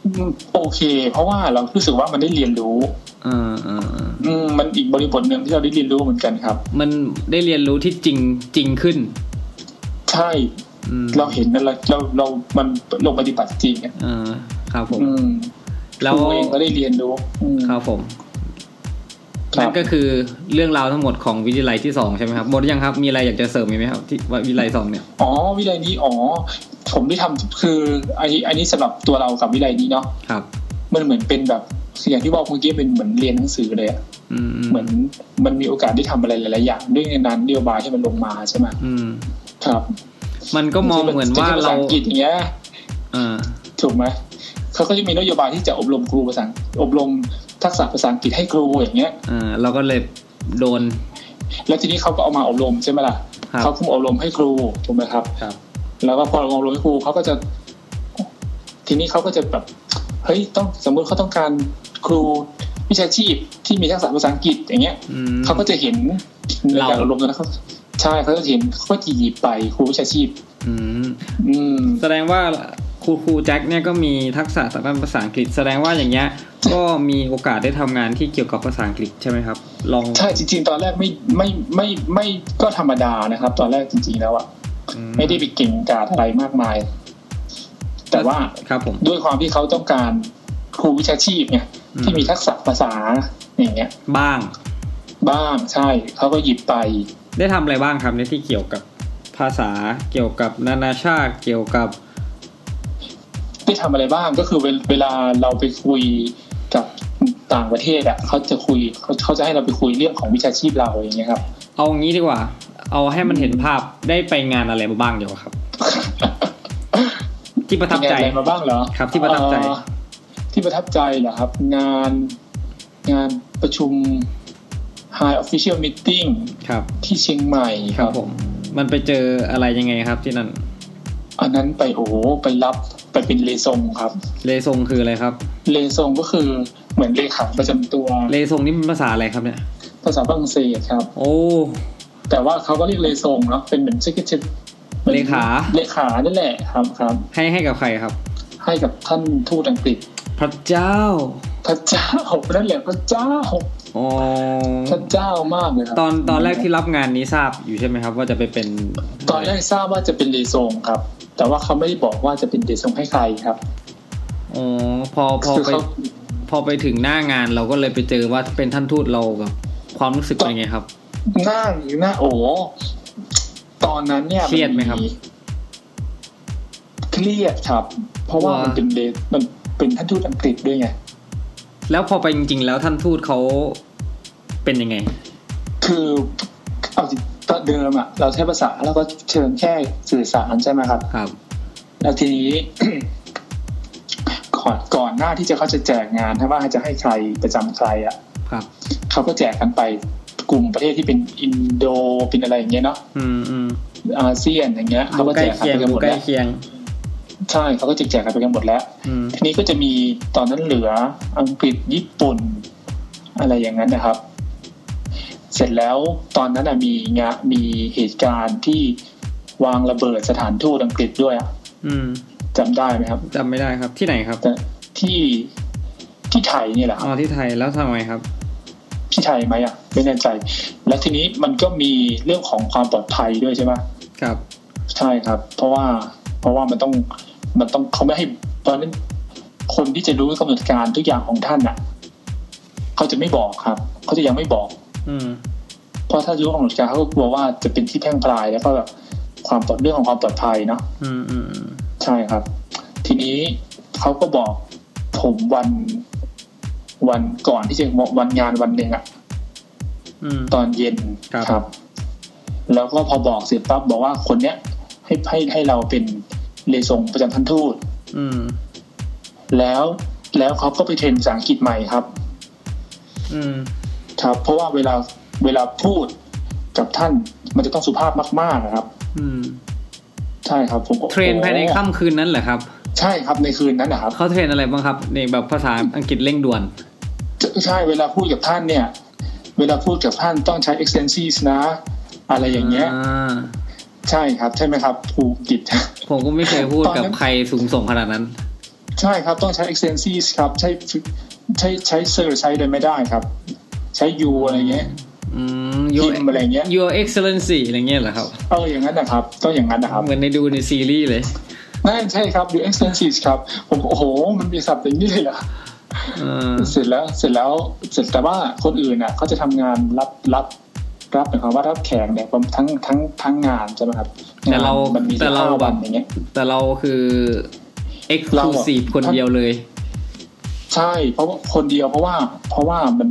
Speaker 2: อืมโอเค เพราะว่าเรารู้สึกว่ามันได้เรียนรู้
Speaker 1: เออเออเออ
Speaker 2: อืมมันอีกบริบทหนึ่งที่เราได้เรียนรู้เหมือนกันครับ
Speaker 1: มันได้เรียนรู้ที่จริงจริงขึ้น
Speaker 2: ใช่
Speaker 1: อืม
Speaker 2: เราเห็นนั่นแหละเราเรามันลงปฏิบัติจริงอ่ะ
Speaker 1: เออครับผม
Speaker 2: อืม
Speaker 1: แล้ว
Speaker 2: ครูเองก็ได้เรียนรู้อืม
Speaker 1: ครับผม
Speaker 2: ครั
Speaker 1: นั่
Speaker 2: บ
Speaker 1: นก็คือเรื่องราวทั้งหมดของวิทยาลัยที่สองใช่ไหมครับหมดหรือยังครับ มีอะไรอยากจะเสริมอีกไหมครับที่ว่าวิทยาลัยสองเนี่ย
Speaker 2: อ๋อวิไลนี้อ๋อผมได้ทำคืออันนี้อันนี้สำหรับตัวเรากับวิไลนี้เนาะ
Speaker 1: ครับ
Speaker 2: มันเหมือนเป็นแบบอย่างที่บอกเมื่อกี้เป็นเหมือนเรียนหนังสือเลยอะ
Speaker 1: อืม
Speaker 2: เหมือนมันมีโอกาสได้ทำอะไรหลาย ๆ อย่างด้วยในนั้นนโยบายที่มันลงมาใช่ไหม
Speaker 1: อืม
Speaker 2: ครับ
Speaker 1: มันก็มองเหมือนว่า
Speaker 2: ภาษา
Speaker 1: เรา
Speaker 2: อังกฤษอย่างเงี้ย
Speaker 1: เออ
Speaker 2: ถูกไหมเขาก็จะมีนโยบายที่จะอบรมครูภาษาอบรมทักษะภาษาอังกฤษให้ครูอย่างเงี้ย
Speaker 1: เออเราก็เลยโดน
Speaker 2: แล้วทีนี้เขาก็เอามาอบรมใช่ไหมล่ะ
Speaker 1: ครับ
Speaker 2: เขาคุมอบรมให้ครูถูกไหมครับ
Speaker 1: ครับ
Speaker 2: แล้วก็พอเราอบรมให้ครูเขาก็จะ ทีนี้เขาก็จะแบบเฮ้ยต้องสมมุติเขาต้องการครูวิชาชีพที่มีทักษะภาษาอังกฤษอย่างเงี้ย
Speaker 1: อืม
Speaker 2: เขาก็จะเห็นใน
Speaker 1: เรา
Speaker 2: การอบรมตอนนั้นเขาใช่เขาจะเห็นเขาก็จะหยิบไปครูวิชาชีพ
Speaker 1: อืม
Speaker 2: อืม
Speaker 1: แสดงว่าครูครูแจ็คเนี่ยก็มีทักษะทางด้านภาษาอังกฤษ แสดงว่าอย่างเงี้ยก็มีโอกาสได้ทำงานที่เกี่ยวกับภาษาอังกฤษใช่ไหมครับ ลอง
Speaker 2: ใช่จริง ๆ ตอนแรกไม่ไม่ไม่ไม่ก็ธรรมดานะครับ ตอนแรกจริง ๆ แล้วอะ
Speaker 1: อื
Speaker 2: ไม่ได้ไปเก่งกาจอะไรมากมาย แต่ว่า
Speaker 1: ครับผม
Speaker 2: ด้วยความที่เขาต้องการครูวิชาชีพไง
Speaker 1: อืม
Speaker 2: ที่มีทักษะภาษาอย่างเงี้ย
Speaker 1: บ้าง
Speaker 2: บ้างใช่เขาก็หยิบไป
Speaker 1: ได้ทำอะไรบ้างครับในที่เกี่ยวกับภาษาเกี่ยวกับนานาชาติเกี่ยวกับ
Speaker 2: ได้ทำอะไรบ้างก็คือเวลเวลาเราไปคุยกับต่างประเทศอะเขาจะคุยเขาเขาจะให้เราไปคุยเรื่องของวิชาชีพเราอย่างเงี้ยครับ
Speaker 1: เอางี้ดีกว่า เอาให้มันเห็นภาพได้ไปงานอะไรมาบ้างเดี๋ยวาครับ ที่ประทับใจ
Speaker 2: งานอะไรมาบ้างเหรอ
Speaker 1: ครับที่ประทับใจ
Speaker 2: เอ่อที่ประทับใจเหรอครับ งานงานประชุม High Official Meeting
Speaker 1: ครับ
Speaker 2: ที่เชียงใหม่
Speaker 1: ครับผม มันไปเจออะไรยังไงครับที่นั่น
Speaker 2: อันนั้นไปโอ้โหไปรับไปเป็นเลซงครับ
Speaker 1: เลซงคืออะไรครับ
Speaker 2: เลซงก็คือเหมือนเลขาประจำตัว
Speaker 1: เลซงนี่มันภาษาอะไรครับเนี่ย
Speaker 2: ภาษาฝรั่งเศสครับ
Speaker 1: โอ้
Speaker 2: แต่ว่าเขาก็เรียกเลซงเนาะเป็นเหมือนเซกเชฟ
Speaker 1: เลขา
Speaker 2: เลขานั่นแหละครับครับ
Speaker 1: ให้ให้กับใครครับ
Speaker 2: ให้กับท่านทูตอังกฤษ
Speaker 1: พระเจ้า
Speaker 2: พระเจ้านั่นแหละพระเจ้า
Speaker 1: อ๋อ
Speaker 2: พระเจ้ามากเลยครับ
Speaker 1: ตอนตอนแรกที่รับงานนี้ทราบอยู่ใช่ไหมครับ ว่าจะไปเป็น
Speaker 2: ตอนแรกทราบว่าจะเป็นเดซงครับ แต่ว่าเขาไม่ได้บอกว่าจะเป็นเดซงให้ใครครับ
Speaker 1: อ๋อพอพอ
Speaker 2: คือ
Speaker 1: ไป
Speaker 2: เขา
Speaker 1: พอไปถึงหน้างานเราก็เลยไปเจอว่าเป็นท่านทูตเราแบบความรู้สึกเป็นไงครับ
Speaker 2: หน้าหรือหน้าโอ้ตอนนั้นเนี่ย
Speaker 1: เครียดไหมครับ
Speaker 2: เครียดครับ เพราะว่า
Speaker 1: ว้ามั
Speaker 2: มันเป็นเดมันเป็นท่านทูตอังกฤษด้วยไง
Speaker 1: แล้วพอไปจริงๆแล้วท่านทูตเขาเป็นยังไง
Speaker 2: คือเอาจริงตอนเดิมอะเราใช้ภาษาแล้วก็เชิงแค่สื่อสารใช่ไหมครับ
Speaker 1: ครับ
Speaker 2: แล้วทีนี้ ก่อนก่อนหน้าที่จะเขาจะแจกงานถ้าว่าจะให้ใครประจำใครอะ
Speaker 1: ครับ
Speaker 2: เขาก็แจกกันไปกลุ่มประเทศที่เป็นอินโดเป็นอะไรอย่างเงี้ยเนาะ
Speaker 1: อืมอืม
Speaker 2: อาเซียนอย่างเงี้ยเขา
Speaker 1: ดู
Speaker 2: ก็
Speaker 1: ใกล้
Speaker 2: แจกกั
Speaker 1: เคียง
Speaker 2: นไปกัน
Speaker 1: ดู
Speaker 2: หมด
Speaker 1: ใกล้
Speaker 2: แล้ว
Speaker 1: เคียง
Speaker 2: ใช่เขาก็จะแจกกันไปกันหมดแล้ว
Speaker 1: อืม
Speaker 2: ทีนี้ก็จะมีตอนนั้นเหลืออังกฤษญี่ปุ่น อะไรอย่างนั้นนะครับ เสร็จแล้วตอนนั้นน่ะมีงะมีเหตุการณ์ที่วางระเบิดสถานทูตอังกฤษด้วยอะ
Speaker 1: อืม
Speaker 2: จำได้ไหมครับ
Speaker 1: จำไม่ได้ครับ ที่ไหนครับ
Speaker 2: แต่ที่ที่ไทยเนี่ยแหละครับ
Speaker 1: อ๋อที่ไทยแล้วทำไมครับ
Speaker 2: ที่ไทยไหมอ่ะไม่แน่ใจ แล้วทีนี้มันก็มีเรื่องของความปลอดภัยด้วยใช่ไหม
Speaker 1: ครับ
Speaker 2: ใช่ครับ เพราะว่า เพราะว่ามันต้องมันต้องเขาไม่ให้ตอนนั้นคนที่จะรู้กำหนดการทุกอย่างของท่านอ่ะเขาจะไม่บอกครับเขาจะยังไม่บอก
Speaker 1: อืม
Speaker 2: เพราะถ้ารู้กำหนดการเขาก็กลัวว่าจะเป็นที่แพร่งพลายแล้วก็แบบความปลอดเรื่องของความปลอดภัยเนาะ
Speaker 1: อืมอืมอืม
Speaker 2: ใช่ครับ ทีนี้เขาก็บอกผมวันวันก่อนที่จะวันงานวันหนึ่งอะ
Speaker 1: อืม
Speaker 2: ตอนเย็น
Speaker 1: ครับ
Speaker 2: แล้วก็พอบอกเสร็จปั๊บบอกว่าคนเนี้ยให้ให้ให้เราเป็นเลสงประจำท่านทูต
Speaker 1: อืม
Speaker 2: แล้วแล้วเขาก็ไปเทรนภาษาอังกฤษใหม่ครับ
Speaker 1: อืม
Speaker 2: ครับ เพราะว่าเวลาเวลาพูดกับท่านมันจะต้องสุภาพมากๆนะครับ
Speaker 1: อืม
Speaker 2: ใช่ครับ ผมก็
Speaker 1: เทรนภายในค่ำคืนนั้นเหรอครับ
Speaker 2: ใช่ครับในคืนนั้นนะครับ
Speaker 1: เขาเทรนอะไรบ้างครับในแบบภาษาอังกฤษเร่งด่วน
Speaker 2: ใช่เวลาพูดกับท่านเนี่ย เวลาพูดกับท่านต้องใช้ extensions นะ อะไรอย่างเงี้ย
Speaker 1: า
Speaker 2: ใช่ครับ ใช่ไหมครับครูกิจ
Speaker 1: ผมก็ไม่เคยพูด
Speaker 2: ตอนนั้น
Speaker 1: กับใครสูงส่งขนาดนั้น
Speaker 2: ใช่ครับต้องใช้ extensions ครับ ใช้ใช้ใช้ sir ใช้เลยไม่ได้ครับ ใช้ you อะไรเงี้ย
Speaker 1: อืม
Speaker 2: พิ
Speaker 1: your
Speaker 2: มพ์อะไรเงี้ย
Speaker 1: your excellency อะไรเงี้ยเหรอครับ
Speaker 2: เอออย่างนั้นนะครับ ต้องอย่างนั้นนะครับ
Speaker 1: เหมือนในดูในซีรีส์เลย
Speaker 2: นั่นใช่ครับ your extensions ครับ ผมโอ้โห มันมีศัพท์อย่างนี้เลยเหรอ
Speaker 1: เออ
Speaker 2: เสร็จแล้วเสร็จแล้วเสร็จแต่ว่าคนอื่นน่ะเขาจะทำงานรับรับรับหมายความว่ารับแขกเนี่ยประมาณทั้งทั้งทั้งงานใช่ไหมครับ
Speaker 1: แต่เรา
Speaker 2: งนมันมี
Speaker 1: แต่เรา
Speaker 2: ห้
Speaker 1: แบ
Speaker 2: วั
Speaker 1: บ
Speaker 2: นอย่างเงี้ย
Speaker 1: แต่เราคือ
Speaker 2: เราอะ
Speaker 1: exclusive คนเดียวเลย
Speaker 2: ใช่ เพราะว่าคนเดียวเพราะว่า เพราะว่ามัน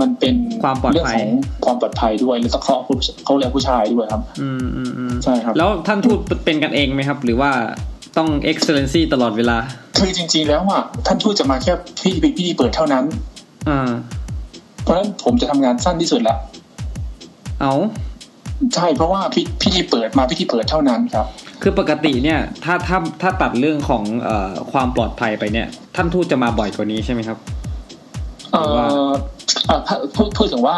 Speaker 2: มันเป็น
Speaker 1: ความปลอดภัย
Speaker 2: เรื่องของความปลอดภัยด้วยแล้วก็เขาผู้เขาเรียกผู้ชายด้วยครับ
Speaker 1: อืมอืมอืม
Speaker 2: ใช่ครับ
Speaker 1: แล้วท่านทูตเป็นกันเองไหมครับ หรือว่าต้อง excellency ตลอดเวลา
Speaker 2: คือจริง ๆ แล้วอ่ะท่านทูตจะมาแค่พี่พี่เปิดเท่านั้น
Speaker 1: อ่า
Speaker 2: เพราะฉะนั้นผมจะทำงานสั้นที่สุดละ
Speaker 1: เอา
Speaker 2: ใช่เพราะว่าพี่พี่ที่เปิดมาพี่ที่เปิดเท่านั้นครับ
Speaker 1: คือปกติเนี่ย ถ้าถ้าถ้าตัดเรื่องของเอ่อความปลอดภัยไปเนี่ย ท่านทูตจะมาบ่อยกว่านี้ใช่ไหมครับ
Speaker 2: เอ่อเอ่อถ้าพูดพูดถึงว่า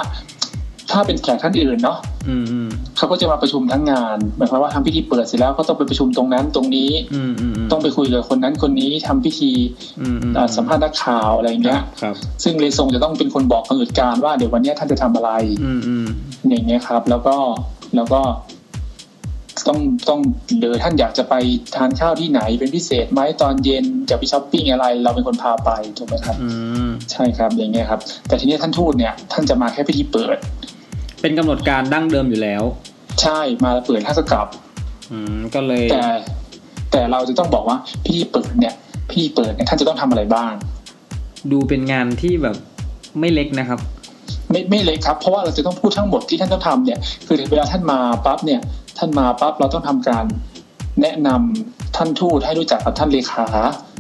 Speaker 2: ถ้าเป็นแขกท่านอื่นเนาะ
Speaker 1: อืมอืม
Speaker 2: เขาก็จะมาประชุมทั้งงานหมายความว่าทำพิธีเปิดเสร็จแล้วก็ต้องไปประชุมตรงนั้นตรงนี้
Speaker 1: อืมอืม
Speaker 2: ต้องไปคุยกับคนนั้นคนนี้ทำพิธี
Speaker 1: อืมอืม
Speaker 2: เอ่อสัมภาษณ์นักข่าวอะไรอย่างเงี้ย
Speaker 1: ครับ
Speaker 2: ซึ่งเลซงจะต้องเป็นคนบอกกำหนดการว่าเดี๋ยววันเนี้ยท่านจะทำอะไร
Speaker 1: อืมอืม
Speaker 2: อย่างเงี้ยครับ แล้วก็แล้วก็ต้องต้องเดือท่านอยากจะไปทานข้าวที่ไหนเป็นพิเศษไหมตอนเย็นจะไปช้อปปิ้งอะไร เราเป็นคนพาไปถูกไหมครับ
Speaker 1: อืม
Speaker 2: ใช่ครับอย่างเงี้ยครับ แต่ทีเนี้ยท่านทูตเนี่ย ท่านจะมาแค่พิธีเปิด
Speaker 1: เป็นกำหนดการดั้งเดิมอยู่แล้ว
Speaker 2: ใช่มาแล้วเปิดท่านก็กลับ
Speaker 1: อืมก็เลย
Speaker 2: แต่ แต่เราจะต้องบอกว่าพิธีเปิดเนี่ยพิธีเปิดเนี่ยท่านจะต้องทำอะไรบ้าง
Speaker 1: ดูเป็นงานที่แบบไม่เล็กนะครับ
Speaker 2: ไม่ไม่เลยครับ เพราะว่าเราจะต้องพูดทั้งหมดที่ท่านต้องทำเนี่ย คือเวลาท่านมาปั๊บเนี่ย ท่านมาปั๊บเราต้องทำการ แนะนำท่านทูตให้รู้จักกับท่านเลขา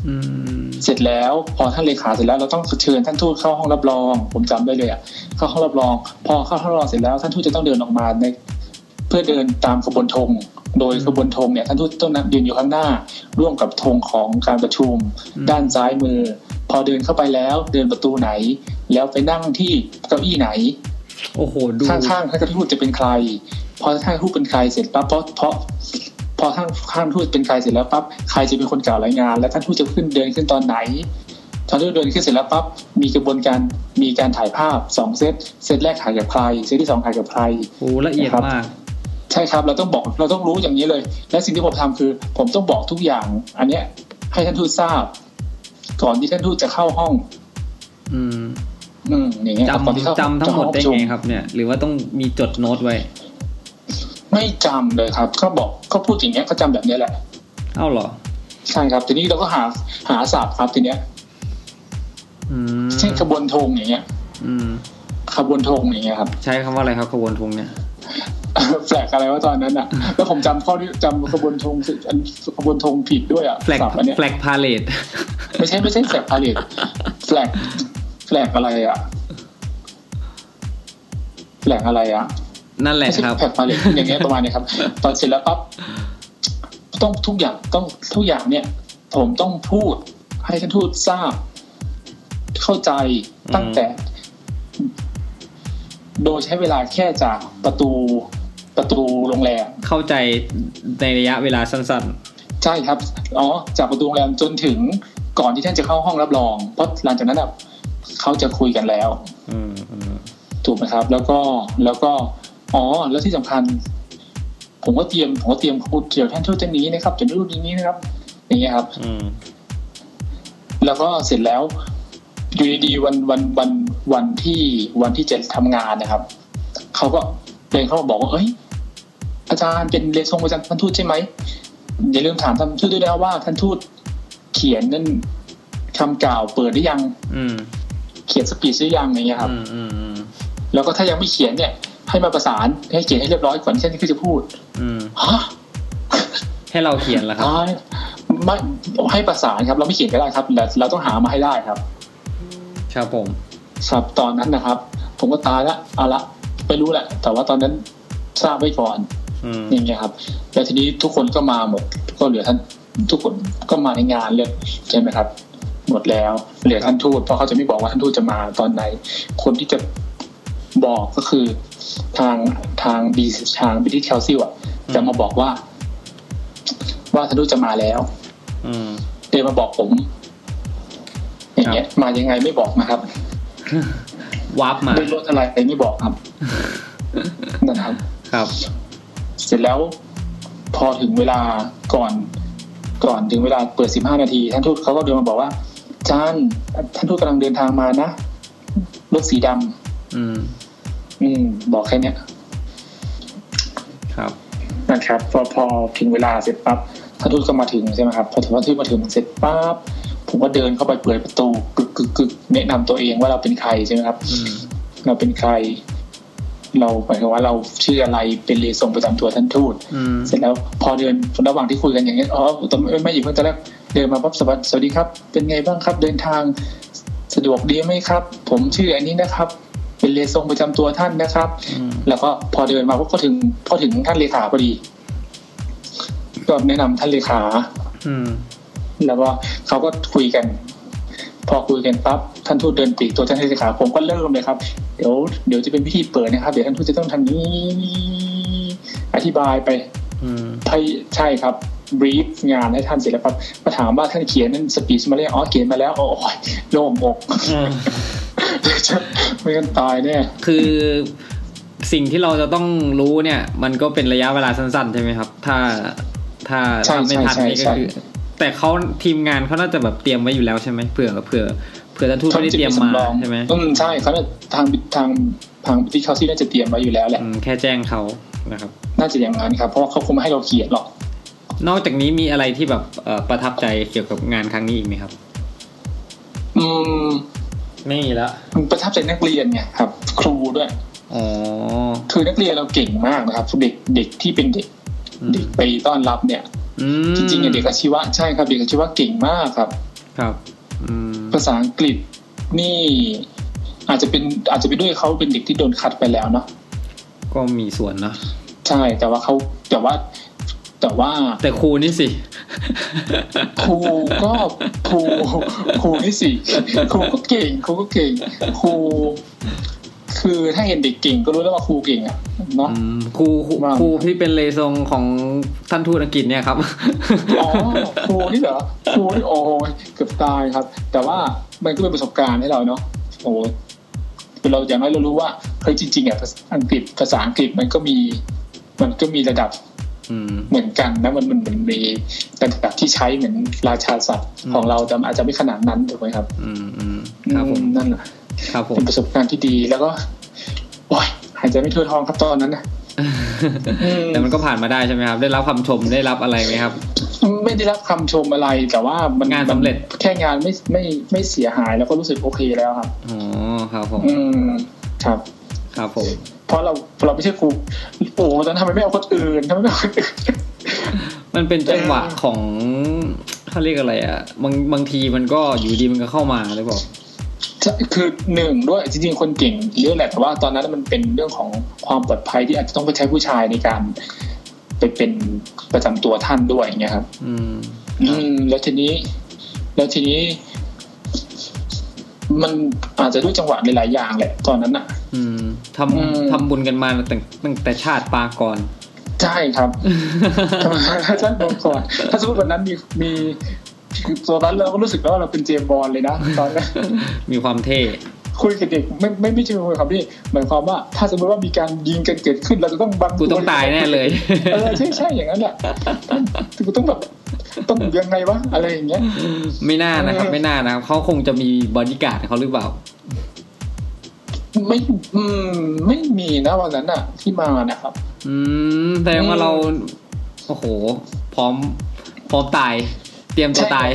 Speaker 1: อืม
Speaker 2: เสร็จแล้วพอท่านเลขาเสร็จแล้วเราต้องเชิญท่านทูตเข้าห้องรับรอง ผมจำได้เลยอะเข้าห้องรับรอง พอเข้าห้องรับรองเสร็จแล้วท่านทูตจะต้องเดินออกมาในเพื่อเดินตามขบวนธงโดยขบวนธงเนี่ยท่านทูตต้องยืนอยู่ข้างหน้า ร่วมกับธงของการประชุม ด้านซ้ายมือ พอเดินเข้าไปแล้วเดินประตูไหน แล้วไปนั่งที่เก้าอี้ไหน
Speaker 1: โอ้โหดู
Speaker 2: ข้างๆท่านทูตจะเป็นใคร พอท่านทูตเป็นใครเสร็จปั๊บเพราะเพราะพอท่านข้างทูตเป็นใครเสร็จแล้วปั๊บใครจะเป็นคนกล่าวรายงาน และท่านทูตจะขึ้นเดินขึ้นตอนไหนท่านทูตเดินขึ้นเสร็จแล้วปั๊บมีกระบวนการมีการถ่ายภาพสองเซตเซตแรกถ่ายกับใครเซตที่สองถ่ายกับใคร
Speaker 1: โอ้ละเอียด
Speaker 2: นะครับ
Speaker 1: มาก
Speaker 2: ใช่ครับ เราต้องบอกเราต้องรู้อย่างนี้เลย และสิ่งที่ผมทำคือ ผมต้องบอกทุกอย่าง อันเนี้ยให้ท่านทูตทราบ ก่อนที่ท่านทูตจะเข้าห้อง
Speaker 1: อืม
Speaker 2: อืมอย่างเงี้ย
Speaker 1: จ
Speaker 2: ครับก่อนที่เข้า
Speaker 1: ำจำทั้งหมด
Speaker 2: เข้า
Speaker 1: ได้
Speaker 2: ประชุ
Speaker 1: ไงครับเนี่ย หรือว่าต้องมีจดโน้ตไว้
Speaker 2: ไม่จำเลยครับก็บอกก็พูดอย่างเงี้ยก็จำแบบเนี้ยแหละ
Speaker 1: เอ้าเหรอ
Speaker 2: ใช่ครับ ทีนี้เราก็หาหาศัพท์ครับทีเนี้ย
Speaker 1: อืม
Speaker 2: เช่นขบวนธงอย่างเงี้ย
Speaker 1: อืม
Speaker 2: ขบวนธงอย่างเงี้ยครับ
Speaker 1: ใช้คำว่าอะไรครับขบวนทงเนี่ย
Speaker 2: แปลกอะไรว่าตอนนั้นอ่ะ แล้วผมจำข้อที่จำขบวนธงสิอันขบวนธงผิดด้วยอ่ะ
Speaker 1: แฟลก
Speaker 2: ศัพท์อันเนี้ย
Speaker 1: แฟลกพาเลต
Speaker 2: ไม่ใช่ไม่ใช่แฟลกพาเลตแฟลกแฟลกอะไรอ่ะแฟลกอะไรอ่ะ
Speaker 1: นั่นแหละ
Speaker 2: ไม่ใช่
Speaker 1: ครับ
Speaker 2: แฟลกพาเลตอย่างเงี้ยประมาณเนี้ยครับ ตอนเสร็จแล้วปั๊บต้องทุกอย่างต้องทุกอย่างเนี่ย ผมต้องพูดให้ท่านทูตทราบ เข้าใจตั้งแต่ โดยใช้เวลาแค่จากประตูประตูโรงแรม
Speaker 1: เข้าใจในระยะเวลาสั้น
Speaker 2: ใช่ครับอ๋อจากประตูโรงแรมจนถึงก่อนที่ท่านจะเข้าห้องรับรอง เพราะหลังจากนั้นอะเขาจะคุยกันแล้ว
Speaker 1: ๆ อืมอืม
Speaker 2: ถูกไหมครับ แล้วก็แล้วก็ อ๋อ แล้วที่สำคัญ ผมก็เตรียมผมก็เตรียมพูดเกี่ยวท่านทูตท่านนี้นะครับจะนู่นอย่างนี้นะครับอย่างเงี้ยครับ
Speaker 1: อืม
Speaker 2: แล้วก็เสร็จแล้วอยู่ดีๆวันวันวันวันที่วันที่จะทำงานนะครับเขาก็เดินเข้ามาบอกว่าเอ้ย อาจารย์เป็นเลซงประจำท่านทูตใช่ไหมอย่าลืมถามท่านทูตด้วยนะว่าท่านทูตเขียนนั่นคำกล่าวเปิดหรือยัง
Speaker 1: อืม
Speaker 2: เขียนสปีชหรือยังอย่างเงี้ยครับ
Speaker 1: อืมอืมอืม
Speaker 2: แล้วก็ถ้ายังไม่เขียนเนี่ย ให้มาประสานให้เขียนให้เรียบร้อยก่อนที่ฉันจะพูด
Speaker 1: อืม
Speaker 2: ฮะ
Speaker 1: ให้เราเขียนเหรอครับ
Speaker 2: ตายไม่ให้ประสานครับ เราไม่เขียนก็ได้ครับแต่เราต้องหามาให้ได้ครับ
Speaker 1: ครับผม
Speaker 2: ครับตอนนั้นนะครับ ผมก็ตายละเอาละไม่รู้แหละ แต่ว่าตอนนั้นทราบไว้ก่อน
Speaker 1: อืม
Speaker 2: อย่างเงี้ยครับ แล้วทีนี้ทุกคนก็มาหมด ก็เหลือท่านทุกคนก็มาในงานเลยใช่ไหมครับ หมดแล้ว เหลือท่านทูตเพราะเขาจะไม่บอกว่าท่านทูตจะมาตอนไหน คนที่จะบอกก็คือทางทางบีทางบิทิแคลซิลอ่ะ จะมาบอกว่า ว่าท่านทูตจะมาแล้ว
Speaker 1: อืม
Speaker 2: เดินมาบอกผม อย่างเงี้ย มายังไงไม่บอกนะครับ
Speaker 1: วับมา
Speaker 2: ด้วยรถอะไรไม่บอก ครับ นะครับ
Speaker 1: ครับ
Speaker 2: เสร็จแล้วพอถึงเวลาก่อน ก่อนถึงเวลาเปิด 15 นาที ท่านทูตเขาก็เดินมาบอกว่าอาจานท่านทูตกำลังเดินทางมานะรถสีดำ
Speaker 1: อืม
Speaker 2: อืม บอกแค่เนี้ย
Speaker 1: ครับ
Speaker 2: นะครับ พอพอถึงเวลาเสร็จปั๊บท่านทูตก็มาถึงใช่ไหมครับพอถึงท่านทูตมาถึงเสร็จปั๊บผมก็เดินเข้าไปเปิดประตูกึกกึกกึกแนะนำตัวเองว่าเราเป็นใครใช่ไหมครับ
Speaker 1: อืม
Speaker 2: เราเป็นใคร เราหมายความว่าเราชื่ออะไรเป็นเรซงประจำตัวท่านทูต
Speaker 1: อืม
Speaker 2: เสร็จแล้วพอเดินระหว่างที่คุยกันอย่างเงี้ยอ๋อตอนไม่ไม่อยู่เพิ่งตอนแรกเดินมาปั๊บสวัสดีสวัสดีครับ เป็นไงบ้างครับ เดินทางสะดวกดีไหมครับ ผมชื่ออันนี้นะครับ เป็นเลซงประจำตัวท่านนะครับ
Speaker 1: อืม
Speaker 2: แล้วก็พอเดินมาปุ๊บก็ถึงพอถึงท่านเลขาพอดี ก็แนะนำท่านเลขา
Speaker 1: อืม
Speaker 2: แล้วก็เขาก็คุยกัน พอคุยกันปั๊บท่านทูตเดินปลีกตัวท่านเลขาผมก็เริ่มเลยครับ เดี๋ยวเดี๋ยวจะเป็นพิธีเปิดนะครับ เดี๋ยวท่านทูตจะต้องทำนี้อธิบายไป
Speaker 1: อืม
Speaker 2: ใช่ใช่ครับบรีฟงานให้ท่านเสร็จแล้วปั๊บมาถามว่าท่านเขียนนั่นสปีชมาแล้วอ๋อเขียนมาแล้วโอ้ยโล่งอก ไม่กันตายแน่
Speaker 1: คือสิ่งที่เราจะต้องรู้เนี่ย มันก็เป็นระยะเวลาสั้นๆ ใช่ไหมครับ ถ้าถ้าถ้าไม่ทันนี่ก็คือ แต่เขาทีมงานเขาน่าจะแบบเตรียมไว้อยู่แล้วใช่ไหมเผื่อเผื่อเผื่อท่านทูตไม่ได้เตรียมมาใช่ไหม
Speaker 2: อืมใช่เขาน่ะทางทางทางที่เขาซี่น่าจะเตรียมไว้อยู่แล้วแหละ
Speaker 1: อืมแค่แจ้งเขานะครับ
Speaker 2: น่าจะอย่างนั้นครับเพราะว่าเขาคงไม่ให้เราเขียนหรอก
Speaker 1: นอกจากนี้มีอะไรที่แบบเอ่อประทับใจเกี่ยวกับงานครั้งนี้อีกไหมครับ
Speaker 2: อืม
Speaker 1: ไม่มีละ
Speaker 2: มันประทับใจนักเรียนไงครับ ครูด้วย
Speaker 1: อ๋อ
Speaker 2: คือนักเรียนเราเก่งมากนะครับ เด็กเด็กที่เป็นเด็ก
Speaker 1: อื
Speaker 2: เด็
Speaker 1: ม
Speaker 2: กไปต้อนรับเนี่ย
Speaker 1: อืม
Speaker 2: จริงๆเนี่ยเด็กอาชีวะใช่ครับเด็กอาชีวะเก่งมากครับ
Speaker 1: ครับ อืม
Speaker 2: ภาษาอังกฤษนี่อาจจะเป็นอาจจะเป็นด้วยเขาเป็นเด็กที่โดนคัดไปแล้วเนาะ
Speaker 1: ก็มีส่วนเนาะ
Speaker 2: ใช่แต่ว่าเขาแต่ว่า แต่ว่า
Speaker 1: แต่ครูนี่สิ
Speaker 2: ครูก็ครูครูนี่สิครูก็เก่งครูก็เก่งครูคือถ้าเห็นเด็กเก่งก็รู้แล้วว่าครูเก่งอะเนาะ
Speaker 1: อืมครูครู
Speaker 2: ว่า
Speaker 1: ครูที่เป็นเลซงของท่านทูตอังกฤษเนี่ยครับ
Speaker 2: อ๋อครูนี่เหรอครูนี่โอ้ยเกือบตายครับ แต่ว่ามันก็เป็นประสบการณ์ให้เราเนาะโอ้คือเราอย่างน้อยเรารู้ว่าเฮ้ยจริงๆอ่ะภาษาอังกฤษภาษาอังกฤษมันก็มี มันก็มีระดับ
Speaker 1: อืม
Speaker 2: เหมือนกันนะมันมันมันมีระดับที่ใช้เหมือนราชาศัพท์
Speaker 1: อืม
Speaker 2: ของเราแต่อาจจะไม่ขนาดนั้นถูกไหมครับ
Speaker 1: อืมอืมครับผม
Speaker 2: อืนั่นแหละ
Speaker 1: ครับผม
Speaker 2: เป็นประสบการณ์ที่ดีแล้วก็โอ้ยหายใจไม่ทั่วท้องครับตอนนั้นนะ อืม
Speaker 1: แต่มันก็ผ่านมาได้ใช่ไหมครับ ได้รับคำชมได้รับอะไรไหมครับ
Speaker 2: ไม่ได้รับคำชมอะไรแต่ว่ามัน
Speaker 1: งานสำเร็จ
Speaker 2: แค่งานไม่ไม่ไม่เสียหายแล้วก็รู้สึกโอเคแล้วครับ
Speaker 1: อ๋อครับผม
Speaker 2: อืมครับ
Speaker 1: ครับผม
Speaker 2: เพราะเราเราไม่ใช่ครูโอ้ตอนนั้นทำไมไม่เอาคนอื่นทำไมไม่เอาคนอื่น
Speaker 1: มันเป็นจังหวะของเขาเรียกอะไรอ่ะบางบางทีมันก็อยู่ดีมันก็เข้ามาหรือเปล่า
Speaker 2: ใช่คือหนึ่งด้วยจริงๆคนเก่งเยอะแหละแต่ว่าตอนนั้นมันเป็นเรื่องของความปลอดภัยที่อาจจะต้องไปใช้ผู้ชายในการ ไปเป็นประจำตัวท่านด้วยอย่างเงี้ยครับ
Speaker 1: อืม
Speaker 2: อืม แล้วทีนี้ แล้วทีนี้ มันอาจจะด้วยจังหวะหลายๆอย่างแหละ ตอนนั้นอะ
Speaker 1: อืมท
Speaker 2: อื
Speaker 1: ำ
Speaker 2: ม
Speaker 1: ทำบุญกันมาตั้งตั้งแต่ชาติปางก่อน
Speaker 2: ใช่ครับ ทำไมท่านบอกก่อนถ้าสมมติวันนั้นมีมีคือตอนนั้นเราก็รู้สึกแล้วว่าเราเป็นเจมส์บอลเลยนะตอนนั้น
Speaker 1: มีความเท่
Speaker 2: คุยกับเด็กไม่ไม่ไม่ใช่คุยคำนี้หมายความว่าถ้าสมมติว่ามีการยิงกันเกิดขึ้น เราจะต้องบัง
Speaker 1: กูต้องตายแน่เลย
Speaker 2: เออใช่ใช่อย่างนั้นแหละกูต้องแบบต้องยังไงวะอะไรอย่างเงี้ย
Speaker 1: ไม่น่านะครับ ไม่น่านะครับเขาคงจะมีบอดี้การ์ดเขาหรือเปล่า
Speaker 2: ไม่อืมไม่มีนะวันนั้นอะที่มานะครับ
Speaker 1: อืมแสดงว่าเรา โอ้โห พร้อม พร้อมตาย เตรียมตัวตาย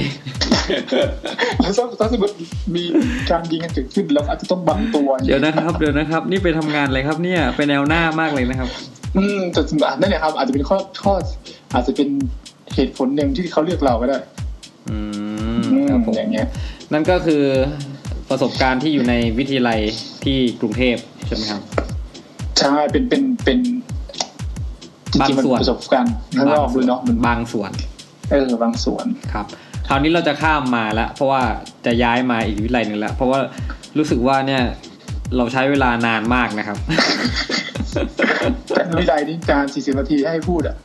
Speaker 2: แล้วถ้าถ้าสมมติมีการยิงกันเกิดขึ้นเราอาจจะต้องบังตัว
Speaker 1: เดี๋ยวนะครับ เดี๋ยวนะครับ นี่ไปทำงานอะไรครับเนี่ย ไปแนวหน้ามากเลยนะครับ
Speaker 2: อืมแต่นั่นแหละครับ อาจจะเป็นข้อข้ออาจจะเป็นเหตุผลหนึ่งที่เขาเลือกเราก็ได้
Speaker 1: อืม
Speaker 2: อืม
Speaker 1: ครับผม
Speaker 2: อย่างเงี้ย
Speaker 1: นั่นก็คือประสบการณ์ที่อยู่ในวิทยาลัยที่กรุงเทพใช่ไหมครับ
Speaker 2: ใช่เป็นเป็นเป็นจ
Speaker 1: บาง
Speaker 2: ริงๆมัน
Speaker 1: ส่วน
Speaker 2: ประสบการณ์ข้างนอกด้วยเนาะมัน
Speaker 1: บางส่วน
Speaker 2: เออบางส่วน
Speaker 1: ครับคราวนี้เราจะข้ามมาแล้ว เพราะว่าจะย้ายมาอีกวิทยาลัยหนึ่งแล้ว เพราะว่ารู้สึกว่าเนี่ยเราใช้เวลานานมากนะครับ
Speaker 2: แต่วิจัยนี่การ40นาทีให้พูดอ่ะ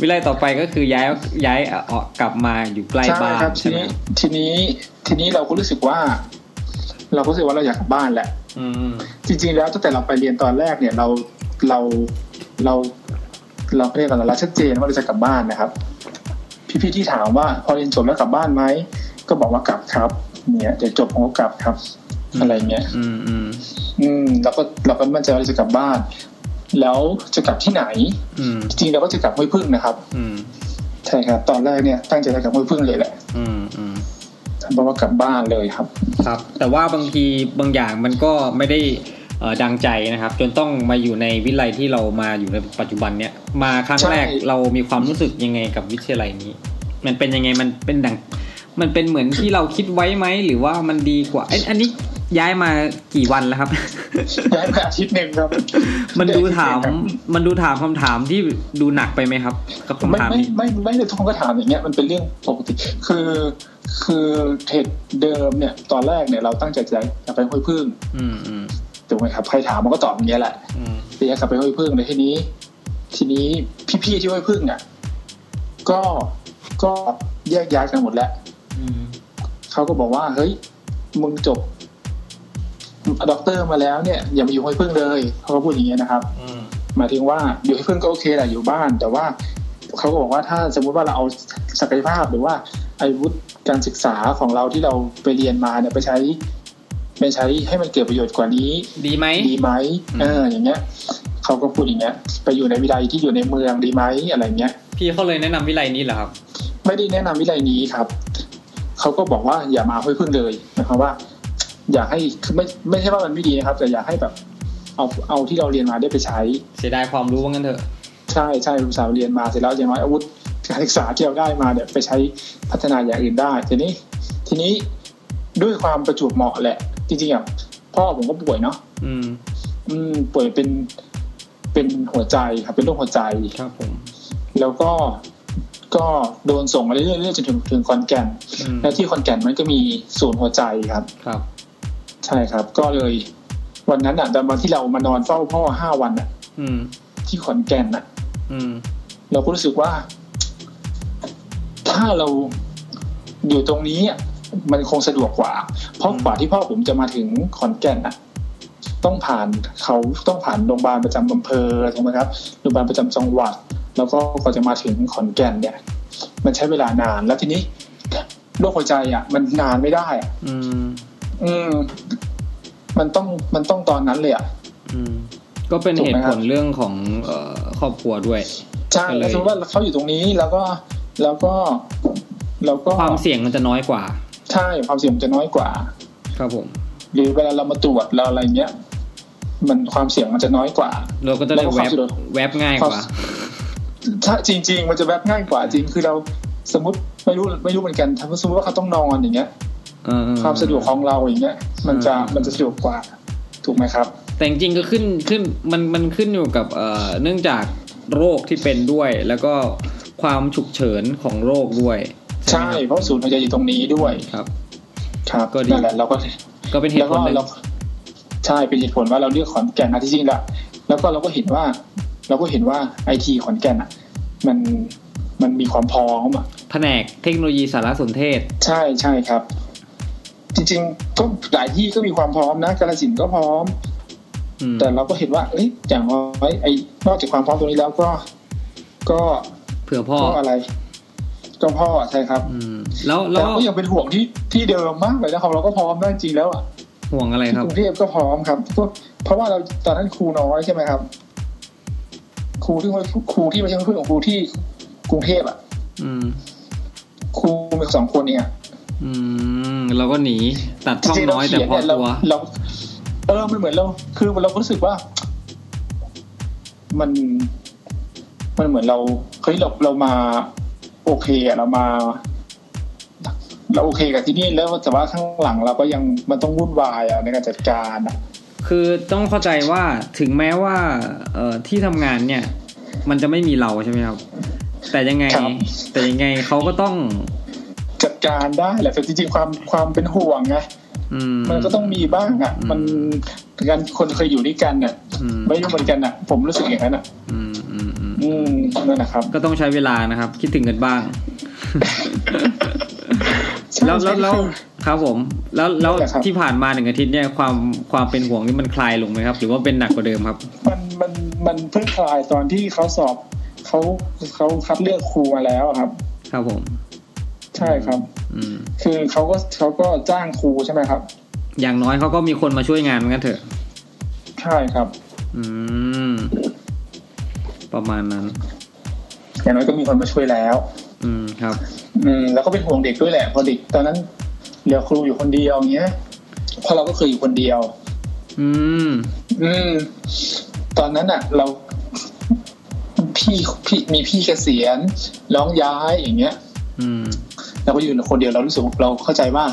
Speaker 1: วิทยาลัยต่อไปก็คือย้ายย้ายเอ่อกลับมาอยู่ใกล้
Speaker 2: ใช่
Speaker 1: บ้าน
Speaker 2: ครับที
Speaker 1: ใช่ไหม
Speaker 2: นี้ทีนี้ทีนี้เราก็รู้สึกว่า เราก็รู้สึกว่าเราอยากกลับบ้านแหละ
Speaker 1: อืม
Speaker 2: จริงๆแล้วตั้งแต่เราไปเรียนตอนแรกเนี่ยเราเราเราเราเรียกกันเราชัดเจนว่าเราจะกลับบ้านนะครับ พี่ๆที่ถามว่าพอเรียนจบแล้วกลับบ้านไหมก็บอกว่ากลับครับ เนี่ยเดี๋ยวจบผมก็กลับครับ อะไรเงี้ย
Speaker 1: อืมอืม
Speaker 2: อืมเราก็เราก็มั่นใจว่าเราจะกลับบ้าน แล้วจะกลับที่ไหน
Speaker 1: อืม
Speaker 2: จริงๆเราก็จะกลับห้วยพึ่งนะครับ
Speaker 1: อืม
Speaker 2: ใช่ครับ ตอนแรกเนี่ยตั้งใจจะกลับห้วยพึ่งเลยแหละ
Speaker 1: อืมอืม
Speaker 2: เพราะว่ากลับบ้านเลยครับ
Speaker 1: ครับ แต่ว่าบางทีบางอย่างมันก็ไม่ได้เอ่อดังใจนะครับ จนต้องมาอยู่ในวิทยาลัยที่เรามาอยู่ในปัจจุบันเนี่ยมาครั้ง
Speaker 2: ใช่
Speaker 1: แรกเรามีความรู้สึกยังไงกับวิทยาลัยนี้ มันเป็นยังไงมันเป็นดัง มันเป็นเหมือนที่เราคิดไว้ไหมหรือว่ามันดีกว่าเอยอันนี้ย้ายมากี่วันแล้วครับ
Speaker 2: ย้ายไปอาทิตย์หนึ่งครับ
Speaker 1: มันดูถาม มันดูถามคำถามที่ดูหนักไปไหมครับ กับ
Speaker 2: ไม่
Speaker 1: คำถาม
Speaker 2: ไม่
Speaker 1: นี้
Speaker 2: ไม่ไม่ได้ทุกคนก็ถามอย่างเงี้ยมันเป็นเรื่องปกติ คือคือเทรดเดิมเนี่ย ตอนแรกเนี่ยเราตั้งใจจะไปห้วยพึ่ง
Speaker 1: อืมอืม
Speaker 2: ถูกไหมครับใครถามมันก็ตอบอย่างเงี้ยแหละ
Speaker 1: อืม
Speaker 2: เสียกลับไปห้วยพึ่งในที่นี้ ทีนี้พี่ๆที่ห้วยพึ่งอ่ะก็ก็แยกย้ายกันหมดแล้ว
Speaker 1: อืม
Speaker 2: เขาก็บอกว่า เฮ้ยมึงจบด็อกเตอร์มาแล้วเนี่ย อย่ามาอยู่ห้วยพึ่งเลยเขาก็พูดอย่างเงี้ยนะครับ
Speaker 1: อืม
Speaker 2: หมายถึงว่าอยู่ห้วยพึ่งก็โอเคแหละอยู่บ้าน แต่ว่าเขาก็บอกว่าถ้าสมมุติว่าเราเอาศักยภาพหรือว่าไอาวุธการศึกษาของเราที่เราไปเรียนมาเนี่ยไปใช้ไปใช้ให้มันเกิดประโยชน์กว่านี้
Speaker 1: ดีไหม
Speaker 2: ดีไหม
Speaker 1: อืม
Speaker 2: เอออย่างเงี้ยเขาก็พูดอย่างเงี้ย ไปอยู่ในวิไลที่อยู่ในเมืองดีไหมอะไรเงี้ย
Speaker 1: พี่เขาเลยแนะนำวิไลนี้เหรอครับ
Speaker 2: ไม่ได้แนะนำวิไลนี้ครับ เขาก็บอกว่าอย่ามาห้วยพึ่งเลยนะครับว่า อยากให้คือไม่ไม่ใช่ว่ามันไม่ดีนะครับ แต่อยากให้แบบ เอาเอาที่เราเรียนมาได้ไปใช้
Speaker 1: เสียดายความรู้ว่างั้นเถอะ
Speaker 2: ใช่ใช่ภาษาเรียนมาเสร็จแล้วอย่างน้อยอาวุธการศึกษาที่เราได้มาเนี่ยไปใช้พัฒนาอย่างอื่นได้ ทีนี้ ทีนี้ด้วยความประจวบเหมาะแหละ จริงๆอ่ะพ่อผมก็ป่วยเนาะ
Speaker 1: อืม
Speaker 2: อืมป่วยเป็นเป็นหัวใจครับเป็นโรคหัวใจ
Speaker 1: ครับผม
Speaker 2: แล้วก็ก็โดนส่งมาเรื่อยๆเรื่อยๆจนถึงถึงขอนแก่น
Speaker 1: อืม
Speaker 2: แล้วที่ขอนแก่นมันก็มีศูนย์หัวใจครับ
Speaker 1: ครับ
Speaker 2: ใช่ครับ ก็เลย วันนั้นอ่ะตอนวันที่เรามานอนเฝ้าพ่อห้าวันอ่ะ
Speaker 1: อืม
Speaker 2: ที่ขอนแก่นอ่ะ
Speaker 1: อืม
Speaker 2: เราก็รู้สึกว่า ถ้าเราอยู่ตรงนี้อ่ะมันคงสะดวกกว่า เพราะกว่าที่พ่อผมจะมาถึงขอนแก่นอ่ะ ต้องผ่านเขาต้องผ่านโรงพยาบาลประจำอำเภอถูกไหมครับโรงพยาบาลประจำจังหวัด แล้วก็กว่าจะมาถึงขอนแก่นเนี่ย มันใช้เวลานานแล้วทีนี้โรคหัวใจอ่ะ มันนานไม่ได้อ่ะ
Speaker 1: อืม
Speaker 2: อืม มันต้องมันต้องตอนนั้นเลยอ่ะ
Speaker 1: อืม ก็เป็น
Speaker 2: ถูก
Speaker 1: เห
Speaker 2: ไหม
Speaker 1: ตุ
Speaker 2: ค
Speaker 1: ผ
Speaker 2: รับ
Speaker 1: ลเรื่องของเอ่อครอบครัวด้วย
Speaker 2: ใช่
Speaker 1: ก็เลย
Speaker 2: แล้วสมมติว่าเขาอยู่ตรงนี้แล้วก็แล้วก็แล้วก็
Speaker 1: ความเสี่ยงมันจะน้อยกว่า
Speaker 2: ใช่ความเสี่ยงจะน้อยกว่า
Speaker 1: ครับผม
Speaker 2: หรือเวลาเรามาตรวจเราอะไรเงี้ย มันความเสี่ยงมันจะน้อยกว่า
Speaker 1: เราก็จะได้แวบ
Speaker 2: แล้วก็ความสะดวก
Speaker 1: แวบง่ายกว่า
Speaker 2: ถ้าจริง ๆ มันจะแบบง่ายกว่าจริงคือเราสมมติไม่รู้ไม่รู้เหมือนกันถ้าสมมติว่าเขาต้องนอนอย่างเงี้ย
Speaker 1: เออ
Speaker 2: ความสะดวกของเราอย่างเงี้ย มันจะ
Speaker 1: อืม
Speaker 2: มันจะสะดวกกว่า ถูกไหมครับ
Speaker 1: แต่จริงๆก็ขึ้นขึ้นมันมันขึ้นอยู่กับเอ่อเนื่องจากโรคที่เป็นด้วย แล้วก็ความฉุกเฉินของโรคด้วย
Speaker 2: ใช่เพราะศูนย์เราจะอยู่ตรงนี้ด้วย
Speaker 1: ครับ
Speaker 2: ครับ
Speaker 1: ก็ดี
Speaker 2: นั่นแหละเราก็
Speaker 1: ก็เป็นเห
Speaker 2: แล้ว
Speaker 1: ตุผ
Speaker 2: ก็
Speaker 1: ลหนึ่ง
Speaker 2: เราใช่เป็นเหตุผลว่าเราเลือกขอนแก่นนะที่จริงและแล้วก็เราก็เห็นว่า เราก็เห็นว่าไอทีขอนแก่นอ่ะ มันมันมีความพร้อมอะ
Speaker 1: แผนกเทคโนโลยีสารสนเทศ
Speaker 2: ใช่ใช่ครับ จริง ๆ ก็หลายที่ก็มีความพร้อมนะกาลสินธุ์ก็พร้อม
Speaker 1: อืม
Speaker 2: แต่เราก็เห็นว่าเอ้ยอย่างน้อยไอ้นอกจากความพร้อมตรงนี้แล้วก็ ก็
Speaker 1: เผื่อพ่อ
Speaker 2: ก็อะไรก็พ่อใช่ครับ
Speaker 1: อืมแล้ว
Speaker 2: แต่
Speaker 1: แล้ว
Speaker 2: เราก็ยังเป็นห่วงที่ที่เดิมมากเลยนะครับเราก็พร้อมนะจริงๆแล้วอ่ะ
Speaker 1: ห่วงอะไร
Speaker 2: ที่
Speaker 1: ครับ
Speaker 2: กรุงเทพก็พร้อมครับก็เพราะว่าเราตอนนั้นครูน้อยใช่ไหมครับ ครูที่ว่าครูที่ไม่ใช่เพื่อนของครูที่กรุงเทพอ่ะ
Speaker 1: อืม
Speaker 2: ครูมีสองคนเนี่ย
Speaker 1: อืมเราก็หนีตัดช่องน้อยแต่พอตัว
Speaker 2: จริงๆเราเขียนเนี่ยเราเราเออมันเหมือนเรา คือเรารู้สึกว่า มัน มันเหมือนเราเฮ้ยเราเรามา โอเคอะเรามา เราโอเคกับที่นี่แล้วแต่ว่าข้างหลังเราก็ยังมันต้องวุ่นวายอะในการจัดการอะ
Speaker 1: คือต้องเข้าใจว่าถึงแม้ว่าเอ่อที่ทำงานเนี่ย มันจะไม่มีเราใช่ไหมครับ แต่ยังไง แต่ยังไงเขาก็ต้อง
Speaker 2: จัดการได้แหละแต่จริงๆความความเป็นห่วงไง
Speaker 1: อืม
Speaker 2: มันก็ต้องมีบ้างอะมันการคนเคยอยู่ด้วยกันอะ
Speaker 1: อืม
Speaker 2: ไม่รู้เหมือนกันอะผมรู้สึกอย่างนั้นอะ
Speaker 1: อืมอืมอืม
Speaker 2: อืมนั่นนะครับ
Speaker 1: ก็ต้องใช้เวลานะครับ คิดถึงกันบ้าง แล้วแล้วแล้วครับผม แล้วแล้ว
Speaker 2: นั่นแหละครับ
Speaker 1: ที่ผ่านมาหนึ่งอาทิตย์เนี่ยความความเป็นห่วงนี่มันคลายลงไหมครับ หรือว่าเป็นหนักกว่าเดิมครับ
Speaker 2: มันมันมันเพิ่งคลายตอนที่เขาสอบเขาเขาคัดเลือกครูมาแล้วอะครับ
Speaker 1: ครับผม
Speaker 2: ใช่ครับ
Speaker 1: อืม
Speaker 2: คือเขาก็เขาก็จ้างครูใช่ไหมครับ
Speaker 1: อย่างน้อยเขาก็มีคนมาช่วยงานกันเถอะ
Speaker 2: ใช่ครับ
Speaker 1: อืม ประมาณนั้น
Speaker 2: อย่างน้อยก็มีคนมาช่วยแล้ว
Speaker 1: อืมครับ
Speaker 2: อืมแล้วก็เป็นห่วงเด็กด้วยแหละเพอเด็กตอนนั้นเหลือครูอยู่คนเดียวอย่างเงี้ยเพราะเราก็เคยอยู่คนเดียว
Speaker 1: อืม
Speaker 2: อืม ตอนนั้นอ่ะ เราพี่พี่มีพี่เกษียณร้องย้ายอย่างเงี้ย
Speaker 1: อืม
Speaker 2: เราก็อยู่คนเดียวเรารู้สึกเราเข้าใจว่า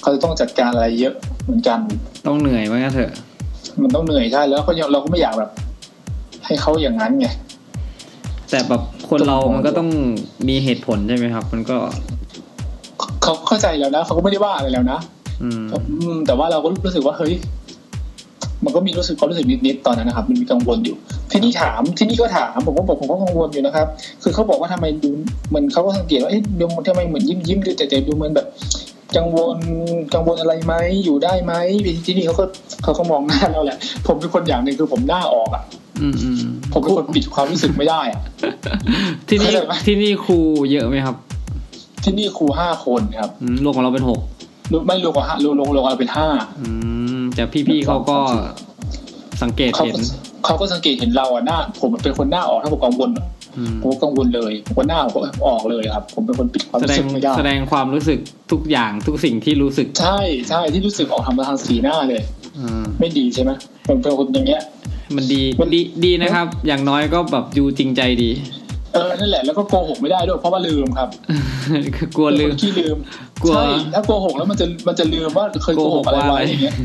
Speaker 2: เขาจะต้องจัดการอะไรเยอะเหมือนกัน
Speaker 1: ต้องเหนื่อยว่างั้นเถอะ
Speaker 2: มันต้องเหนื่อยใช่แล้วก็ยังเราก็ไม่อยากแบบ ให้เขาอย่างนั้นไง
Speaker 1: แต่แบบคนเรา
Speaker 2: ต้องมอง
Speaker 1: มันก็ต้องมีเหตุผลใช่ไหมครับ มันก็
Speaker 2: เขาเขาเข้าใจแล้วนะเขาก็ไม่ได้ว่าอะไรแล้วนะ
Speaker 1: อืม
Speaker 2: อืมแต่ว่าเราก็รู้สึกว่าเฮ้ยมันก็มีรู้สึกความรู้สึกนิดๆตอนนั้นนะครับ มันมีกังวลอยู่ ที่นี่ถามที่นี่ก็ถามผมก็บอกผมก็กังวลอยู่นะครับ คือเขาบอกว่าทำไมดูเหมือนเขาก็สังเกตว่าเอ๊ะดูทำไมเหมือนยิ้มยิ้มๆดูแต่แต่ดูเหมือนแบบ กังวลกังวลอะไรไหมอยู่ได้ไหมที่นี่เขาก็เขาก็มองหน้าเราแหละผมเป็นคนอย่างหนึ่งคือผมหน้าออกอ่ะ
Speaker 1: อืมอืม
Speaker 2: ผมเป็นคนปิดความรู้สึกไม่ได้อ่ะ
Speaker 1: ที่นี่
Speaker 2: เข้าใจปะ
Speaker 1: ที่นี่ครูเยอะไหมครับ
Speaker 2: ที่นี่ครูห้าคนครับ
Speaker 1: อืมรวมของเราเป็นหก
Speaker 2: รู้ไม่รวมกับห้ารวมรวมรวมกันเป็นห้า
Speaker 1: อืมแต่พี่ๆเขาก็สังเกต
Speaker 2: เขา
Speaker 1: เห็น
Speaker 2: ก็เขาก็สังเกตเห็นเราอ่ะหน้า ผมเป็นคนหน้าออกถ้าผมกังวลอะ
Speaker 1: อืม
Speaker 2: ผมก็กังวลเลยผมก็หน้าผมก็ออกเลยครับ ผมเป็นคนปิดความ
Speaker 1: แสด
Speaker 2: รู้
Speaker 1: ง
Speaker 2: สึกไม่ได้
Speaker 1: แสดงความรู้สึกทุกอย่างทุกสิ่งที่รู้สึก
Speaker 2: ใช่ใช่ที่รู้สึกออกทำทางสีหน้าเลย
Speaker 1: อืม
Speaker 2: ไม่ดีใช่ไหมผมเป็นคนอย่างเงี้ย
Speaker 1: มันดี
Speaker 2: มัน
Speaker 1: ดีดีนะครับ อย่างน้อยก็แบบอยู่จริงใจดี
Speaker 2: เออนั่นแหละแล้วก็โกหกไม่ได้ด้วยเพราะว่าลืมครับ
Speaker 1: คือกลัวลืม
Speaker 2: เป็นคนขี้ลืม
Speaker 1: กลัว
Speaker 2: ใช่ถ้าโกหกแล้วมันจะมันจะลืมว่าเคยโกหกอะไรไว้อย่าง เงี้ย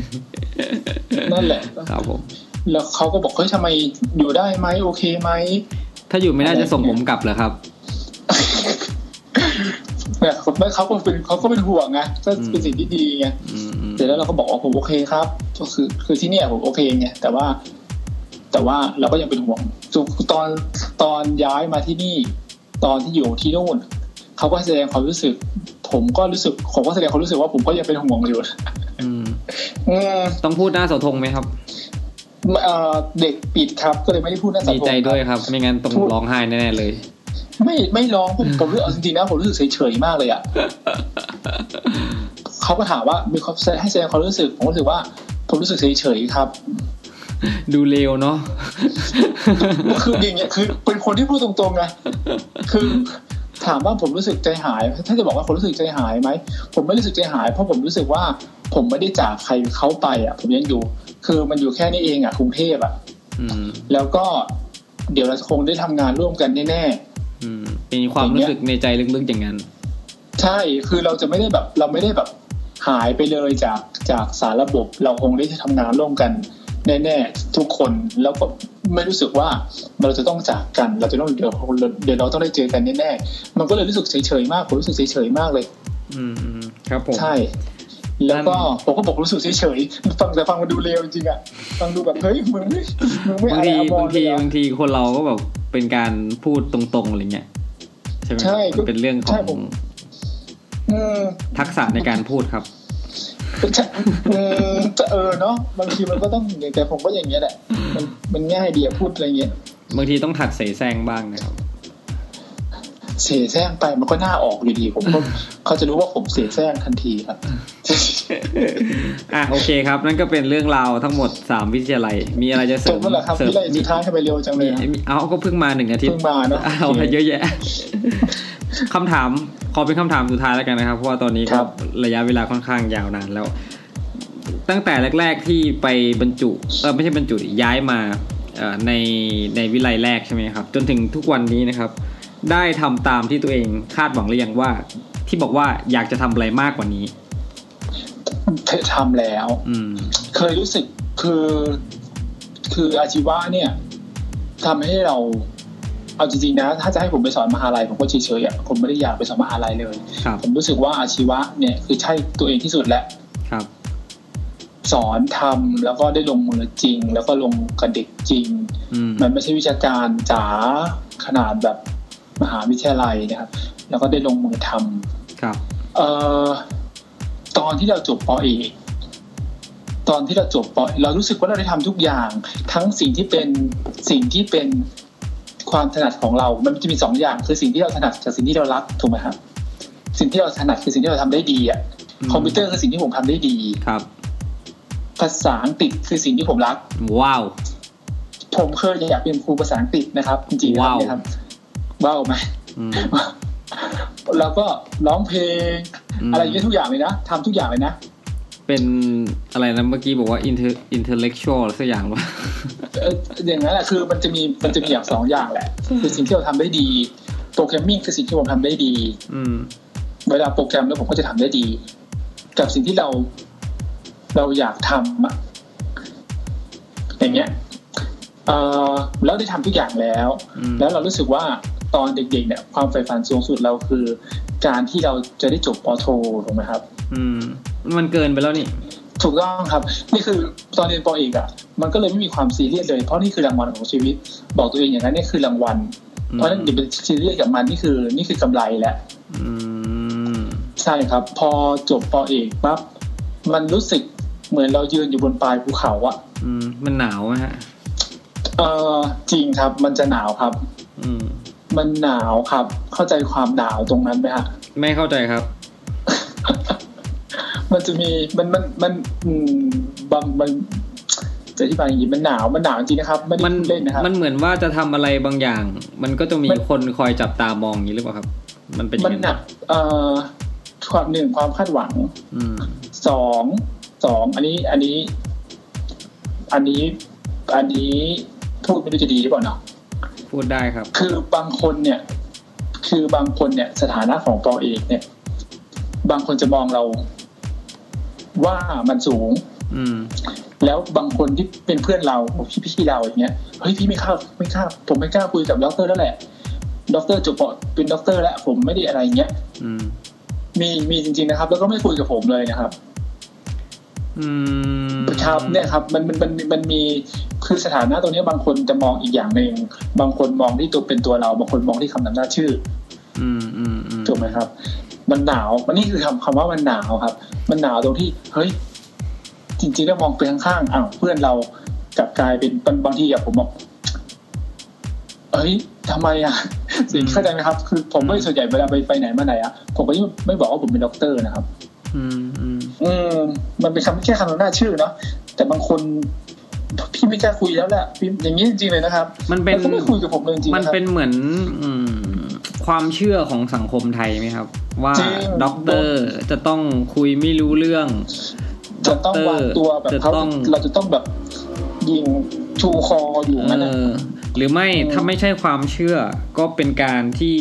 Speaker 2: นั่นแหละ
Speaker 1: ครับผม
Speaker 2: แล้วเขาก็บอกเฮ้ยทำไมอยู่ได้ไหมโอเคไหม
Speaker 1: ถ้าอยู่ไม่ได้จะส่งผมกลับเหรอครับ
Speaker 2: เนี่ยเขาเขาก็เป็นเขาก็เป็นห่วงไงก็เป็นสิ่งที่ดีไง
Speaker 1: อืมอืม
Speaker 2: เสร็จแล้วเราก็บอกว่าผมโอเคครับ ก็คือคือที่เนี่ยผมโอเคไงแต่ว่า แต่ว่าเราก็ยังเป็นห่วงจุตอนตอนย้ายมาที่นี่ ตอนที่อยู่ที่นู่นเขาก็แสดงความรู้สึก ผมก็รู้สึกผมก็แสดงความรู้สึกว่าผมก็ยังเป็นห่วงอยู่
Speaker 1: อืม
Speaker 2: อืม
Speaker 1: ต้องพูดหน้าเสาธงไหมครับ
Speaker 2: เอ่อเด็กปิดครับ ก็เลยไม่ได้พูดหน้าเสา
Speaker 1: ดี
Speaker 2: ธง
Speaker 1: ใจ
Speaker 2: ค
Speaker 1: ด้
Speaker 2: รั
Speaker 1: ว
Speaker 2: บ
Speaker 1: ยครับ ไม่งั้นต้อง
Speaker 2: พูด
Speaker 1: ร้องไห้แน่ๆเลย
Speaker 2: ไม่ไม่ร้องผมผมรู้เอาจริงๆนะผมรู้สึกเฉยๆมากเลย อ่ะ เขาก็ถามว่ามีความให้แสดงความรู้สึกผมรู้สึกว่า ผมรู้สึกเฉยๆครับ
Speaker 1: ดูเลวเนาะ
Speaker 2: คืออย่างเงี้ยคือเป็นคนที่พูดตรงๆไงคือถามว่าผมรู้สึกใจหาย ถ้าจะบอกว่าผมรู้สึกใจหายไหมผมไม่รู้สึกใจหาย เพราะผมรู้สึกว่า ผมไม่ได้จากใครเขาไปอ่ะ ผมยังอยู่ คือมันอยู่แค่นี้เองอ่ะกรุงเทพอ่ะ
Speaker 1: อืม
Speaker 2: แล้วก็เดี๋ยวเราคงได้ทำงานร่วมกันแน่ๆ
Speaker 1: อืมเป็นความรู้สึกในใจลึกๆอย่างนั้น
Speaker 2: ใช่ คือเราจะไม่ได้แบบเราไม่ได้แบบหายไปเลยจากจากสารระบบ เราคงได้ทำงานร่วมกันแน่ๆทุกคนแล้วก็ไม่รู้สึกว่าเราจะต้องจากกัน เราจะต้องเดี๋ยวเดี๋ยวเราต้องได้เจอกันแน่ๆมันก็เลยรู้สึกเฉยๆมากผมรู้สึกเฉยๆมากเลย
Speaker 1: อืมอืมครับผม
Speaker 2: ใช่ แล้วก็ผมก็บอกรู้สึกเฉยๆฟังแต่ฟังมันดูเลวจริงๆอะฟังดูแบบเฮ้ยมึงไม่มึงไม่
Speaker 1: บาง
Speaker 2: อะไร
Speaker 1: ที
Speaker 2: อะบอ
Speaker 1: า
Speaker 2: บ
Speaker 1: ง
Speaker 2: ลเล
Speaker 1: ที
Speaker 2: ยอะ
Speaker 1: บางทีคนเราก็แบบเป็นการพูดตรงๆอะไรเงี้ยใช่ไหมค
Speaker 2: ใช่
Speaker 1: รับมันเป็นเรื่องข
Speaker 2: ใช่
Speaker 1: อง
Speaker 2: ผม อืม
Speaker 1: ทักษะในการพูดครับ
Speaker 2: เออจะเออเนาะบางทีมันก็ต้องอย่างแต่ผมก็อย่างเงี้ยแหละมันมันง่ายดีอะพูดอะไรเงี้ย
Speaker 1: บางทีต้องหัดเสแสร้งบ้างนะครับ
Speaker 2: เสียแซงไปมันก็หน้าออกอยู่ดีผมก็เขาจะรู้ว่าผมเสียแซงทันทีครับ
Speaker 1: อ่ะโอเคครับ นั่นก็เป็นเรื่องราวทั้งหมด 3 วิทยาลัย มีอะไรจะเส
Speaker 2: จ
Speaker 1: ริ
Speaker 2: บ
Speaker 1: ม
Speaker 2: แล้วเหรอครับ
Speaker 1: เสริม
Speaker 2: วิไลสุดท้ายทำไมเร็วจังเล
Speaker 1: มี
Speaker 2: ยอะ
Speaker 1: มีเอาก็เพิ่งมาหนึ่งอาทิต
Speaker 2: เพิ่
Speaker 1: ย์
Speaker 2: งมาเนาะ
Speaker 1: เอาอะไรเยอะแยะคำถามขอเป็นคำถามสุดท้ายแล้วกันนะครับ เพราะว่าตอนนี้ก็ระยะเวลาค่อนข้างยาวนานแล้ว ตั้งแต่แรก ๆที่ไปบรรจุเออไม่ใช่บรรจุดิย้ายมาเอ่อในในวิไลแรกใช่ไหมครับ จนถึงทุกวันนี้นะครับ ได้ทำตามที่ตัวเองคาดหวังหรือยังว่า ที่บอกว่าอยากจะทำอะไรมากกว่านี้
Speaker 2: ทำแล้ว
Speaker 1: อืม
Speaker 2: เคยรู้สึกคือคืออาชีวะเนี่ยทำให้เรา เอาจริงๆนะ ถ้าจะให้ผมไปสอนมหาลัยผมก็เฉยๆอ่ะผมไม่ได้อยากไปสอนมหาลัยเลย
Speaker 1: ครับ
Speaker 2: ผมรู้สึกว่าอาชีวะเนี่ยคือใช่ตัวเองที่สุดแหละ
Speaker 1: ครับ
Speaker 2: สอนทำแล้วก็ได้ลงมือจริง แล้วก็ลงกับเด็กจริง
Speaker 1: อืม
Speaker 2: มันไม่ใช่วิชาการจ๋าขนาดแบบมหาวิทยาลัยนะครับ แล้วก็ได้ลงมือทำ
Speaker 1: ครับ
Speaker 2: เอ่อตอนที่เราจบปอเอกตอนที่เราจบปอเรารู้สึกว่าเราได้ทำทุกอย่าง ทั้งสิ่งที่เป็นสิ่งที่เป็นความถนัดของเรา มันจะมีสองอย่าง คือสิ่งที่เราถนัดกับสิ่งที่เรารักถูกไหมครับสิ่งที่เราถนัดคือสิ่งที่เราทำได้ดีอ่ะ
Speaker 1: อืม
Speaker 2: คอมพิวเตอร์คือสิ่งที่ผมทำได้ดี
Speaker 1: ครับ
Speaker 2: ภาษาอังกฤษคือสิ่งที่ผมรัก
Speaker 1: ว้าว
Speaker 2: ผมเคยอยากเป็นครูภาษาอังกฤษนะครับ จริงๆนะค
Speaker 1: ว้าว
Speaker 2: รับเนี่ยครับว้าวไหม
Speaker 1: อืม
Speaker 2: แล้วก็ร้องเพลง
Speaker 1: อืม
Speaker 2: อะไรอย่างเงี้ยทุกอย่างเลยนะทำทุกอย่างเลยนะ
Speaker 1: เป็นอะไรนะเมื่อกี้บอกว่า inter intellectual สักอย่างวะ
Speaker 2: เอ่ออย่างนั้นแหละคือมันจะมีมันจะมีอย่างสองอย่างแหละ คือสิ่งที่เราทำได้ดีโปรแกรมมิ่งคือสิ่งที่ผมทำได้ดี
Speaker 1: อืม
Speaker 2: เวลาโปรแกรมแล้วผมก็จะทำได้ดี กับสิ่งที่เราเราอยากทำอะอย่างเงี้ยเออแล้วได้ทำทุกอย่างแล้ว
Speaker 1: อืม
Speaker 2: แล้วเรารู้สึกว่าตอนเด็กๆเนี่ยความใฝ่ฝันสูงสุดเราคือ การที่เราจะได้จบปอโทถูกไหมครับ
Speaker 1: อืม มันเกินไปแล้วนี่
Speaker 2: ถูกต้องครับ นี่คือตอนเรียนปอเอกอะมันก็เลยไม่มีความซีเรียสเลย เพราะนี่คือรางวัลของชีวิต บอกตัวเองอย่างนั้นนี่คือรางวัล
Speaker 1: อืม
Speaker 2: เพราะฉะนั้นอย่าไปซีเรียสกับมันนี่คือ นี่คือกำไรแหละ
Speaker 1: อืม
Speaker 2: ใช่ครับ พอจบปอเอกปั๊บมันรู้สึกเหมือนเรายืนอยู่บนปลายภูเขาอะ
Speaker 1: อืม มันหนาวอะฮะ
Speaker 2: เออจริงครับ มันจะหนาวครับ
Speaker 1: อืม
Speaker 2: มันหนาวครับ เข้าใจความหนาวตรงนั้นไหมฮะ
Speaker 1: ไม่เข้าใจครับ
Speaker 2: มันจะมีมันมันมันอืมบางมันจะอธิบายอย่างนี้มันหนาวมันหนาวจริงนะครับไม่ได้
Speaker 1: มัน
Speaker 2: พูดเล่นนะครับ
Speaker 1: มันเหมือนว่าจะทำอะไรบางอย่าง มันก็จะมีคนคอยจับตามองอย่างนี้หรือเปล่าครับ มันเป็นอ
Speaker 2: มัน
Speaker 1: ย่าง
Speaker 2: หนั
Speaker 1: นั้
Speaker 2: ก
Speaker 1: น
Speaker 2: เอ่อความหนึ่งความคาดหวัง
Speaker 1: อืม
Speaker 2: สองสองอันนี้อันนี้ อันนี้อันนี้พูดไม่รู้จะดีหรือเปล่าเนาะ
Speaker 1: พูดได้ครับ
Speaker 2: คือบางคนเนี่ย คือบางคนเนี่ย สถานะของปอเอกเนี่ย บางคนจะมองเรา ว่ามันสูง
Speaker 1: อืม
Speaker 2: แล้วบางคนที่เป็นเพื่อนเราพี่พี่เราอย่างเงี้ยเฮ้ยพี่ไม่กล้าไม่กล้าผมไม่กล้าคุยกับด็อกเตอร์แล้วแหละด็อกเตอร์จบปอเป็นด็อกเตอร์แล้วผมไม่ได้อะไรอย่างเงี้ย
Speaker 1: อืม
Speaker 2: มีมีจริงๆนะครับ แล้วก็ไม่คุยกับผมเลยนะครับ
Speaker 1: อืม
Speaker 2: ครับเนี่ยครับมันมันมันมันมีคือสถานะตรงเนี้ยบางคนจะมองอีกอย่างหนึ่งบางคนมองที่ตัวเป็นตัวเรา บางคนมองที่คำนำหน้าชื่อ
Speaker 1: อืมอืมอืม
Speaker 2: ถูกไหมครับ มันหนาวมันนี่คือคำคำว่ามันหนาวครับ มันหนาวตรงที่เฮ้ยจริงๆแล้วมองไปข้างๆอ้าวเพื่อนเรากลับกลายเป็นบางบางทีอะผมบอกเอ้ยทำไมอะสิ่งเข้าใจไหมครับ คือผมไม่ส่วนใหญ่เวลาไปไปไหนมาไหนอะผมก็ไม่บอกว่าผมเป็นด็อกเตอร์นะครับ
Speaker 1: อืมอืม
Speaker 2: อืมมันเป็นคำแค่คำนำหน้าชื่อเนาะแต่บางคนพี่ไม่กล้าคุยแล้วแหละพี่อย่างนี้จริงๆเลยนะครับ
Speaker 1: มันเป็น
Speaker 2: แล้วก็ไม่คุยกับผมเลยจริงๆ
Speaker 1: มัน
Speaker 2: นะครับ
Speaker 1: เป็นเหมือนอมความเชื่อของสังคมไทยไหมครับ ว่า
Speaker 2: จริง
Speaker 1: ด็อกเตอร์จะต้องคุยไม่รู้เรื่อง
Speaker 2: จะต้องวางตัวแบบเขา
Speaker 1: จะต้อง
Speaker 2: เราจะต้องแบบยิงชูคออยู่
Speaker 1: เอ
Speaker 2: นั่นนะ
Speaker 1: อหรือไม่
Speaker 2: อืม
Speaker 1: ถ้าไม่ใช่ความเชื่อก็เป็นการที่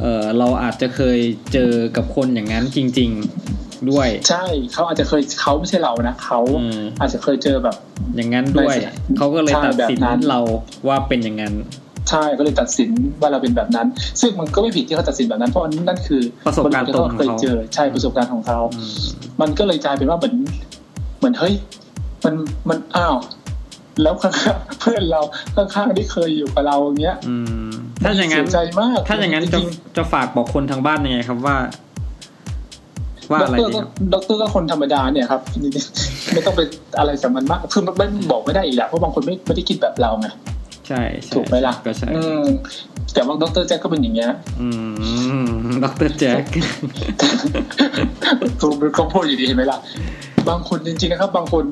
Speaker 1: เออเราอาจจะเคยเจอกับคนอย่างนั้นจริง ๆด้วย
Speaker 2: ใช่เขาอาจจะเคยเขาไม่ใช่เรานะเขา
Speaker 1: อืม
Speaker 2: อาจจะเคยเจอแบบ
Speaker 1: อย่างนั้นด้วย
Speaker 2: ใช่
Speaker 1: เขาก็เลยตัดสิน
Speaker 2: ใช่แบบนั้น
Speaker 1: เราว่าเป็นอย่างนั้น
Speaker 2: ใช่ก็เลยตัดสินว่าเราเป็นแบบนั้น ซึ่งมันก็ไม่ผิดที่เขาตัดสินแบบนั้น เพราะนั่นคือ
Speaker 1: ประสบการณ์ตรงของเขา
Speaker 2: เคยเจอใช่ประสบการณ์ของเขา
Speaker 1: อืม
Speaker 2: มันก็เลยกลายเป็นว่าเหมือนเหมือนเฮ้ยมันมันอ้าว แล้วข้างๆเพื่อน เราข้างๆที่เคยอยู่กับเราอย่างเงี้ย
Speaker 1: อืมถ้าอย่างนั้น
Speaker 2: เสีใจมาก
Speaker 1: ถ้าอย่างนั้น
Speaker 2: จ
Speaker 1: จะ
Speaker 2: ริง
Speaker 1: จะฝากบอกคนทางบ้านยังไงครับว่า ว ว่า
Speaker 2: ด็
Speaker 1: อะ
Speaker 2: อก
Speaker 1: ไร
Speaker 2: เตอร์
Speaker 1: ดีค
Speaker 2: ก็
Speaker 1: รับ
Speaker 2: ด็อกเตอร์ก็คนธรรมดาเนี่ยครับ ไม่ต้องไปอะไรสำคัญมากคือมันบอกไม่ได้อีกแหละเพราะบางคนไม่ไม่ได้คิดแบบเราไง
Speaker 1: ใช่ใช่
Speaker 2: ถูกไหมล่ะ
Speaker 1: ก็ใช่
Speaker 2: อืมแต่ว่าด็อกเตอร์แจ็คก็เป็นอย่างเงี้ย
Speaker 1: อืมดรแจ็ค
Speaker 2: ก็ก็พูดอยู่ดีเห็นไหมล่ะ บางคนจริงๆนะครับ บางคน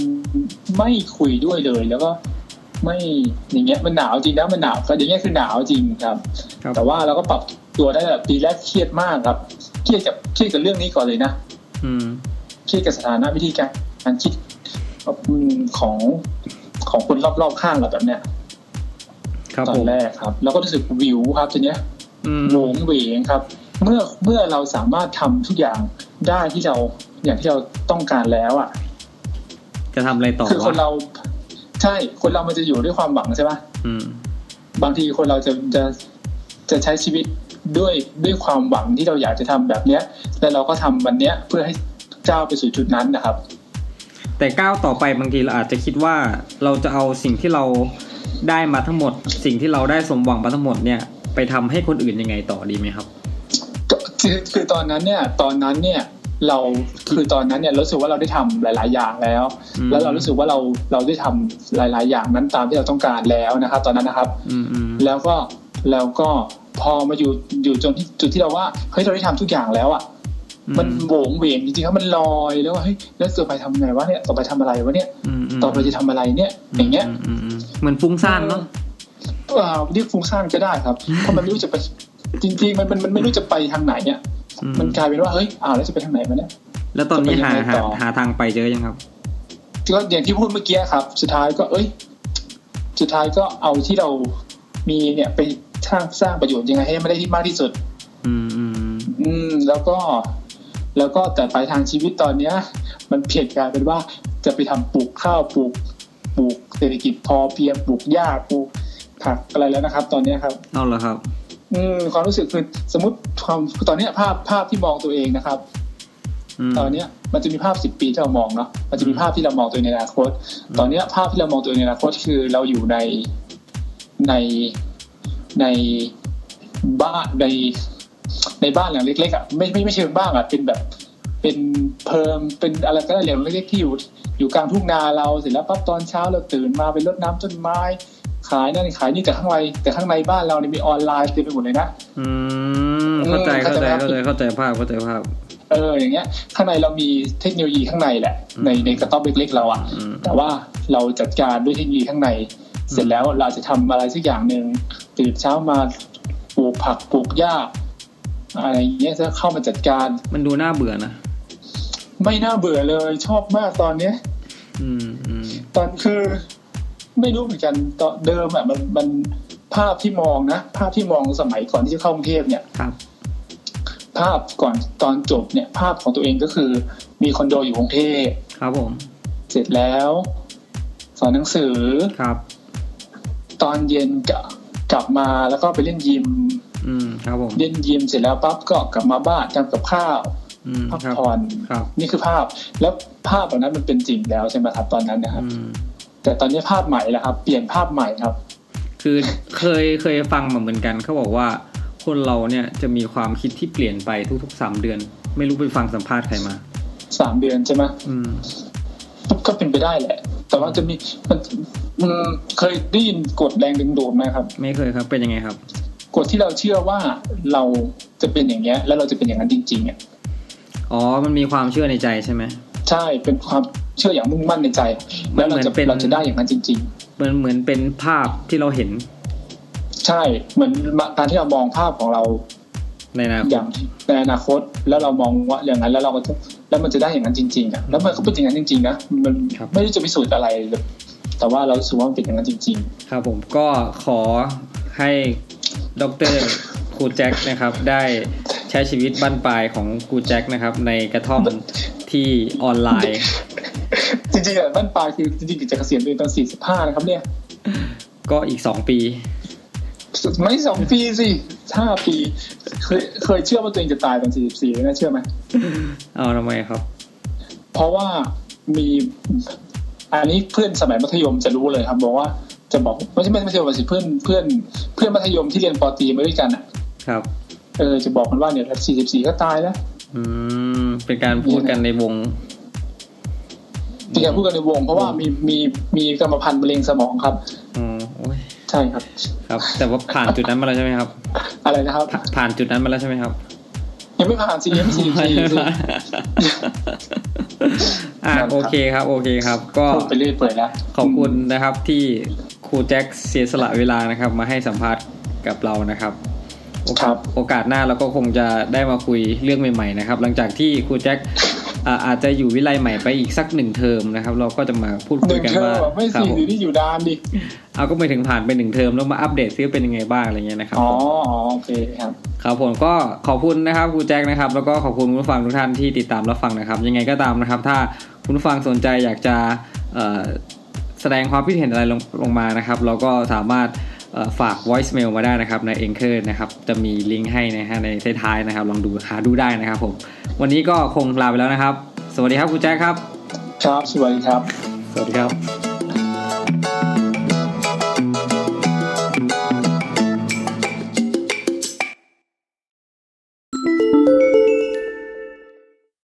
Speaker 2: ไม่คุยด้วยเลย แล้วก็ไม่อย่างเงี้ยมันหนาวจริงนะมันหนาวก็อย่างเงี้ยคือหนาวจริงครับ
Speaker 1: ครับ
Speaker 2: แต่ว่าเราก็ปรับตัวได้แบบปีแรกเครียดมากครับเครียดกับเครียดกับเรื่องนี้ก่อนเลยนะ
Speaker 1: อืม
Speaker 2: เครียดกับสถานะวิธีการการคิดอืมของของคนรอบๆข้างเราแบบเนี้ย
Speaker 1: ครับ
Speaker 2: ตอ
Speaker 1: ผ
Speaker 2: น
Speaker 1: ม
Speaker 2: แรกครับแล้วก็รู้สึกวิวครับทีเนี้ย
Speaker 1: อืม
Speaker 2: โหงเหวงครับ เมื่อเมื่อเราสามารถทำทุกอย่างได้ที่เราอย่างที่เราต้องการแล้วอ่ะ
Speaker 1: จะทำอะไรต่อ
Speaker 2: คือคน
Speaker 1: วะ
Speaker 2: เราใช่คนเรามันจะอยู่ด้วยความหวังใช่ปะ
Speaker 1: อืม
Speaker 2: บางทีคนเราจะจะจะใช้ชีวิตด้วยด้วยความหวังที่เราอยากจะทำแบบเนี้ย แล้วเราก็ทำวันเนี้ยเพื่อให้ก้าวไปสู่จุดนั้นนะครับ
Speaker 1: แต่ก้าวต่อไปบางทีเราอาจจะคิดว่าเราจะเอาสิ่งที่เราได้มาทั้งหมด สิ่งที่เราได้สมหวังมาทั้งหมดเนี่ย ไปทำให้คนอื่นยังไงต่อดีไหมครับ
Speaker 2: คือคือตอนนั้นเนี่ยตอนนั้นเนี่ยเราคือตอนนั้นเนี่ยรู้สึกว่าเราได้ทำหลาย ๆ อย่างแล้ว
Speaker 1: อืม
Speaker 2: แล้วเรารู้สึกว่าเราเราได้ทำหลาย ๆ อย่างนั้นตามที่เราต้องการแล้วนะครับ ตอนนั้นนะครับ
Speaker 1: อืมอืม
Speaker 2: แล้วก็แล้วก็พอมาอยู่อยู่จนที่จุดที่เราว่าเฮ้ยเราได้ทำทุกอย่างแล้วอ่ะมันโหวงเหวงจริงๆครับมันลอยแล้วว่าเฮ้ยแล้วต่อไปทำไงวะเนี่ยต่อไปทำอะไรวะเนี่ย
Speaker 1: มม
Speaker 2: ต่อไปจะทำอะไรเนี่ยอย่างเงี้ย
Speaker 1: มมอืมเหมือนฟุ้งซ่านเนาะ
Speaker 2: เอ่อเรียกฟุ้งซ่านก็ได้ครับเพราะมันไม่รู้จะไปจริงๆมันมันมันไม่รู้จะไปทางไหนเนี่ย
Speaker 1: อืม
Speaker 2: มันกลายเป็นว่าเฮ้ยอ้าวแล้วจะไปทางไหนวะเนี่ย
Speaker 1: แล้วตอนนี้หา
Speaker 2: จะไปยังไง
Speaker 1: หา
Speaker 2: ต่อ
Speaker 1: หาทางไปเจอยังครับ
Speaker 2: ก็อย่างที่พูดเมื่อกี้ครับ สุดท้ายก็เอ้ย สุดท้ายก็เอาที่เรามีเนี่ยไปสร้างสร้างประโยชน์ยังไงให้มันได้ที่มากที่สุด
Speaker 1: อืมอืมอืม
Speaker 2: อืม แล้วก็ แล้วก็แต่ปลายทางชีวิตตอนเนี้ย มันเปลี่ยนกลายเป็นว่าจะไปทำปลูกข้าวปลูกปลูกเศรษฐกิจพอเพียงปลูกหญ้าปลูกผักอะไรแล้วนะครับ ตอนเนี้ยครับ
Speaker 1: เอาเหรอครับ
Speaker 2: อืมความรู้สึกคือสมมติความตอนเนี้ยภาพภาพที่มองตัวเองนะครับ
Speaker 1: อืม
Speaker 2: ตอนเนี้ยมันจะมีภาพสิบปีที่เรามองเนาะมันจะมีภาพที่เรามองตัวเองในอนาคต ตอนเนี้ยภาพที่เรามองตัวเองในอนาคตคือเราอยู่ในในในบ้านในในบ้านหลังเล็กๆอ่ะไม่ไม่ไม่เชิงบ้านอ่ะเป็นแบบเป็นเพิงเป็นอะไรก็ได้หลังเล็กๆที่อยู่อยู่กลางทุ่งนาเราเสร็จแล้วปั๊บตอนเช้าเราตื่นมาไปรดน้ำต้นไม้ ขายนั่นขายนี่แต่ข้างในแต่ข้างในบ้านเราเนี่ยมีออนไลน์เต็มไปหมดเลยนะ
Speaker 1: อืมเข้าใจเข้าใจ
Speaker 2: เข้า
Speaker 1: เข้า
Speaker 2: ใจ
Speaker 1: ใจ
Speaker 2: ครับ
Speaker 1: เข้าใจภาพเข้าใจภาพ
Speaker 2: เอออย่างเงี้ยข้างในเรามีเทคโนโลยีข้างในแหละ ในในกระต๊อบเล็กๆเราอะ
Speaker 1: อืม
Speaker 2: แต่ว่าเราจัดการด้วยเทคโนโลยีข้างใน เสร็จแล้วเราจะทำอะไรสักอย่างหนึ่งตื่นเช้ามาปลูกผักปลูกหญ้าอะไรอย่างเงี้ยจะเข้ามาจัดการ
Speaker 1: มันดูน่าเบื่อนะ
Speaker 2: ไม่น่าเบื่อเลยชอบมากตอนเนี้ย
Speaker 1: อืมอืม
Speaker 2: ตอนคือ ไม่รู้เหมือนกันตอนเดิมอะมันมันภาพที่มองนะ ภาพที่มองสมัยก่อนที่จะเข้ากรุงเทพเนี่ย
Speaker 1: ครับ
Speaker 2: ภาพก่อนตอนจบเนี่ย ภาพของตัวเองก็คือ มีคอนโดอยู่กรุงเทพ
Speaker 1: ครับผม
Speaker 2: เสร็จแล้ว สอนหนังสือ
Speaker 1: ครับ
Speaker 2: ตอนเย็นกะกลับมาแล้วก็ไปเล่นยิม
Speaker 1: อืมครับผม
Speaker 2: เล่นยิมเสร็จแล้วปั๊บก็กลับมาบ้านทำกับข้าว
Speaker 1: อืม
Speaker 2: พัก
Speaker 1: ครับ
Speaker 2: ผ่อน
Speaker 1: ครับ
Speaker 2: นี่คือภาพ แล้วภาพเหล่านั้นมันเป็นจริงแล้วใช่ไหมครับตอนนั้นนะครับ
Speaker 1: อืม
Speaker 2: แต่ตอนนี้ภาพใหม่แล้วครับ เปลี่ยนภาพใหม่ครับ
Speaker 1: คือเคยเคยฟังมาเหมือนกันเขาบอกว่าคนเราเนี่ยจะมีความคิดที่เปลี่ยนไปทุกๆสามเดือน ไม่รู้ไปฟังสัมภาษณ์ใครมา
Speaker 2: สามเดือนใช่ไหม
Speaker 1: อืม
Speaker 2: ก็เป็นไปได้แหละ แต่ว่าจะมีมันอืมเคยได้ยินกฎแรงดึงดูดไหมครับ
Speaker 1: ไม่เคยครับเป็นยังไงครับ
Speaker 2: กฎที่เราเชื่อว่าเราจะเป็นอย่างเงี้ย แล้วเราจะเป็นอย่างนั้นจริงๆอ่ะ
Speaker 1: อ๋อ มันมีความเชื่อในใจใช่ไหม
Speaker 2: ใช่เป็นความเชื่ออย่างมุ่งมั่นในใจ แล้ว
Speaker 1: มั
Speaker 2: เรา
Speaker 1: นเหมื
Speaker 2: จะ
Speaker 1: อนเป็น
Speaker 2: เราจะได้อย่างนั้นจริง
Speaker 1: มันเหมือนเป็นภาพที่เราเห็น
Speaker 2: ๆ ใช่เหมือนการที่เรามองภาพของเรา
Speaker 1: ในอนาค
Speaker 2: อ
Speaker 1: ต
Speaker 2: ย่างในอนาคต แล้วเรามองว่าอย่างนั้นแล้วเราก็จะแล้วมันจะได้อย่างนั้นจริงๆอ่ะแล้วมันก็เป็นอย่างนั้นจริงๆนะมันไม่ได้จะพิสูจน์อะไรเลยแต่ว่าเราสูว่ามันเป็นอย่างนั้นจริง
Speaker 1: ครับผมก็ขอให้ดรครูแจ็คนะครับ ได้ใช้ชีวิตบั้นปลายของครูแจ็คนะครับ ในกระท่อมที่ออนไลน์
Speaker 2: ๆ จริงๆอ่ะบ้านปลายคือจริงๆจะเกษียณตัวเองตอนสี่สิบห้านะครับเนี่ย
Speaker 1: ก็อีกสองปี
Speaker 2: ไม่สองปีสิห้าปีเคยเคยเชื่อว่าตัวเองจะตายตอนสี่สิบสี่นะเชื่อไหม
Speaker 1: เอาทำไมครับ
Speaker 2: เพราะว่ามีอันนี้เพื่อนสมัยมัธยมจะรู้เลยครับ บอกว่าจะบอกไม่ใช่ไม่ใช่มัธยมสิเพื่อนเพื่อนเพื่อนมัธยมที่เรียนปอตรีมาด้วยกันอ่ะ
Speaker 1: ครับ
Speaker 2: เออจะบอกกันว่าเนี่ยสี่สิบสี่ก็ตายแล้ว
Speaker 1: อืมเป็นการพูดกันในวง
Speaker 2: เป็นการพูดกันในวง เพราะว่ามีมีมีกรรมพันธุ์มะเร็งสมองครับ
Speaker 1: อ๋อโอ้ย
Speaker 2: ใช่ครับ
Speaker 1: ครับ แต่ว่าผ่านจุดนั้นมาแล้วใช่ไหมครับ
Speaker 2: อะไรนะครับ
Speaker 1: ผ่าผ่านจุดนั้นมาแล้วใช่ไหมครับ
Speaker 2: ยังไม่ผ่าน CMC
Speaker 1: ไม่
Speaker 2: สิ
Speaker 1: อ่ะ
Speaker 2: ครับ
Speaker 1: โอเคครับ โอเคครับ ก็
Speaker 2: พูดไปเรื่อยเปื่อยแล้ว
Speaker 1: ขอบคุณนะครับที่ครูแจ็คเสียสละเวลานะครับ มาให้สัมภาษณ์กับเรานะครับ โอกาส
Speaker 2: ครับ
Speaker 1: โอกาสหน้าเราก็คงจะได้มาคุยเรื่องใหม่ๆนะครับ หลังจากที่ครูแจ็คอ่าอาจจะอยู่วิไลใหม่ไปอีกสักหนึ่งเทอมนะครับ เราก็จะมาพูด
Speaker 2: ห
Speaker 1: คุย
Speaker 2: นึ่ง
Speaker 1: กัน
Speaker 2: เทอ
Speaker 1: ว่าม
Speaker 2: อะไม่
Speaker 1: ครับ
Speaker 2: สี่
Speaker 1: ผม
Speaker 2: หรือที่อยู่ดานดิ
Speaker 1: เอาก็ไปถึงผ่านไปหนึ่งเทอมแล้วมาอัปเดตซิว่าเป็นยังไงบ้างอะไรเงี้ยนะครับ
Speaker 2: อ๋อ
Speaker 1: ผม
Speaker 2: อ๋อโอเคครับ
Speaker 1: ครับผมก็ขอบคุณนะครับครูแจ็คนะครับ แล้วก็ขอบคุณคุณผู้ฟังทุกท่านที่ติดตามรับฟังนะครับ ยังไงก็ตามนะครับ ถ้าคุณผู้ฟังสนใจอยากจะเอ่อแสดงความคิดเห็นอะไรลงลงมานะครับ เราก็สามารถเอ่อฝาก voice mail มาได้นะครับใน a n c h o r นะครับ จะมีลิงก์ให้นะฮะในท้ายๆนะครับ ลองดูหาดูได้นะครับผม วันนี้ก็คงลาไปแล้วนะครับ สวัสดีครับครูแจ็คครับ
Speaker 2: ครับ สวัสดีครับ
Speaker 1: สวัสดีครับ